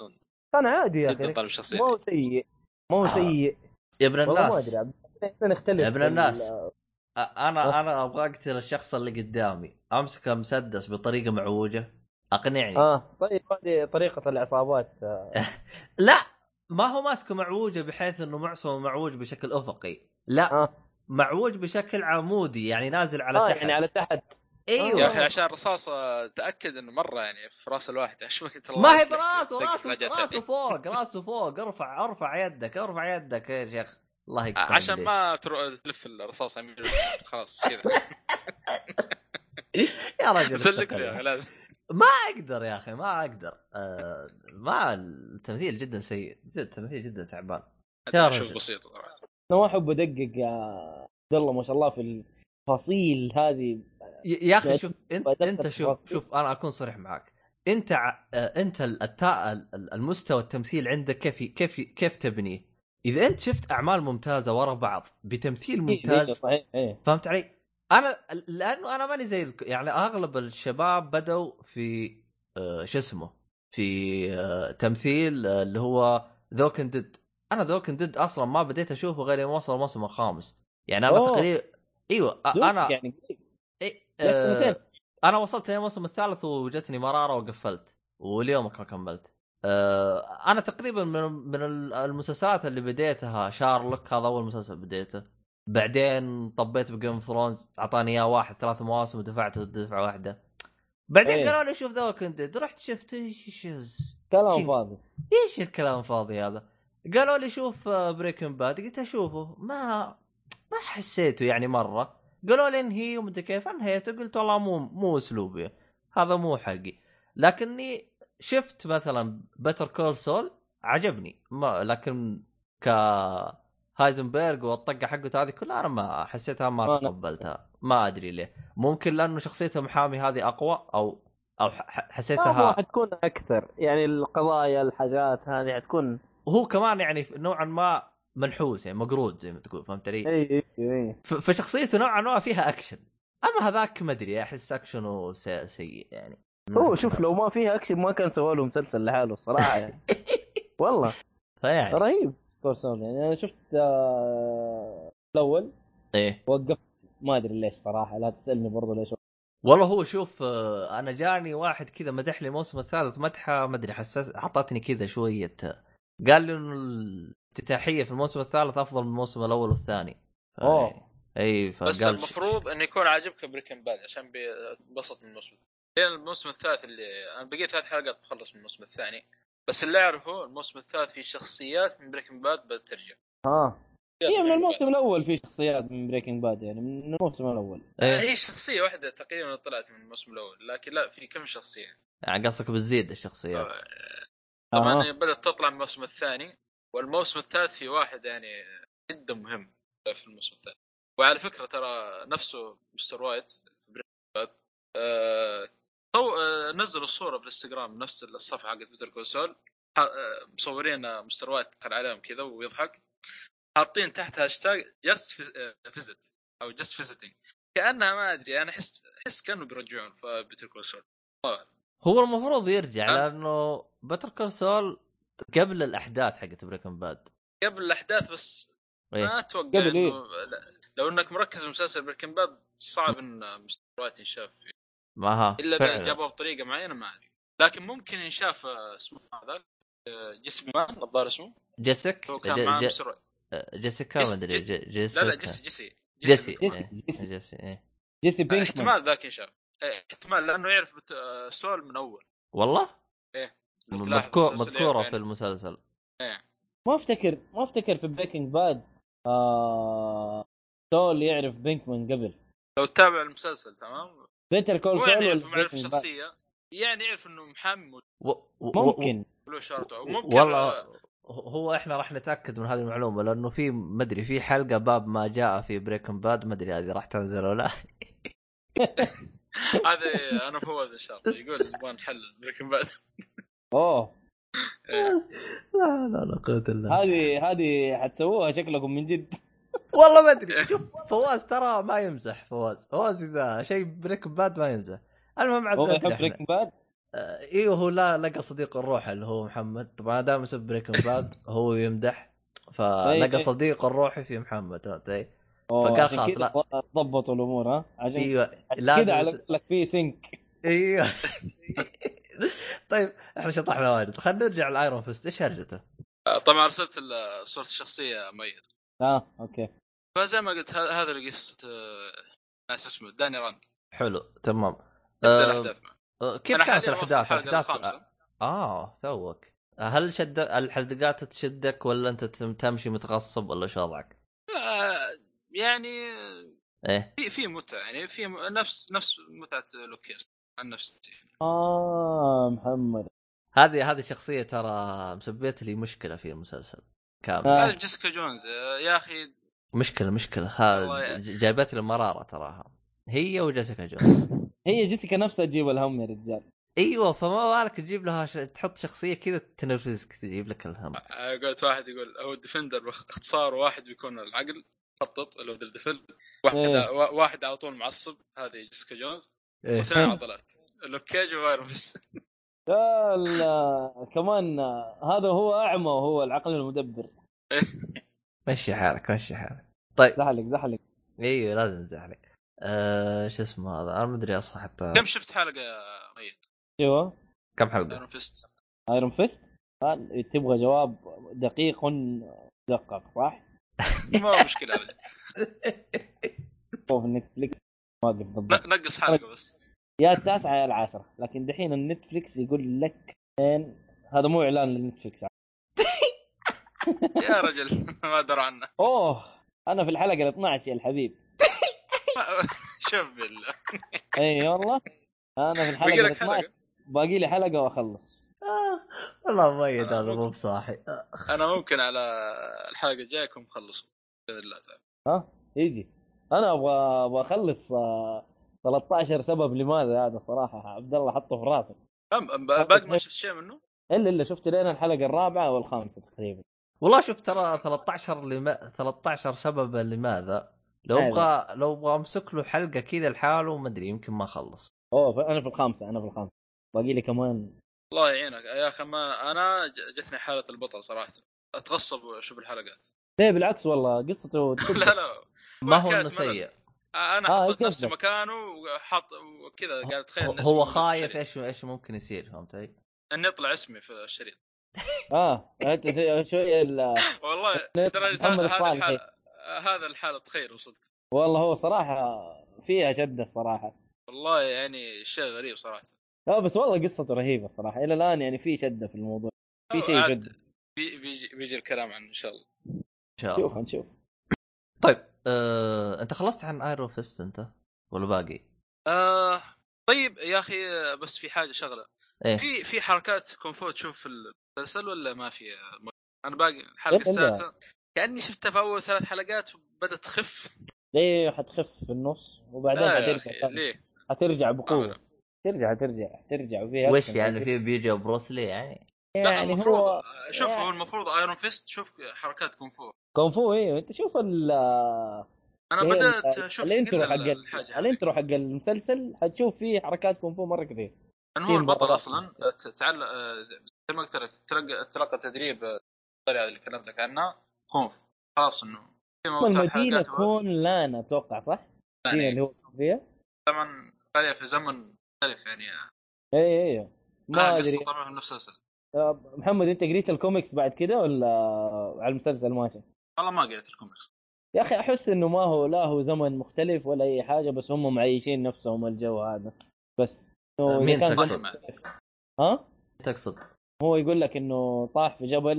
Speaker 3: كان عادي يا
Speaker 2: جدا
Speaker 3: اخي
Speaker 2: طالب شخصيه
Speaker 3: ما هو سيء ما هو
Speaker 1: آه.
Speaker 3: سيء
Speaker 1: يا ابن
Speaker 3: والله ما ادري
Speaker 1: الناس
Speaker 3: عبد احنا نختلف
Speaker 1: يا ابن
Speaker 3: في
Speaker 1: الناس.
Speaker 3: ال- أه.
Speaker 1: أ- انا انا ابغى اقتل الشخص اللي قدامي امسك مسدس بطريقه معوجه اقنعني
Speaker 3: اه طيب هذه طريقه العصابات آه.
Speaker 1: لا ما هو ماسكه معوجه بحيث انه معصمه معوج بشكل افقي لا
Speaker 3: آه.
Speaker 1: معوج بشكل عمودي يعني نازل على
Speaker 3: آه
Speaker 1: تحت
Speaker 3: يعني على تحت
Speaker 1: ايوه
Speaker 2: يا اخي عشان آه، الرصاصه تاكد انه مره يعني في راس الواحد عشان ما كنت الله
Speaker 1: ما هي
Speaker 2: يصلحك
Speaker 1: براسه
Speaker 2: تدقق
Speaker 1: راسه
Speaker 2: حاجات
Speaker 1: راسه
Speaker 2: يعني.
Speaker 1: فوق راسه فوق ارفع ارفع يدك ارفع يدك يا شيخ الله يقطع
Speaker 2: آه، عشان
Speaker 1: ليش.
Speaker 2: ما ترو... تلف الرصاصه يمين ويمين. خلاص كذا
Speaker 1: يا رجل
Speaker 2: سلك
Speaker 1: اتقل.
Speaker 2: لي لازم
Speaker 1: ما اقدر يا اخي ما اقدر آه ما التمثيل جدا سيء جد- التمثيل جدا تعبان يا
Speaker 2: اشوف
Speaker 1: رجل.
Speaker 2: بسيطه صراحه
Speaker 3: انا ما احب ادقق يا عبد الله ما شاء الله في التفاصيل هذه
Speaker 1: ي- يا اخي
Speaker 3: لا
Speaker 1: شوف انت
Speaker 3: بدقق
Speaker 1: انت شوف
Speaker 3: بالتفاصيل.
Speaker 1: شوف انا اكون صريح معك انت ع- آه، انت ال- التا- ال- ال- المستوى التمثيل عندك كيف ي- كيف ي- كيف تبنيه؟ اذا انت شفت اعمال ممتازه ورا بعض بتمثيل
Speaker 3: إيه،
Speaker 1: ممتاز
Speaker 3: صحيح ايه
Speaker 1: فهمت علي؟ انا لانه انا ماني زي الك- يعني اغلب الشباب بدوا في آه، شو اسمه؟ في آه، تمثيل آه، اللي هو ذوكن ديد انا ذوكن ديد اصلا ما بديت اشوفه غير يوم وصل الموسم الخامس يعني انا
Speaker 3: أوه.
Speaker 1: تقريبا ايوه آ-
Speaker 3: دوك
Speaker 1: انا
Speaker 3: يعني قريب.
Speaker 1: إيه
Speaker 3: لك
Speaker 1: آه
Speaker 3: سنتين.
Speaker 1: انا وصلت للموسم الثالث وجتني مراره وقفلت وليومك ما كملت آه انا تقريبا من من ال- المسلسلات اللي بديتها شارلوك هذا اول مسلسل بديته بعدين طبيت بجيم اوف ثرونز اعطاني اياه واحد ثلاث مواسم ودفعته دفعه واحده بعدين
Speaker 3: إيه.
Speaker 1: قالوا لي شوف ذا كنت رحت شفت ايش ايش
Speaker 3: كلام
Speaker 1: شيء.
Speaker 3: فاضي
Speaker 1: ايش الكلام الفاضي هذا قالوا لي شوف بريكن باد قلت اشوفه ما ما حسيته يعني مره قالوا لي انهي ومدري كيف انهيته قلت والله مو مو اسلوبي هذا مو حقي لكني شفت مثلا بتر كول سول عجبني ما لكن ك هايزنبرغ والطقه حقته هذه كلها انا ما حسيتها ما
Speaker 3: ما أنا-
Speaker 1: تقبلتها ما ادري ليه ممكن لانه شخصيه المحامي هذه اقوى او او ح- ح- حسيتها
Speaker 3: ما حتكون اكثر يعني القضايا الحاجات هذه حتكون
Speaker 1: وهو كمان يعني نوعا ما منحوس يعني مقرود زي ما تقول فهمت علي؟
Speaker 3: اي اي اي
Speaker 1: ف- فشخصيته نوعا ما فيها اكشن اما هذاك ما ادري احس اكشنه سي- سيء يعني
Speaker 3: هو شوف لو ما فيها اكشن ما كان سوى له مسلسل لحاله الصراحه يعني والله
Speaker 1: فيعني
Speaker 3: رهيب كورسون يعني انا شفت آه، الاول
Speaker 1: ايه
Speaker 3: وقفت ما ادري ليش صراحه لا تسالني برضو ليش
Speaker 1: والله هو شوف آه، انا جاني واحد كذا مدح لي الموسم الثالث مدحه ما ادري حسس حطتني كذا شويه آه، قال لي انه الافتتاحيه في الموسم الثالث افضل من الموسم الاول والثاني
Speaker 3: أوه.
Speaker 1: فيعني- اي فقال
Speaker 2: بس المفروض انه يكون عاجبك بريكن باد عشان بينبسط من الموسم لين الموسم الثالث اللي انا بقيت ثلاث حلقات بخلص من الموسم الثاني بس اللي اعرفه الموسم الثالث فيه شخصيات من بريكن باد بترجع
Speaker 3: ها هي من الموسم الاول في شخصيات من بريكنج باد يعني من الموسم الاول
Speaker 1: إيه.
Speaker 2: هي شخصيه واحده تقريبا طلعت من الموسم الاول لكن لا في كم آه، شخصيه
Speaker 1: يعني قصدك بتزيد الشخصيات
Speaker 2: طبعا
Speaker 3: آه.
Speaker 2: هي بدات تطلع من الموسم الثاني والموسم الثالث في واحد يعني جدا مهم في الموسم الثاني وعلى فكره ترى نفسه مستر وايت بريكنج باد آه، تو آه، نزلوا صوره في الانستغرام نفس الصفحه حقت بيتر كونسول آه، مصورين مستر وايت كان عليهم كذا ويضحك حاطين تحت هاشتاج جاست فيزت او جاست فيزيتنج كانها ما ادري انا احس احس كانه بيرجعون في بيتر كونسول
Speaker 1: هو المفروض يرجع
Speaker 2: أه.
Speaker 1: لانه بتر كونسول قبل الاحداث حقت بريكن باد
Speaker 2: قبل الاحداث بس ما
Speaker 1: إيه.
Speaker 2: اتوقع
Speaker 3: قبل إيه؟
Speaker 2: انه لا- لو انك مركز بمسلسل بريكن باد صعب ان مستويات ينشاف فيه
Speaker 1: ما ها
Speaker 2: الا اذا
Speaker 1: فعلاً.
Speaker 2: جابوه بطريقه معينه ما ادري لكن ممكن ينشاف آه، اسمه هذا آه، جيسيكا مان الظاهر اسمه
Speaker 1: جيسك
Speaker 2: هو
Speaker 1: ج-
Speaker 2: كان مع
Speaker 1: ج-
Speaker 2: مستر وايت.
Speaker 1: آه، جيسيكا
Speaker 2: جيس-
Speaker 1: ما ادري
Speaker 2: جي-
Speaker 1: ج- جيسيكا
Speaker 2: لا لا جيسي جيسي
Speaker 1: جيسي
Speaker 2: بينكمان.
Speaker 1: إيه.
Speaker 3: جيسي-
Speaker 1: جيسي إيه.
Speaker 3: جيسي
Speaker 2: آه،
Speaker 3: بينكمان
Speaker 2: احتمال ذاك ينشاف آه، احتمال لانه يعرف بت- آه، سول من اول
Speaker 1: والله م-
Speaker 2: لو تلاحظ
Speaker 1: مذكور
Speaker 2: المسلسل
Speaker 1: مذكوره
Speaker 2: يعني.
Speaker 1: في المسلسل
Speaker 3: ما افتكر ما افتكر في بريكنج باد آه... سول يعرف بينكمان قبل
Speaker 2: لو تتابع المسلسل تمام
Speaker 3: بيتر كول
Speaker 2: مو
Speaker 3: سول
Speaker 2: يعني يعرف
Speaker 3: ولا
Speaker 2: معرفه
Speaker 3: بريكنج باد
Speaker 2: شخصيه يعني يعرف انه محامي موجود
Speaker 1: و... و... و-
Speaker 3: ممكن
Speaker 2: له
Speaker 1: و-
Speaker 2: شرطه
Speaker 1: و-
Speaker 2: وممكن
Speaker 1: والله
Speaker 2: آه،
Speaker 1: هو احنا راح نتاكد من هذه المعلومه لانه في ما ادري في حلقه باب ما جاء في بريكن باد ما ادري هذه راح تنزل ولا لا.
Speaker 2: هذا انا فواز ان شاء الله يقول نبغى نحل بريكن باد
Speaker 3: اوه
Speaker 2: إيه.
Speaker 1: آه. لا لا لا قوه الا بالله.
Speaker 3: هذه هذه حتسووها شكلكم من جد
Speaker 1: والله ما ادري شوف فواز ترى ما يمزح فواز فواز اذا شيء بريك باد ما يمزح المهم عاد
Speaker 3: هو
Speaker 1: ما أدري
Speaker 3: يحب
Speaker 1: إحنا.
Speaker 3: بريكنج باد
Speaker 1: آه، ايوه هو لا لقى صديق الروح اللي هو محمد طبعا دام اسم بريكن باد هو يمدح فلقى
Speaker 3: طيب.
Speaker 1: صديق الروح في محمد فهمت علي؟
Speaker 3: أوه،
Speaker 1: فقال
Speaker 3: عشان
Speaker 1: خلاص،
Speaker 3: كذا ضبطوا الامور ها عشان
Speaker 1: ايوه
Speaker 3: عشان
Speaker 1: لازم
Speaker 3: كذا على
Speaker 1: يصير-
Speaker 3: لك في تنك
Speaker 1: ايوه طيب احنا شطحنا واجد خلينا نرجع لايرون فيست ايش هرجته؟
Speaker 2: آه، طبعا ارسلت ال- صوره الشخصيه ميت
Speaker 3: اه اوكي
Speaker 2: فزي ما قلت ه- هذا اللي قصه آه، ناس اسمه داني راند
Speaker 1: حلو تمام
Speaker 2: ابدا
Speaker 1: آه،
Speaker 2: الاحداث معه
Speaker 1: آه، كيف
Speaker 2: انا
Speaker 1: كانت
Speaker 2: حاليا واصل
Speaker 1: الاحداث؟
Speaker 2: الحلقه
Speaker 1: الاحداث
Speaker 2: الخامسه
Speaker 1: اه توك هل شد الحلقات تشدك ولا انت تم- تمشي متغصب ولا شو وضعك؟
Speaker 2: آه، يعني آه،
Speaker 1: ايه
Speaker 2: في في متعه يعني في م- نفس نفس متعه لوكيرز عن نفسي
Speaker 3: اه محمد
Speaker 1: هذه هذه شخصيه ترى مسبيت لي مشكله في المسلسل كامل
Speaker 3: آه.
Speaker 2: هذا جيسيكا جونز آه، يا اخي
Speaker 1: مشكله مشكله
Speaker 2: والله
Speaker 1: ها
Speaker 2: يا-
Speaker 1: ج- جايبت لي مراره تراها هي وجيسيكا جونز
Speaker 3: هي جيسيكا نفسها تجيب الهم يا رجال
Speaker 1: ايوه فما بالك تجيب لها ش... تحط شخصيه كذا تنرفزك تجيب لك الهم
Speaker 2: آه، قلت واحد يقول هو الديفندر باخ- اختصار واحد بيكون العقل مخطط اللي هو الدفل واحد
Speaker 3: إيه.
Speaker 2: وا- واحد على طول معصب هذه جيسيكا جونز
Speaker 1: إيه.
Speaker 2: واثنين عضلات لوك كيج وفاير فيست.
Speaker 3: يا ال- كمان آه، هذا هو اعمى وهو العقل المدبر
Speaker 1: مشي حالك مشي حالك طيب
Speaker 3: زحلق زحلق
Speaker 1: ايوه لازم نزعلك أه... شو اسمه هذا انا ما ادري اصلا حتى
Speaker 2: كم شفت حلقه ميت
Speaker 3: شو
Speaker 1: كم حلقه
Speaker 2: ايرون فيست
Speaker 3: ايرون فيست قال تبغى جواب دقيق دقق صح؟
Speaker 2: ما مشكله ابدا
Speaker 3: هو في نتفلكس ما ادري بالضبط
Speaker 2: ن- نقص حلقه بس
Speaker 3: يا التاسعه يا العاشره لكن دحين النتفلكس يقول لك إن هذا مو اعلان للنتفلكس
Speaker 2: يا رجل ما ادري عنه
Speaker 3: اوه انا في الحلقه ال 12 يا الحبيب
Speaker 2: ما- شوف بالله
Speaker 3: اي والله انا إيه، في الحلقه
Speaker 2: باقي
Speaker 3: ال
Speaker 2: لك
Speaker 3: 12
Speaker 2: حلقه
Speaker 3: باقي لي حلقه واخلص
Speaker 1: آه، والله ميت هذا
Speaker 2: ممكن.
Speaker 1: مو بصاحي آه.
Speaker 2: انا ممكن على الحلقه الجايه اكون مخلصه باذن الله تعالى
Speaker 3: ها يجي انا ابغى ابغى اخلص آه، 13 سبب لماذا هذا صراحه عبد الله حطه في راسك
Speaker 2: أم- أم- باقي ما شفت شيء منه
Speaker 3: الا الا شفت لين الحلقه الرابعه والخامسه تقريبا
Speaker 1: والله شوف ترى 13 لما 13 سببا لماذا لو
Speaker 3: أيوة.
Speaker 1: ابغى لو ابغى امسك له حلقه كذا لحاله ما ادري يمكن ما اخلص
Speaker 3: اوه ف- انا في الخامسه انا في الخامسه باقي لي كمان
Speaker 2: الله يعينك يا اخي ما انا ج- جتني حاله البطل صراحه اتغصب واشوف الحلقات
Speaker 3: ليه إيه، بالعكس والله قصته
Speaker 2: لا لا
Speaker 1: ما هو
Speaker 2: حكاية
Speaker 1: انه
Speaker 2: ملل.
Speaker 1: سيء
Speaker 2: انا
Speaker 3: آه،
Speaker 2: حطيت
Speaker 3: كيف
Speaker 2: نفسي
Speaker 3: ده؟
Speaker 2: مكانه وحط وكذا قاعد اتخيل إن اسمي
Speaker 1: هو
Speaker 2: في
Speaker 1: خايف
Speaker 2: الشريط.
Speaker 1: ايش ايش ممكن يصير فهمت علي؟
Speaker 2: اني اطلع اسمي في الشريط
Speaker 3: اه أنت زي- شوي ال-
Speaker 2: والله لدرجه
Speaker 3: محمد
Speaker 2: هذا هذا
Speaker 3: الصالحي.
Speaker 2: الحال هذا الحاله تخيل وصلت
Speaker 3: والله هو صراحه فيها شده الصراحه
Speaker 2: والله يعني شيء غريب صراحه
Speaker 3: لا بس والله قصته رهيبه الصراحه الى الان يعني في شده في الموضوع في شيء
Speaker 2: عاد
Speaker 3: يشد
Speaker 2: بي بيجي, بيجي الكلام عنه ان شاء الله
Speaker 1: ان شاء
Speaker 3: شوف
Speaker 1: الله
Speaker 3: نشوف
Speaker 1: طيب آه، انت خلصت عن ايرون فيست انت ولا باقي؟
Speaker 2: آه طيب يا اخي آه، بس في حاجه شغله
Speaker 1: إيه.
Speaker 2: في في حركات كونفو تشوف في المسلسل ولا ما في آه، م- انا باقي الحلقه
Speaker 3: إيه إلا.
Speaker 2: السادسه كاني شفتها في اول ثلاث حلقات بدات تخف
Speaker 3: ليه حتخف في النص وبعدين
Speaker 2: لا يا
Speaker 3: حترجع
Speaker 2: اخي ليه؟
Speaker 3: حترجع
Speaker 2: آه،
Speaker 3: بقوه ترجع ترجع ترجع وفيها
Speaker 1: وش
Speaker 3: أكشن.
Speaker 1: يعني في بيجي بروسلي يعني؟
Speaker 2: لا
Speaker 3: يعني
Speaker 2: المفروض
Speaker 3: هو
Speaker 2: هو... شوف
Speaker 3: يعني-
Speaker 2: هو المفروض ايرون فيست شوف حركات كونفو
Speaker 3: كونفو ايوه انت شوف ال
Speaker 2: انا
Speaker 3: إيه،
Speaker 2: بدات شفت
Speaker 3: الانترو
Speaker 2: كذا
Speaker 3: حق ال-
Speaker 2: الحاجه هذه.
Speaker 3: الانترو حق المسلسل حتشوف فيه حركات كونفو مره كثير
Speaker 2: لان هو
Speaker 3: كثير
Speaker 2: البطل
Speaker 3: مرات.
Speaker 2: اصلا ت- تعلق آه، زي ما قلت لك تلقى تلقى تدريب آه، الطريقه اللي كلمتك عنها كونف خلاص انه في موضوع
Speaker 3: المدينه
Speaker 2: الحلقات هو-
Speaker 3: كون لان اتوقع صح؟ المدينه
Speaker 2: يعني
Speaker 3: اللي هو إيه، فيها
Speaker 2: طبعا قريه في زمن مختلف يعني
Speaker 3: اي اي إيه، ما
Speaker 2: لها
Speaker 3: ادري
Speaker 2: قصه طبعا في نفس السلسله
Speaker 3: آه، محمد انت قريت الكوميكس بعد كده ولا على المسلسل ماشي؟
Speaker 2: والله ما قريت الكوميكس
Speaker 3: يا اخي احس انه ما هو لا هو زمن مختلف ولا اي حاجه بس هم معيشين نفسهم الجو هذا بس إنه إذا
Speaker 1: مين
Speaker 3: كان
Speaker 1: تقصد؟
Speaker 3: زمن-
Speaker 2: ما-
Speaker 3: ها؟
Speaker 1: تقصد
Speaker 3: هو يقول لك انه طاح في جبل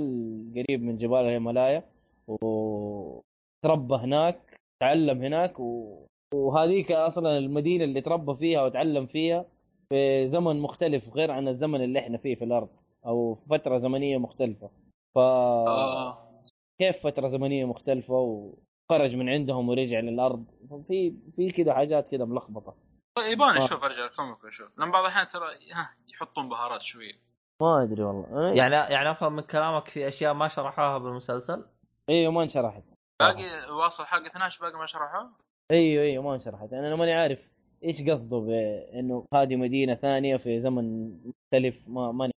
Speaker 3: قريب من جبال الهيمالايا وتربى هناك تعلم هناك و... وهذيك اصلا المدينه اللي تربى فيها وتعلم فيها في زمن مختلف غير عن الزمن اللي احنا فيه في الارض او في فتره زمنيه مختلفه ف
Speaker 2: آه.
Speaker 3: كيف فتره زمنيه مختلفه وخرج من عندهم ورجع للارض في في كذا حاجات كذا ملخبطه
Speaker 2: يبغى
Speaker 3: آه.
Speaker 2: نشوف ارجع الكوميك ونشوف لان بعض الاحيان ترى ها يحطون بهارات
Speaker 3: آه.
Speaker 2: شويه
Speaker 3: ما ادري والله يعني
Speaker 1: يعني يعني افهم من كلامك في اشياء ما شرحوها بالمسلسل؟
Speaker 3: ايوه ما انشرحت
Speaker 2: باقي واصل حلقه 12 باقي ما شرحها
Speaker 3: ايوه ايوه ما انشرحت انا ماني عارف ايش قصده بانه هذه مدينه ثانيه في زمن مختلف ما ماني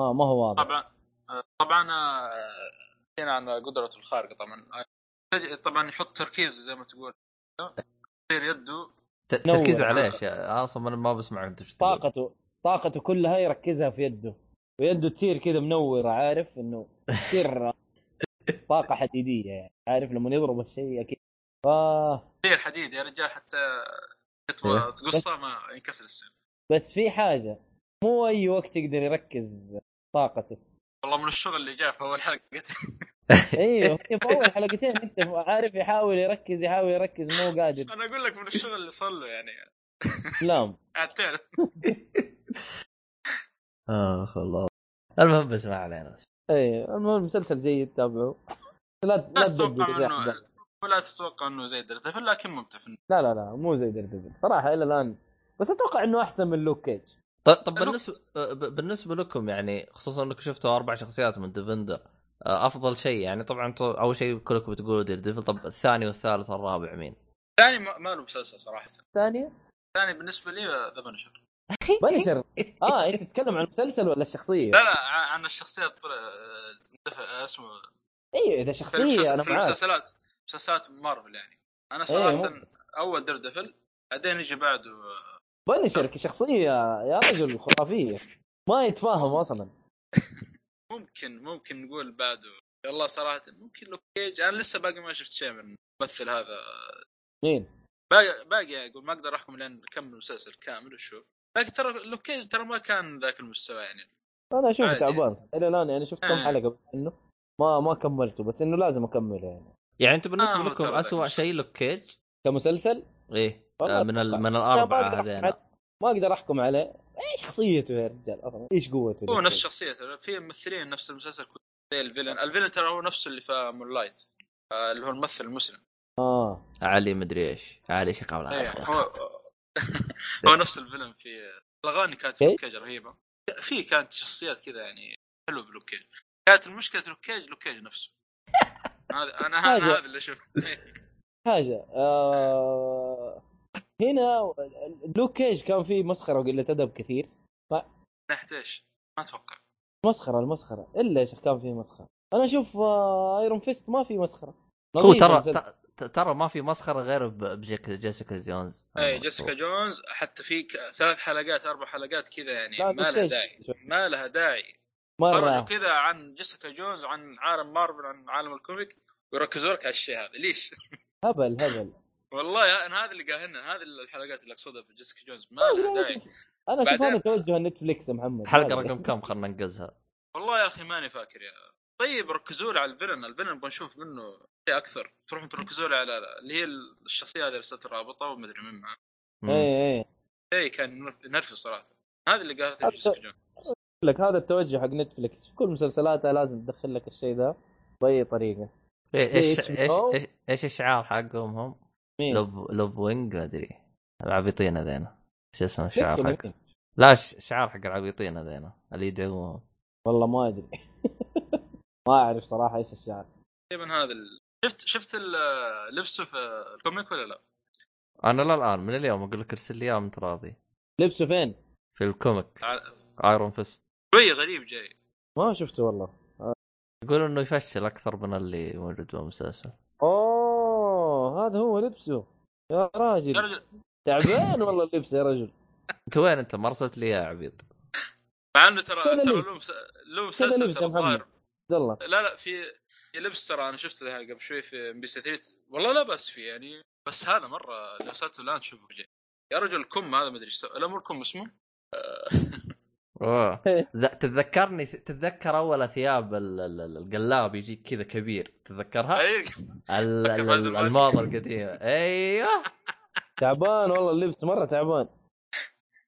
Speaker 3: ما, ما هو واضح
Speaker 2: طبعا آه، طبعا آه، هنا عن قدرته الخارقه طبعا آه، طبعا يحط تركيزه زي ما تقول يصير يده
Speaker 1: ت- تركيز
Speaker 3: نور.
Speaker 1: على ايش؟ أنا اصلا أنا ما بسمع انت ايش تقول.
Speaker 3: طاقته طاقته كلها يركزها في يده ويده تصير كذا منوره عارف انه تصير طاقه حديديه يعني عارف لما يضرب الشيء اكيد ف
Speaker 2: زي الحديد يا رجال حتى
Speaker 1: إيه.
Speaker 2: تتو- تقصه ما ينكسر السيف
Speaker 3: بس في حاجه مو اي وقت يقدر يركز طاقته
Speaker 2: والله من الشغل اللي جاء في اول حلقه
Speaker 3: ايوه في اول حلقتين انت عارف يحاول يركز يحاول يركز مو قادر
Speaker 2: انا اقول لك من الشغل اللي صار له يعني
Speaker 3: لام
Speaker 2: عاد تعرف
Speaker 1: اخ والله آه، المهم بس ما علينا
Speaker 3: ايوه المهم مسلسل جيد تابعه لا لا
Speaker 2: لا تتوقع
Speaker 3: تدقق زي أحد
Speaker 2: منه ولا تتوقع انه زي دردفل لكن ممتع في النهاية.
Speaker 3: لا لا لا مو زي ديرديفل صراحه الى الان بس اتوقع انه احسن من لوك كيج
Speaker 1: طب, طيب، طب
Speaker 2: لو-
Speaker 1: بالنسبه ب- بالنسبه لكم يعني خصوصا انكم شفتوا اربع شخصيات من ديفندر آه، افضل شيء يعني طبعا انتوا اول شيء كلكم بتقولوا دير ديفل طب الثاني والثالث والرابع مين؟
Speaker 2: ثاني ما ما له مسلسل صراحه
Speaker 3: الثانيه
Speaker 2: ثاني بالنسبه لي آه، ذا بنشر
Speaker 3: بنشر اه انت تتكلم عن المسلسل ولا الشخصيه؟
Speaker 2: لا لا ع- عن الشخصيات طلع آه، دف- آه، اسمه
Speaker 3: ايوه اذا
Speaker 2: في
Speaker 3: شخصيه
Speaker 2: المسلسل-
Speaker 3: انا
Speaker 2: في
Speaker 3: معاك
Speaker 2: المسلسلات مسلسلات مارفل يعني انا
Speaker 3: إيه،
Speaker 2: صراحه
Speaker 3: ممكن.
Speaker 2: اول دردفل بعدين يجي بعده آه،
Speaker 3: بنشر كشخصيه يا رجل خرافيه ما يتفاهم اصلا
Speaker 2: ممكن ممكن نقول بعده والله صراحه ممكن لوك كيج انا لسه باقي ما شفت شيء من الممثل هذا
Speaker 3: مين؟
Speaker 2: باقي باقي اقول ما اقدر احكم لان كمل المسلسل كامل وشو لكن ترى لوك كيج ترى ما كان ذاك المستوى يعني
Speaker 3: انا اشوفه
Speaker 2: عادي.
Speaker 3: تعبان صراحة. الى الان يعني شفت كم
Speaker 2: آه.
Speaker 3: حلقه منه ما ما كملته بس انه لازم اكمله يعني
Speaker 1: يعني انتم بالنسبه
Speaker 2: آه،
Speaker 1: لكم
Speaker 2: ترى ذاك
Speaker 1: اسوء
Speaker 2: نفسه.
Speaker 1: شيء لوك كيج
Speaker 3: كمسلسل
Speaker 1: ايه
Speaker 3: والله
Speaker 1: آه، من ال...
Speaker 3: أتوقع.
Speaker 1: من
Speaker 3: أنا ما
Speaker 1: الاربعه
Speaker 3: أقدر أحكم
Speaker 1: هذين
Speaker 3: عليه- ما اقدر احكم عليه ايه شخصيته يا رجال اصلا ايش قوته
Speaker 2: هو نفس شخصيته في ممثلين نفس المسلسل كله، زي الفيلن الفيلن ترى هو نفسه اللي في مون لايت آه، اللي هو الممثل المسلم
Speaker 3: اه
Speaker 1: علي مدري ايش علي شقه ولا
Speaker 2: إيه،
Speaker 1: عارف.
Speaker 2: هو هو نفس الفيلن في الاغاني كانت في
Speaker 3: إيه؟
Speaker 2: لوك كيج رهيبه في كانت شخصيات كذا يعني حلوه بلوك كيج كانت المشكله لوك كيج لوك كيج نفسه هذا انا
Speaker 3: حاجة.
Speaker 2: انا هذا اللي شفته إيه.
Speaker 3: حاجه آه هنا لوك كيج كان فيه مسخره وقله ادب كثير
Speaker 2: ناحيه ايش؟ ما اتوقع
Speaker 3: مسخره المسخره الا يا شيخ كان فيه مسخره انا اشوف آه ايرون فيست ما في مسخره
Speaker 1: هو
Speaker 3: نظيف
Speaker 1: ترى
Speaker 3: المسلسل.
Speaker 1: ت- ترى ما في مسخره غير ب- بجيك جيسيكا جونز
Speaker 2: اي إيه، جيسيكا جونز حتى في ك- ثلاث حلقات اربع حلقات كذا يعني
Speaker 3: لا،
Speaker 2: ما
Speaker 3: بس
Speaker 2: لها
Speaker 3: إيش؟
Speaker 2: داعي ما لها داعي خرجوا
Speaker 3: مره
Speaker 2: كذا عن جيسيكا جونز عن عالم مارفل عن عالم الكوميك ويركزوا لك على الشيء هذا ليش؟
Speaker 3: هبل هبل
Speaker 2: والله انا هذا اللي قاهرنا هذه الحلقات اللي اقصدها في جيسيكا جونز ما لها داعي
Speaker 3: انا اشوف
Speaker 2: بعدين-
Speaker 3: هذا توجه نتفليكس يا محمد
Speaker 1: حلقه
Speaker 3: هذا.
Speaker 1: رقم كم خلنا ننقزها
Speaker 2: والله يا اخي ماني فاكر يا طيب ركزوا لي على الفيلن الفيلن نبغى نشوف منه شيء اكثر تروحوا تركزوا لي على اللي هي الشخصيه هذه اللي صارت رابطه ومدري مين معاه
Speaker 1: مم.
Speaker 3: اي اي
Speaker 2: شيء كان نرف- نرفز صراحه هذا اللي قاهرتني في
Speaker 3: أبدأ.
Speaker 2: جيسيكا جونز
Speaker 3: أقول لك هذا التوجه حق نتفلكس في كل مسلسلاتها لازم تدخل لك الشيء ذا باي طريقه
Speaker 1: إيه،
Speaker 3: زي
Speaker 1: ايش ايش
Speaker 3: HBO.
Speaker 1: ايش ايش الشعار حقهم هم؟
Speaker 3: مين؟
Speaker 1: لوب لوب وينج ما ادري العبيطين هذين ايش اسم
Speaker 3: نتفلكس
Speaker 1: الشعار
Speaker 3: ولا
Speaker 1: حق
Speaker 3: مين؟
Speaker 1: لا ش- شعار حق العبيطين هذين اللي يدعموهم
Speaker 3: والله ما ادري ما اعرف صراحه ايش الشعر
Speaker 2: تقريبا هذا ال... شفت شفت ال- لبسه في الكوميك ولا لا؟
Speaker 1: انا لا الان من اليوم اقول لك ارسل لي اياه وانت راضي
Speaker 3: لبسه فين؟
Speaker 1: في الكوميك
Speaker 2: على-
Speaker 1: ايرون فيست
Speaker 2: شوي غريب جاي
Speaker 3: ما شفته والله
Speaker 1: يقول انه يفشل اكثر من اللي موجود بالمسلسل
Speaker 3: اوه هذا هو لبسه يا
Speaker 2: يا
Speaker 3: راجل
Speaker 2: رجل
Speaker 3: تعبان والله اللبس يا رجل
Speaker 1: انت وين انت ما ارسلت لي يا عبيط
Speaker 2: مع انه ترى
Speaker 3: كذا
Speaker 2: ترى
Speaker 3: لبس.
Speaker 2: له مس... له مسلسل
Speaker 3: لبس
Speaker 2: ترى
Speaker 3: يا محمد.
Speaker 2: الظاهر
Speaker 3: عبد الله
Speaker 2: لا لا في في لبس ترى انا شفته ذا قبل شوي في ام بي سي 3 والله لا باس فيه يعني بس هذا مره لبساته الان تشوفه جاي يا رجل كم هذا ما ادري ايش سوى. الامر كم اسمه؟
Speaker 1: اوه ذا- تتذكرني تتذكر اول ثياب ال- ال- ال- القلاب يجيك كذا كبير تتذكرها؟
Speaker 2: اي
Speaker 1: ال-
Speaker 2: فكر
Speaker 1: ال-
Speaker 2: فايز
Speaker 1: ال-
Speaker 2: الماجد.
Speaker 1: الماضي القديمه ايوه
Speaker 3: تعبان والله اللبس مره تعبان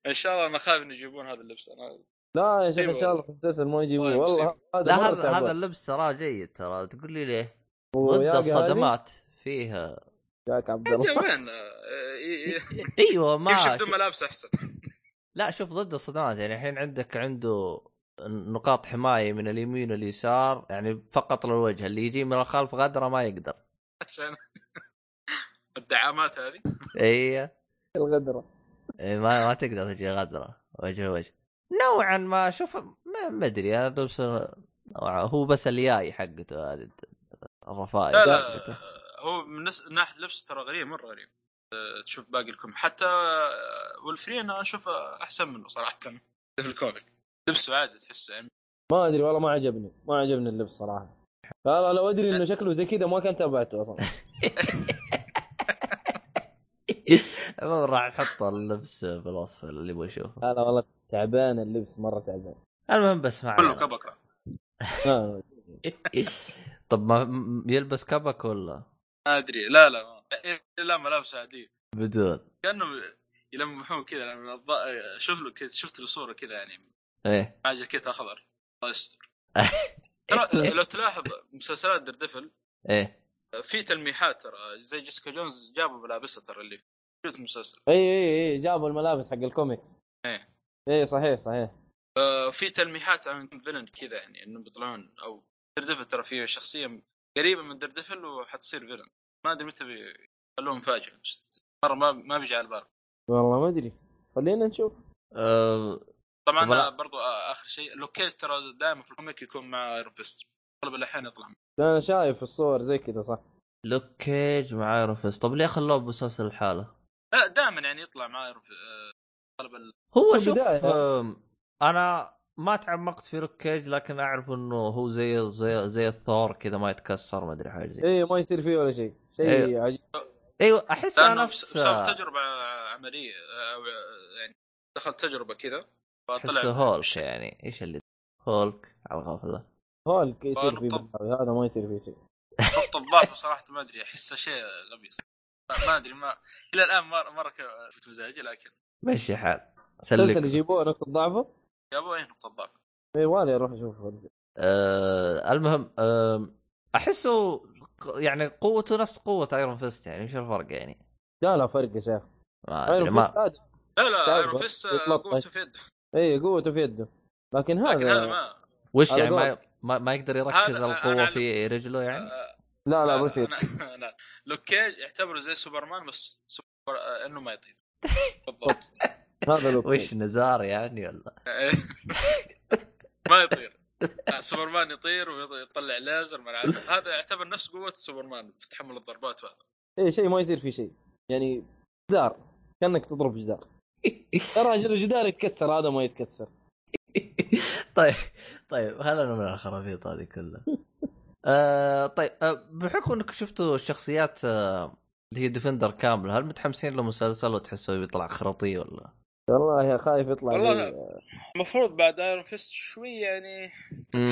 Speaker 2: ان شاء الله انا خايف ان يجيبون هذا اللبس انا
Speaker 3: لا يا شيخ ان
Speaker 2: أيوة.
Speaker 3: شاء الله في المسلسل ما يجيبوه
Speaker 2: والله
Speaker 3: والله
Speaker 2: مصيبة.
Speaker 3: هذا
Speaker 1: طيب، لا
Speaker 3: مرة
Speaker 1: هذا
Speaker 3: تعبان.
Speaker 1: هذا اللبس ترى جيد ترى تقول لي ليه؟ ضد
Speaker 3: وياقة هذه،
Speaker 1: الصدمات فيها
Speaker 3: جاك عبد
Speaker 2: يا
Speaker 3: الله
Speaker 2: وين آه، ي- ي-
Speaker 1: ايوه ما
Speaker 2: يمشي بدون
Speaker 1: شوف-
Speaker 2: ملابس احسن
Speaker 1: لا شوف ضد الصدمات يعني الحين عندك عنده نقاط حمايه من اليمين واليسار يعني فقط للوجه اللي يجي من الخلف غدره ما يقدر
Speaker 2: عشان الدعامات هذه
Speaker 1: اي
Speaker 3: الغدره
Speaker 1: إي، إيه، ما ما تقدر تجي غدره وجه وجه نوعا ما شوف ما ما ادري انا بس هو بس الياي حقته هذه الرفائع
Speaker 2: لا لا آه،
Speaker 1: حقته.
Speaker 2: هو من نس- من ناحيه لبسه ترى غريب مره غريب أه، تشوف باقي الكوميك حتى آه، والفري انا اشوفه احسن منه صراحه في الكوميك لبسه عادي تحسه يعني
Speaker 3: ما ادري والله ما عجبني ما عجبني اللبس صراحه لا لا لو ادري انه شكله زي كذا ما كان تابعته اصلا
Speaker 1: عموما راح نحط اللبس بالوصف اللي يبغى يشوفه
Speaker 3: لا لا والله تعبان اللبس مره تعبان
Speaker 1: المهم بس ما
Speaker 2: كله
Speaker 1: علينا. إيه،
Speaker 2: كبكره
Speaker 3: آه،
Speaker 1: طب ما م- يلبس كبك ولا
Speaker 2: ما ادري لا لا ما. إيه، لا ملابس عاديه
Speaker 1: بدون
Speaker 2: كانه يلمحون كذا يعني من الض- شوف له كذا شفت له صوره كذا يعني
Speaker 1: ايه
Speaker 2: مع جاكيت اخضر الله يستر
Speaker 1: إيه،
Speaker 2: ترى لو تلاحظ مسلسلات دردفل
Speaker 1: ايه
Speaker 2: في تلميحات ترى زي جيسيكا جونز جابوا ملابسها ترى اللي في المسلسل
Speaker 3: اي اي اي جابوا الملابس حق الكوميكس
Speaker 2: إيه.
Speaker 3: اي صحيح صحيح
Speaker 2: آه، في تلميحات عن فيلن كذا يعني انه بيطلعون او دردفل ترى في شخصيه قريبه من دردفل وحتصير فيلن ما ادري متى بيخلوه مفاجئ مره ما ما بيجي على البال
Speaker 3: والله ما ادري خلينا نشوف
Speaker 1: أه
Speaker 2: طبعا
Speaker 1: طب لا.
Speaker 2: برضو آه، اخر شيء لوكيت ترى دائما في الكوميك يكون مع ايرون فيست اغلب الاحيان يطلع معه.
Speaker 3: انا شايف الصور زي كذا صح
Speaker 1: لوك كيج مع ايرون فيست طب ليه خلوه بمسلسل الحالة
Speaker 2: لا دائما يعني يطلع مع ايرون في- آه، اغلب ال-
Speaker 1: هو
Speaker 3: في
Speaker 1: شوف
Speaker 3: البداية.
Speaker 1: أم، انا ما تعمقت في لوك كيج لكن اعرف انه هو زي زي زي الثور كذا ما يتكسر ما ادري حاجه زي
Speaker 3: اي إيه، ما يصير فيه ولا شيء شيء
Speaker 1: إيه.
Speaker 3: عجيب
Speaker 1: ايوه احس
Speaker 2: لانه
Speaker 1: نفس
Speaker 2: بس- بسبب تجربه عمليه آه، أو، آه، يعني دخل تجربه كذا
Speaker 1: احس
Speaker 2: فطلع
Speaker 1: هولك يعني ايش اللي هولك على الغفله
Speaker 3: هولك يصير
Speaker 2: فنطب.
Speaker 3: فيه بالضبط، هذا ما يصير فيه شيء
Speaker 2: خط الضعف صراحه ما ادري احسه شيء غبي ما- ما ادري ما الى الان ما مره ك- شفت مزاجي لكن
Speaker 1: مشي حال
Speaker 3: مسلسل
Speaker 1: سلك
Speaker 3: يجيبوه نقطة ضعفه
Speaker 2: يا ابوي إيه نقطه ضعف
Speaker 3: اي والله اروح اشوفه
Speaker 1: أه المهم أه احسه ق- يعني قوته نفس قوه ايرون فيست يعني ايش الفرق يعني
Speaker 3: لا لا فرق يا شيخ
Speaker 1: آه، ما
Speaker 3: ايرون
Speaker 1: ادري
Speaker 3: فيست
Speaker 1: ما
Speaker 3: عادي
Speaker 2: لا لا
Speaker 3: تعرف
Speaker 2: ايرون فيست
Speaker 3: يتلطش.
Speaker 2: قوته في يده
Speaker 3: اي إيه، قوته في يده لكن هذا
Speaker 2: لكن هذا ما
Speaker 1: وش
Speaker 3: هذا
Speaker 1: يعني ما
Speaker 3: قوة.
Speaker 1: ما, ما يقدر يركز
Speaker 2: هذا-
Speaker 1: القوه
Speaker 2: أنا-
Speaker 1: في رجله يعني
Speaker 2: آه،
Speaker 3: لا لا
Speaker 2: آه،
Speaker 3: بصير
Speaker 2: أنا- لا لوك كيج يعتبره زي سوبرمان بس سوبر آه، انه ما يطير بالضبط
Speaker 3: هذا لو
Speaker 1: وش نزار يعني ولا
Speaker 2: ما يطير آه، سوبرمان يطير ويطلع ليزر ما أنا عارف. هذا يعتبر نفس قوه سوبرمان في تحمل الضربات وهذا
Speaker 3: اي إيه، شيء ما يصير فيه شيء يعني جدار كانك تضرب جدار يا راجل الجدار يتكسر هذا ما يتكسر
Speaker 1: طيب طيب هلا من الخرابيط هذه كلها آه طيب آه بحكم انك شفتوا الشخصيات آه اللي هي ديفندر كامله هل متحمسين لمسلسل وتحسوا بيطلع خرطي ولا؟
Speaker 3: والله خايف يطلع
Speaker 2: والله.
Speaker 3: لي-
Speaker 2: المفروض بعد ايرون فيست شوي يعني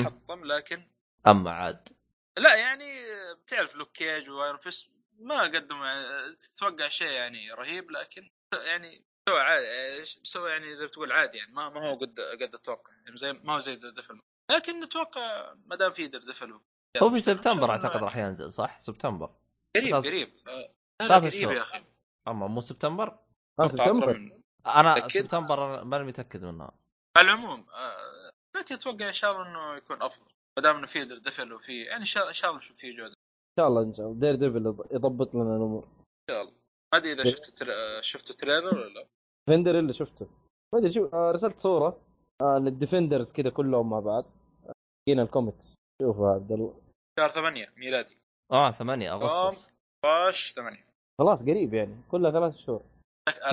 Speaker 2: حطم لكن
Speaker 1: اما عاد
Speaker 2: لا يعني بتعرف لوك كيج وايرون فيست ما قدموا يعني تتوقع شيء يعني رهيب لكن يعني سوى عادي سوى يعني زي ما تقول عادي يعني ما ما هو قد قد اتوقع يعني زي ما هو زي دردفل لكن نتوقع ما دام في دردفل
Speaker 1: هو في سبتمبر اعتقد راح ينزل صح؟ سبتمبر
Speaker 2: قريب
Speaker 1: ثلاث-
Speaker 2: قريب آه، لا، لا،
Speaker 1: ثلاث
Speaker 2: قريب
Speaker 1: شهور.
Speaker 2: يا اخي
Speaker 1: اما مو سبتمبر
Speaker 3: آه،
Speaker 2: أتوقع أقرب
Speaker 3: سبتمبر
Speaker 2: من-
Speaker 1: انا
Speaker 2: أكيد.
Speaker 1: سبتمبر أنا ماني متاكد منها
Speaker 2: على العموم آه، لكن اتوقع ان شاء الله انه يكون افضل ما دام انه في دردفل وفي يعني ان شاء ان شاء الله نشوف فيه جوده
Speaker 3: ان شاء الله ان شاء الله دير ديفل يض- يضبط لنا الامور
Speaker 2: ان شاء الله ما ادري
Speaker 3: إيه.
Speaker 2: اذا شفت تر- آه، شفت تريلر ولا لا
Speaker 3: ديفندر اللي شفته ما ادري شو آه، ارسلت صوره آه، للديفندرز كذا كلهم مع بعض هنا الكوميكس شوف يا عبد الله
Speaker 2: شهر 8 ميلادي
Speaker 1: اه 8 اغسطس
Speaker 2: 16 8
Speaker 3: خلاص قريب يعني كلها ثلاث شهور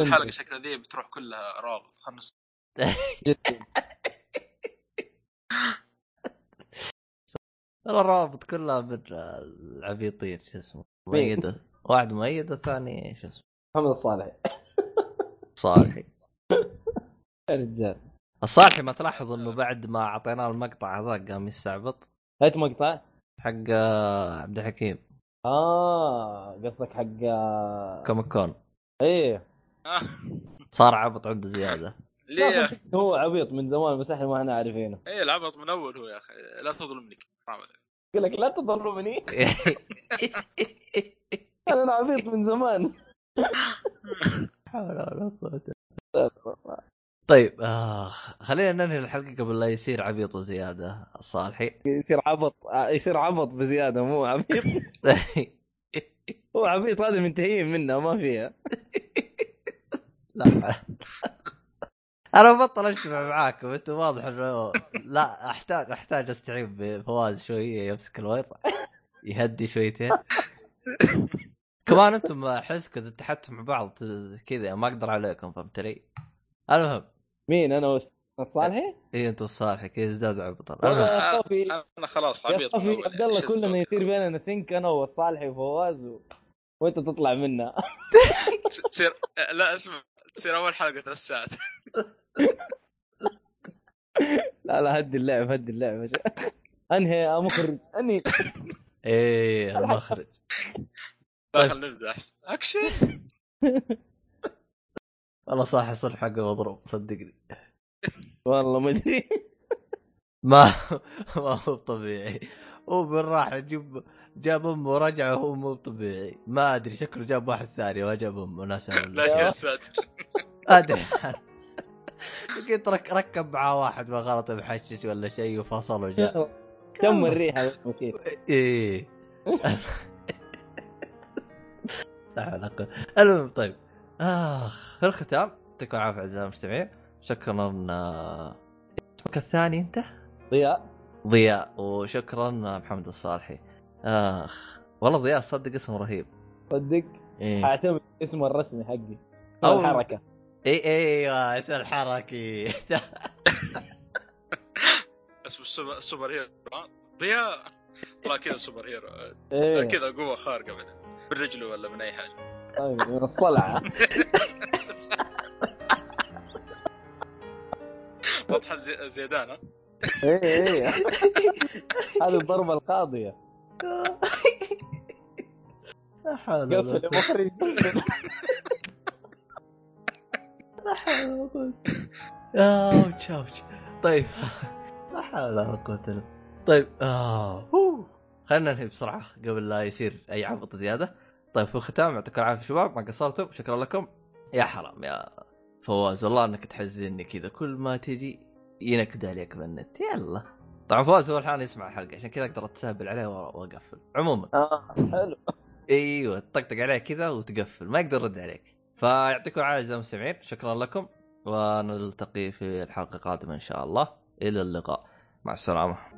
Speaker 2: الحلقه شكلها ذي بتروح كلها روابط خمس
Speaker 3: جدا
Speaker 1: ترى الروابط كلها من العبيطين شو اسمه
Speaker 3: مين؟
Speaker 1: مؤيده واحد مؤيد والثاني شو اسمه
Speaker 3: محمد الصالح
Speaker 1: صالحي
Speaker 3: يا رجال
Speaker 1: الصالحي ما تلاحظ انه بعد ما اعطيناه المقطع هذا قام يستعبط
Speaker 3: هات مقطع
Speaker 1: حق آه، عبد الحكيم
Speaker 3: اه قصدك حق آه،
Speaker 1: كوميك كون
Speaker 3: ايه
Speaker 2: آه،
Speaker 1: صار عبط عنده زياده
Speaker 2: ليه يا اخي
Speaker 3: هو عبيط من زمان بس احنا ما احنا عارفينه
Speaker 2: اي العبط من اول هو يا اخي لا تظلمني حرام عليك.
Speaker 3: يقول لك لا تظلمني انا عبيط من زمان
Speaker 1: حول ولا قوة طيب اخ خلينا ننهي الحلقه قبل لا يصير عبيط وزياده الصالحي
Speaker 3: يصير عبط آه، يصير عبط بزياده مو عبيط هو عبيط هذا منتهيين منه ما فيها
Speaker 1: لا انا بطل اجتمع معاكم انتم واضح انه لا احتاج احتاج استعين بفواز شويه يمسك الوضع يهدي شويتين كمان انتم احس كذا اتحدتم مع بعض كذا ما اقدر عليكم فهمت علي؟ المهم إيه
Speaker 3: مين انا وس- صالحي؟
Speaker 1: اي انتوا الصالحي كذا ازداد عبطا
Speaker 3: والله
Speaker 1: المهم.
Speaker 3: يا صوفي
Speaker 2: انا خلاص
Speaker 3: إيه. يا
Speaker 2: عبيط من
Speaker 3: صفي
Speaker 2: اول
Speaker 3: عبد الله
Speaker 2: إيش
Speaker 3: كلنا
Speaker 2: أستوي؟
Speaker 3: يصير بيننا سنك انا والصالح وفواز و... وانت تطلع منها
Speaker 2: تصير آه، لا اسمع تصير اول حلقه ثلاث ساعات
Speaker 3: لا لا هدي اللعب هدي اللعب يا شيخ. انهي يا مخرج انهي
Speaker 1: ايه المخرج
Speaker 3: طيب.
Speaker 2: لا خلينا نبدا احسن اكشن
Speaker 1: والله صح الصلح حقه مضروب صدقني
Speaker 3: والله ما ادري
Speaker 1: ما ما هو طبيعي هو بالراحه جيب جاب امه ورجع وهو مو طبيعي ما ادري شكله جاب واحد ثاني ما جاب امه ناس
Speaker 2: لا يا ساتر
Speaker 1: ادري لقيت رك ركب معاه واحد ما غلط محشش ولا شيء وفصل وجاء
Speaker 3: كم الريحه بس مسكين
Speaker 1: ايه لا حول ولا قوة. المهم طيب اخ في الختام يعطيكم العافيه اعزائي المستمعين شكرا آه، اسمك الثاني انت
Speaker 3: ضياء
Speaker 1: ضياء وشكرا محمد الصالحي اخ والله ضياء صدق اسم رهيب
Speaker 3: صدق
Speaker 1: ايه
Speaker 3: اعتمد اسمه الرسمي حقي طيب،
Speaker 1: أو-
Speaker 3: او الحركه
Speaker 1: اي ايوه اسم الحركي
Speaker 2: اسمه السوبر- السوبر هيرو ها؟ ضياء طلع كذا سوبر هيرو
Speaker 3: ايه
Speaker 2: كذا قوه خارقه بعدين بالرجل ولا من اي حاجه
Speaker 3: طيب من الصلعه
Speaker 2: واضحه زي- زيدان ها؟
Speaker 3: ايه ايه هذه الضربه القاضيه
Speaker 1: لا حول ولا
Speaker 3: قفل
Speaker 1: قوة.
Speaker 3: المخرج قفل.
Speaker 1: اوتش اوتش آه، طيب لا حول ولا قوة الا طيب اه خلينا ننهي بسرعة قبل لا يصير أي عبط زيادة طيب في الختام يعطيكم العافية شباب ما قصرتم شكرا لكم يا حرام يا فواز والله انك تحزني كذا كل ما تجي ينكد عليك بالنت يلا طبعا فواز هو الحين يسمع الحلقة عشان كذا اقدر اتسابل عليه وأ- واقفل عموما
Speaker 3: آه، حلو
Speaker 1: ايوه تطقطق عليه كذا وتقفل ما يقدر يرد عليك فيعطيكم العافيه اعزائي المستمعين شكرا لكم ونلتقي في الحلقه القادمه ان شاء الله الى اللقاء مع السلامه